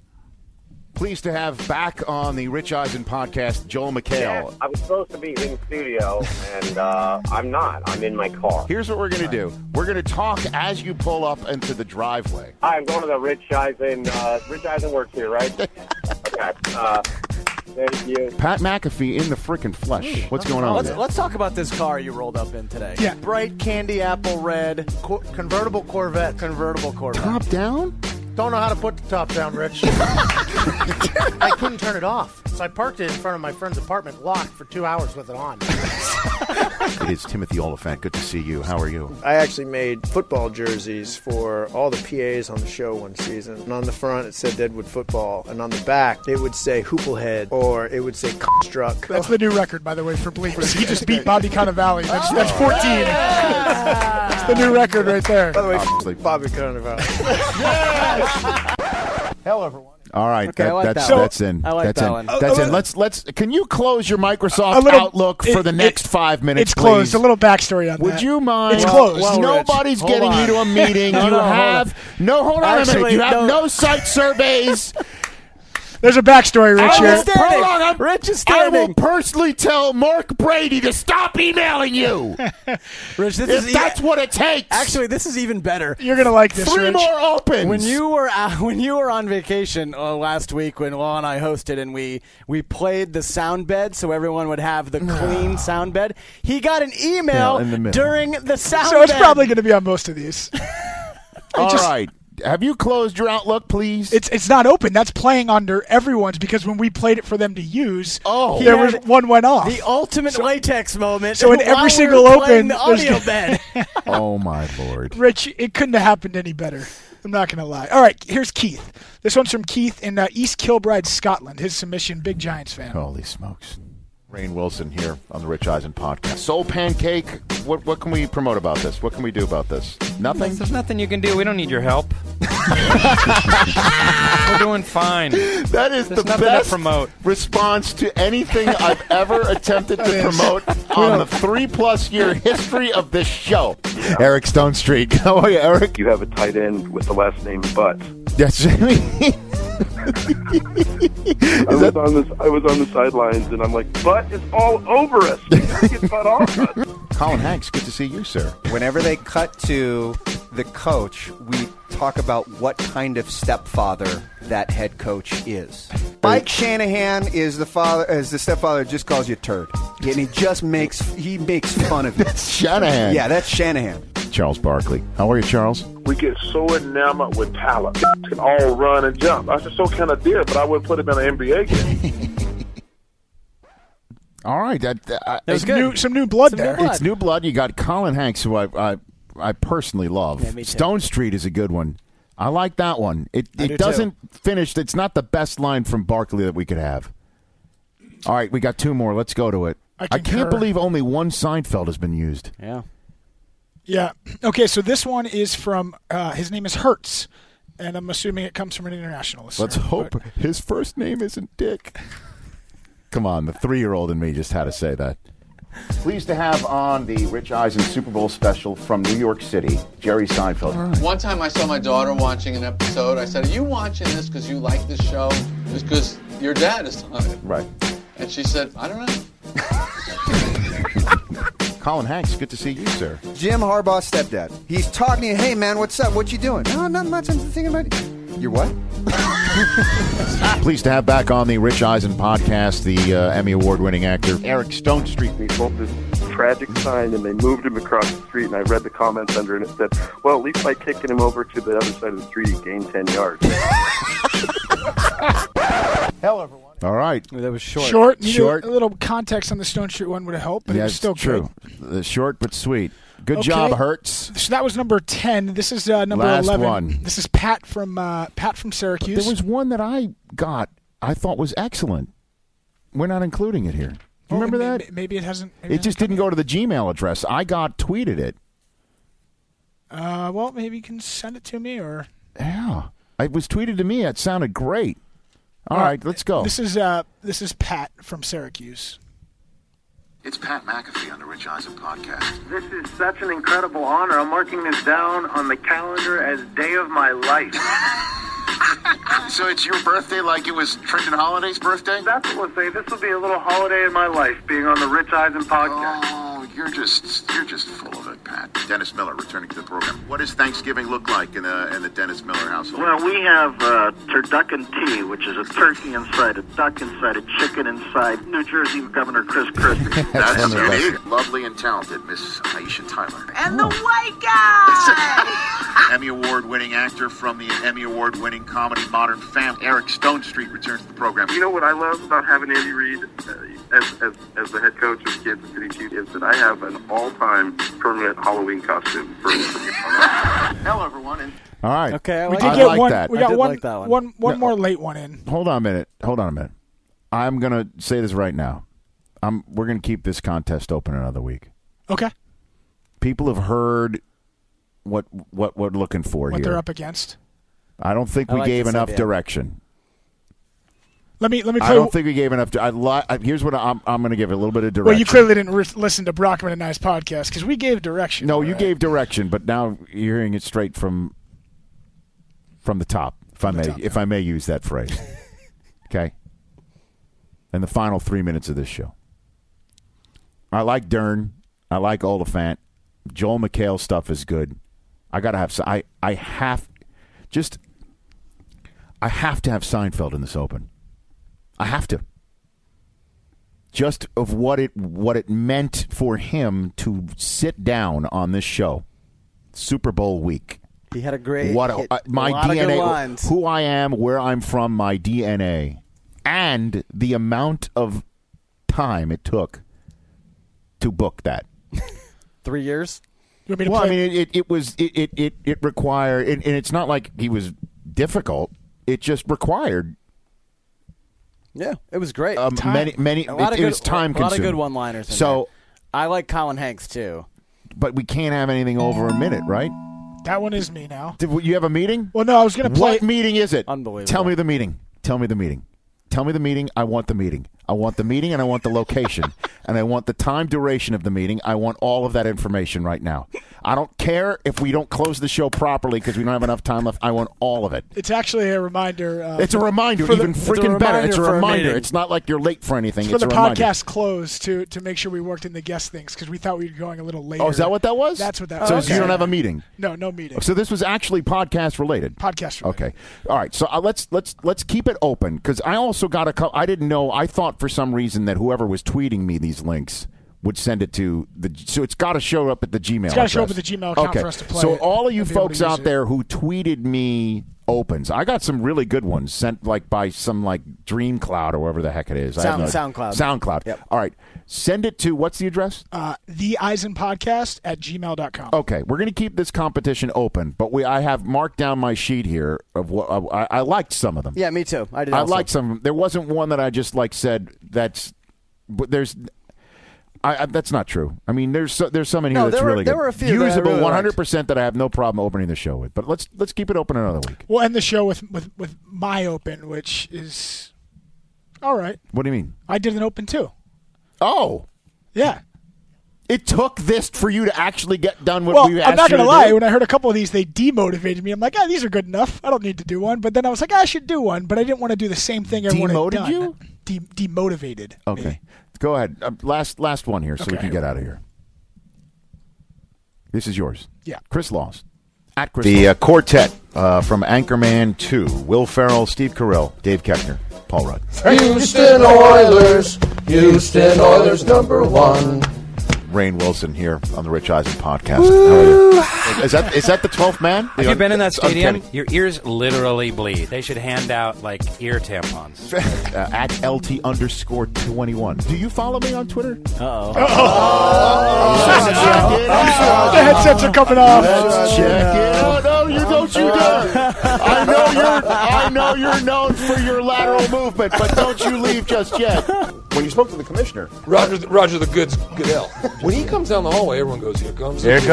S1: Pleased to have back on the Rich Eisen podcast, Joel McHale.
S22: I was supposed to be in studio, and uh, I'm not. I'm in my car.
S1: Here's what we're gonna do. We're gonna talk as you pull up into the driveway.
S22: Hi, I'm going to the Rich Eisen. Uh, Rich Eisen works here,
S1: [laughs]
S22: right? okay. Uh, thank you.
S1: Pat McAfee in the frickin' flesh. What's going on?
S9: Let's,
S1: with you?
S9: let's talk about this car you rolled up in today.
S1: Yeah.
S9: Bright candy apple red, co- convertible Corvette, convertible Corvette.
S1: Top down?
S2: Don't know how to put the top down,
S1: [laughs]
S2: Rich. I couldn't turn it off, so I parked it in front of my friend's apartment, locked for two hours with it on.
S1: it is Timothy Oliphant. Good to see you. How are you?
S2: I actually made football jerseys for all the PAs on the show one season. And on the front, it said Deadwood Football. And on the back, it would say Hooplehead or it would say [laughs] Construct.
S8: That's the new record, by the way, for Oh, bleepers. He [laughs] just beat Bobby Cannavale. That's, that's 14. that's the new record right there.
S2: By the way,
S1: Obviously.
S2: Bobby Cannavale.
S6: Hello, everyone.
S1: All right,
S6: Okay,
S1: that,
S6: I like
S1: that's
S6: that one.
S1: that's in.
S6: I like
S1: that's
S6: that
S1: in.
S6: one. Uh,
S1: That's
S6: A-
S1: in. Let's let's. Can you close your Microsoft
S8: A little-
S1: Outlook for
S8: it-
S1: the
S8: it-
S1: next five minutes?
S8: It's closed.
S1: please?
S8: A little backstory on
S1: Would
S8: that.
S1: you mind?
S8: It's
S1: Well,
S8: closed.
S1: well, Nobody's getting you [laughs] to a meeting. you have no. Hold on a minute. You have no site surveys.
S8: [laughs] There's a backstory, Rich.
S1: I will-
S8: here.
S1: hold on, I'm- I will personally tell Mark Brady to stop emailing [laughs] you.
S9: Rich, this
S1: if
S9: is e-
S1: that's what it takes.
S9: Actually, this is even better.
S8: You're gonna like this.
S1: Three
S9: Rich.
S1: more opens.
S9: When you were out, [laughs] when you were on vacation uh, last week, when Law and I hosted, and we we played the sound bed, so everyone would have [sighs] the clean sound bed. He got an email
S1: Yeah, in the middle.
S9: during the
S8: [laughs]
S9: sound.
S8: So it's
S9: bed.
S8: probably going to be on most of these.
S1: All right. Have you closed your Outlook, please?
S8: It's it's not open. That's playing under everyone's because when we played it for them to use,
S1: oh,
S8: there was one went off.
S9: the ultimate latex moment.
S8: so in
S9: while
S8: every
S9: we
S8: single
S9: were playing
S8: open,
S9: the
S8: there's
S9: audio
S8: gonna-
S9: bed.
S1: oh my
S8: [laughs]
S1: lord.
S8: Rich, it couldn't have happened any better. I'm not going to lie. All right, here's Keith. This one's from Keith in uh, East Kilbride, Scotland. His submission, big Giants fan.
S1: Holy smokes. Rain Wilson here on the Rich Eisen podcast. Soul Pancake, what, what can we promote about this? What can we do about this?
S6: [laughs]
S1: Nothing?
S3: There's nothing you can do. We don't need your help. We're doing fine.
S1: That
S3: There's
S1: is the
S3: nothing
S1: best
S3: to promote.
S1: response to anything I've ever attempted
S6: [laughs]
S1: to promote on the three plus year history of this show. Eric Stone Street. [laughs] How are you, Eric?
S7: You have a tight end with the last name Butt.
S1: [laughs] That's
S7: I was on this. I was on the sidelines, and I'm like, Butt is [laughs] all over us. Get Butt off us.
S1: Colin Hanks, good to see you, sir.
S4: Whenever they cut to the coach, we talk about what kind of
S9: [laughs]
S4: stepfather that head coach is. Mike Shanahan is the father is the stepfather who just calls you turd. And he just makes he makes fun of you. that's
S1: Shanahan.
S4: Yeah, that's Shanahan.
S1: Charles Barkley. How are you, Charles?
S5: We get so enamored with talent. Can all run and jump. I said, so can a deer, but I would put him in an NBA game.
S1: All right, that, that, uh, I-
S8: That was Some good. new- some new blood Some new there. blood.
S1: It's new blood. You got Colin Hanks, who I I, I personally love.
S8: Yeah, me too.
S1: Stone Street is a good one. I like that one. It
S8: I do
S1: it
S8: too.
S1: doesn't finish. It's not the best line from Barkley that we could have. All right, we got two more. Let's go to it.
S8: I
S1: can't
S8: concur.
S1: believe only one Seinfeld has been used.
S3: Yeah.
S8: Yeah. Okay, so this one is from uh, his name is Hertz, and I'm assuming it comes from an international listener.
S1: Let's hope his first name isn't Dick. Come on, the three-year-old in me just had to say that. Pleased to have on the Rich Eisen Super Bowl special from New York City, Jerry Seinfeld.
S29: One time I saw my daughter watching an episode. I said, Are you watching this because you like this show? It's because your dad is on it.
S1: Right.
S29: And she said, I don't know.
S1: Colin Hanks, good to see you, sir.
S4: Jim Harbaugh's stepdad. He's talking to you. Hey, man, what's up? What you doing? No, not much. I'm thinking about You're what?
S1: Pleased to have back on the Rich Eisen podcast the uh, Emmy Award-winning actor Eric Stone Street.
S7: They sold this tragic sign and they moved him across the street, and I read the comments under it and it said, well, at least by kicking him over to the other side of the street, he gained 10 yards.
S6: Hell, everyone.
S1: All right,
S9: that was short.
S8: Short, you know,
S1: short.
S8: A little context on the Stone Street one would have helped, but
S1: yeah,
S8: it was
S1: it's
S8: still
S1: true. Uh, Short but sweet. Good
S8: Okay.
S1: job, Hertz.
S8: Good. So that was number ten. This is uh, number
S1: Last
S8: eleven.
S1: one.
S8: This is Pat from uh, Pat from Syracuse.
S1: There was one that I got I thought was excellent. We're not including it here.
S8: Oh, remember that? Maybe it hasn't. maybe
S1: It just didn't go to the Gmail address. I got tweeted it.
S8: Uh, well, maybe you can send it to me or.
S1: Yeah. It was tweeted to me. It sounded great. All
S8: Well,
S1: right, let's go.
S8: This is uh, this is Pat from Syracuse.
S11: It's Pat McAfee on the Rich Eisen podcast.
S14: This is such an incredible honor. I'm marking this down on the calendar as day of my life.
S11: [laughs] So it's your birthday like it was Trenton Holiday's birthday?
S14: That's what we'll say. This will be a little holiday in my life, being on the Rich Eisen podcast.
S11: Oh, you're just you're just full of it, Pat. Dennis Miller returning to the program. What does Thanksgiving look like in the in the Dennis Miller household?
S14: Well, we have uh, turducken tea, which is a turkey inside a duck inside a chicken inside New Jersey Governor Chris
S1: [laughs]
S14: Christie.
S11: That's
S14: That's
S11: unique. Lovely and talented, Miss Aisha Tyler.
S14: And the white guy.
S11: Emmy Award winning actor from the Emmy Award winning comedy Modern Family. Eric Stone Street returns to the program.
S7: You know what I love about having Andy Reid uh, as, as, as the head coach of Kansas City Chiefs is that I have an all-time permanent Halloween costume for
S14: Hello, everyone. And-
S1: All right.
S14: Okay, I
S8: We
S14: like
S8: did
S1: I
S8: get
S1: like
S8: one.
S1: that.
S8: We got one, one, one more late one in.
S1: Hold on a minute. Hold on a minute. I'm going to say this right now. I'm we're going to keep this contest open another week.
S8: Okay.
S1: People have heard what what we're looking for
S8: What
S1: here.
S8: they're up against.
S1: I don't think
S8: I
S1: we
S8: like
S1: gave
S8: this
S1: enough
S8: idea.
S1: direction.
S8: Let me let me
S1: I
S8: play.
S1: don't think we gave enough. I, li- I here's what I'm I'm going to give it a little bit of direction.
S8: well, you clearly didn't re- listen to Brockman and I's podcast because we gave direction.
S1: No,
S8: all
S1: you
S8: right?
S1: gave direction, but now you're hearing it straight from from the top, if I may, if I may use that [laughs] phrase. okay. And the final three minutes of this show. I like Dern. I like Oliphant. Joel McHale stuff is good. I gotta have. Se- I I have just. I have to have Seinfeld in this open. I have to. Just of what it what it meant for him to sit down on this show, Super Bowl week.
S9: He had a great
S1: what
S9: hit,
S1: uh, my
S9: a lot of good
S1: DNA,
S9: lines.
S1: who I am, where I'm from, my DNA, and the amount of time it took to book that.
S9: Three years.
S1: well, I mean, it, it, it was it it it, it required, and, and it's not like he was difficult. It just required
S9: Yeah, it was great.
S1: Um, Time. many- many-
S9: A lot
S1: it-
S9: of
S1: it
S9: good,
S1: was time
S9: A lot of good
S1: consuming.
S9: one-liners. in
S1: So-
S9: there. I like Colin Hanks too.
S1: but we can't have anything over a minute, right?
S8: that one is me now.
S1: Did you have a meeting?
S8: Well, no, I was going to play.
S1: What meeting is it?
S8: Unbelievable.
S1: Tell me the meeting. Tell me the meeting. Tell me the meeting. I want the meeting. I want the meeting, and I want
S8: [laughs]
S1: the location, and I want the time duration of the meeting. I want all of that information right now. I don't care if we don't close the show properly because we don't have enough time left. I want all of it.
S8: It's actually a reminder. Uh,
S1: It's a
S8: for-
S1: reminder,
S8: for the-
S1: even
S8: it's a
S1: freaking better. It's a
S8: for
S1: reminder.
S8: meeting.
S1: It's not like you're late for anything.
S8: It's
S1: It's,
S8: for the
S1: a reminder.
S8: podcast close to to make sure we worked in the guest things because we thought we were going a little later.
S1: Oh, is that what that was?
S8: That's what that
S1: So
S8: was.
S1: you don't have a meeting. Oh,
S8: No, no meeting.
S1: So this was actually podcast related.
S8: Podcast
S1: Okay. All right. So uh, let's let's let's keep it open because I also got a couple. I didn't know. I thought for some reason that whoever was tweeting me these links would send it to the. So it's got to show up at the Gmail.
S8: It's gotta show up
S1: address.
S8: at the Gmail account
S1: okay.
S8: for us to play
S1: So
S8: it
S1: all of you
S8: and be able to
S1: folks
S8: use
S1: out
S8: it.
S1: there who tweeted me opens. I got some really good ones sent like by some like Dream Cloud or whatever the heck it is. I have
S9: Sound-
S1: no-
S9: SoundCloud.
S1: SoundCloud. All right. Send it to what's the address?
S8: Uh, the Eisen Podcast at gmail.com.
S1: Okay, we're going to keep this competition open, but we I have marked down my sheet here of what uh, I, I liked some of them.
S9: Yeah, me too. I did.
S1: I
S9: also.
S1: liked some of them. There wasn't one that I just like said that's but there's I, I that's not true. I mean, there's so, there's some in here
S8: No,
S1: that's
S8: there were-
S1: really
S8: there
S1: good.
S8: were a few that I
S1: usable
S8: really liked.
S1: 100% that I have no problem opening the show with. But let's let's keep it open another week.
S8: We'll end the show with, with, with my open, which is all right.
S1: What do you mean?
S8: I did an open too.
S1: Oh.
S8: Yeah.
S1: It took this for you to actually get done what
S8: well,
S1: we asked
S8: I'm not
S1: you
S8: gonna
S1: to
S8: lie.
S1: do.
S8: When I heard a couple of these, they demotivated me. I'm like, ah, these are good enough. I don't need to do one. But then I was like, "Ah, I should do one. But I didn't want to do the same thing everyone
S1: Demoted
S8: had done. you? De-
S1: [laughs]
S8: demotivated.
S1: Okay. Go ahead. Uh, last last one here so we
S8: Okay.
S1: can get out of here. This is yours.
S8: Yeah.
S1: Chris Laws. At Chris
S20: The
S1: Laws.
S20: uh, quartet.
S1: uh, from Anchorman 2, Will Farrell, Steve Carell, Dave Keckner, Paul Rudd.
S13: Houston Oilers, Houston Oilers number one.
S20: Rain Wilson here on the Rich Eisen podcast. How are you?
S1: Is that is that the twelfth man?
S3: Have you been in that
S20: It's uncanny.
S3: stadium? Your ears literally bleed. They should hand out like ear tampons.
S1: [laughs] uh, at LT underscore 21. Do you follow me on Twitter?
S3: Uh-oh.
S8: The headsets are coming off.
S1: Let's check it out. Oh, No, you don't.
S9: Oh,
S1: You dare. I know you're. I know you're known for your lateral movement, but don't you leave just yet.
S20: When you spoke to the commissioner,
S12: Roger, the, Roger the Goods Goodell. When he comes down the hallway, everyone goes, "Here comes, the goods.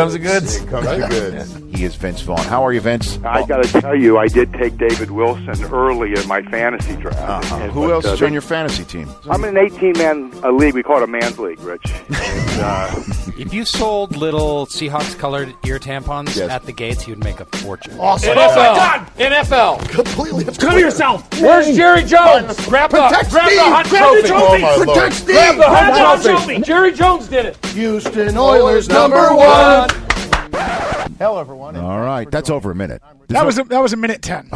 S20: Here comes the goods.
S1: He is Vince Vaughn. How are you, Vince?
S15: I got to tell you, I did take David Wilson early in my fantasy draft. And-
S20: Who
S15: but,
S20: else
S15: uh,
S20: is on your fantasy team?
S15: I'm in an 18 man uh, league. We call it a man's league, Rich. And, uh,
S3: If you sold little Seahawks colored ear tampons at the gates, you'd make a fortune.
S12: Awesome. NFL.
S26: Oh
S12: NFL. Completely.
S3: Cover yourself.
S12: Where's Jerry Jones? Grab the,
S13: Protect
S12: grab the
S13: Steve.
S12: hot
S13: Grab the
S12: trophy. Oh
S13: trophy.
S12: my
S13: Protect
S12: Lord.
S13: Steve.
S12: Grab
S13: Grab
S12: the
S13: the
S12: hot
S13: hot
S12: trophy.
S13: trophy.
S12: Jerry Jones did it.
S13: Houston Oilers number one.
S6: Hello, everyone.
S1: All right, that's over a minute.
S8: That was a, that was a minute ten.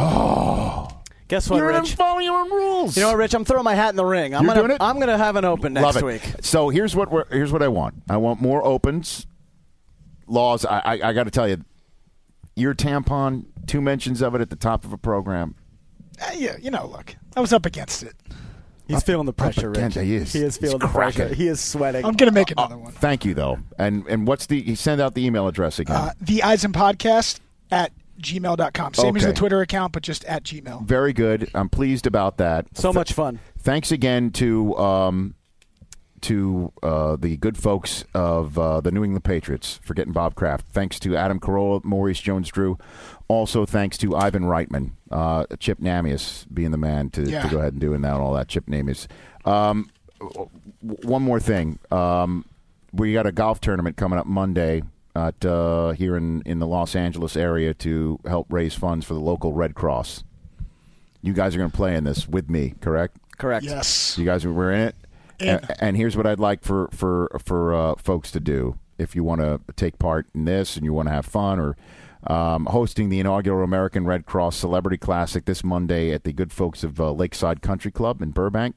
S9: Guess what,
S8: You're
S9: Rich?
S8: an
S1: following your own rules.
S9: You know what, Rich? I'm throwing my hat in the ring. I'm
S8: You're
S9: gonna
S8: doing it?
S9: I'm gonna have an open next
S1: Love it.
S9: week.
S1: So here's what we're, here's what I want. I want more opens. Laws. I I, I got to tell you, your tampon. Two mentions of it at the top of a program.
S8: Uh, yeah, you know, look, I was up against it.
S9: He's feeling the pressure,
S1: against-
S9: Rich.
S1: he is. He's
S9: feeling the
S1: cracking.
S9: pressure. He is sweating.
S8: I'm gonna make another one.
S1: Thank you though. And and what's the you send out the email address again?
S8: The Eisen Podcast at gmail.com. Same as the
S1: Okay.
S8: Twitter account, but just at Gmail.
S1: Very good. I'm pleased about that.
S9: So much fun.
S1: Thanks again to um, to uh, the good folks of uh, the New England Patriots for getting Bob Kraft. Thanks to Adam Carolla, Maurice Jones-Drew. Also, thanks to Ivan Reitman, uh, Chip Namias being the man to,
S8: Yeah.
S1: to go ahead and doing that and all that. Chip Namias. Um, w- one more thing. Um, we got a golf tournament coming up Monday at uh, here in, in the Los Angeles area to help raise funds for the local Red Cross. You guys are going to play in this with me, correct?
S9: Correct.
S8: Yes.
S1: You guys were in it.
S8: In.
S1: And, and here's what I'd like for for for uh, folks to do if you want to take part in this and you want to have fun or um, hosting the inaugural American Red Cross Celebrity Classic this Monday at the good folks of uh, Lakeside Country Club in Burbank.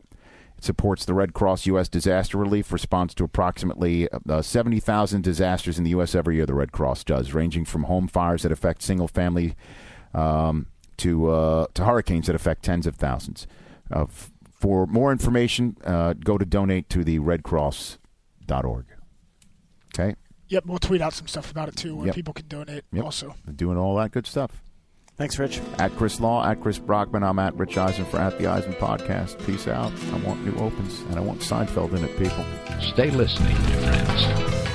S1: It supports the Red Cross U.S. disaster relief response to approximately uh, 70,000 disasters in the U.S. every year. The Red Cross does, ranging from home fires that affect single family um, to uh, to hurricanes that affect tens of thousands. Uh, f- for more information, uh, go to donate to the redcross.org. Okay?
S8: Yep, we'll tweet out some stuff about it too, where
S1: Yep.
S8: people can donate
S1: Yep.
S8: also.
S1: Doing all that good stuff.
S9: Thanks, Rich.
S1: At Chris Law, at Chris Brockman, I'm at Rich Eisen for At the Eisen Podcast. Peace out. I want new opens, and I want Seinfeld in it, people. Stay listening, friends.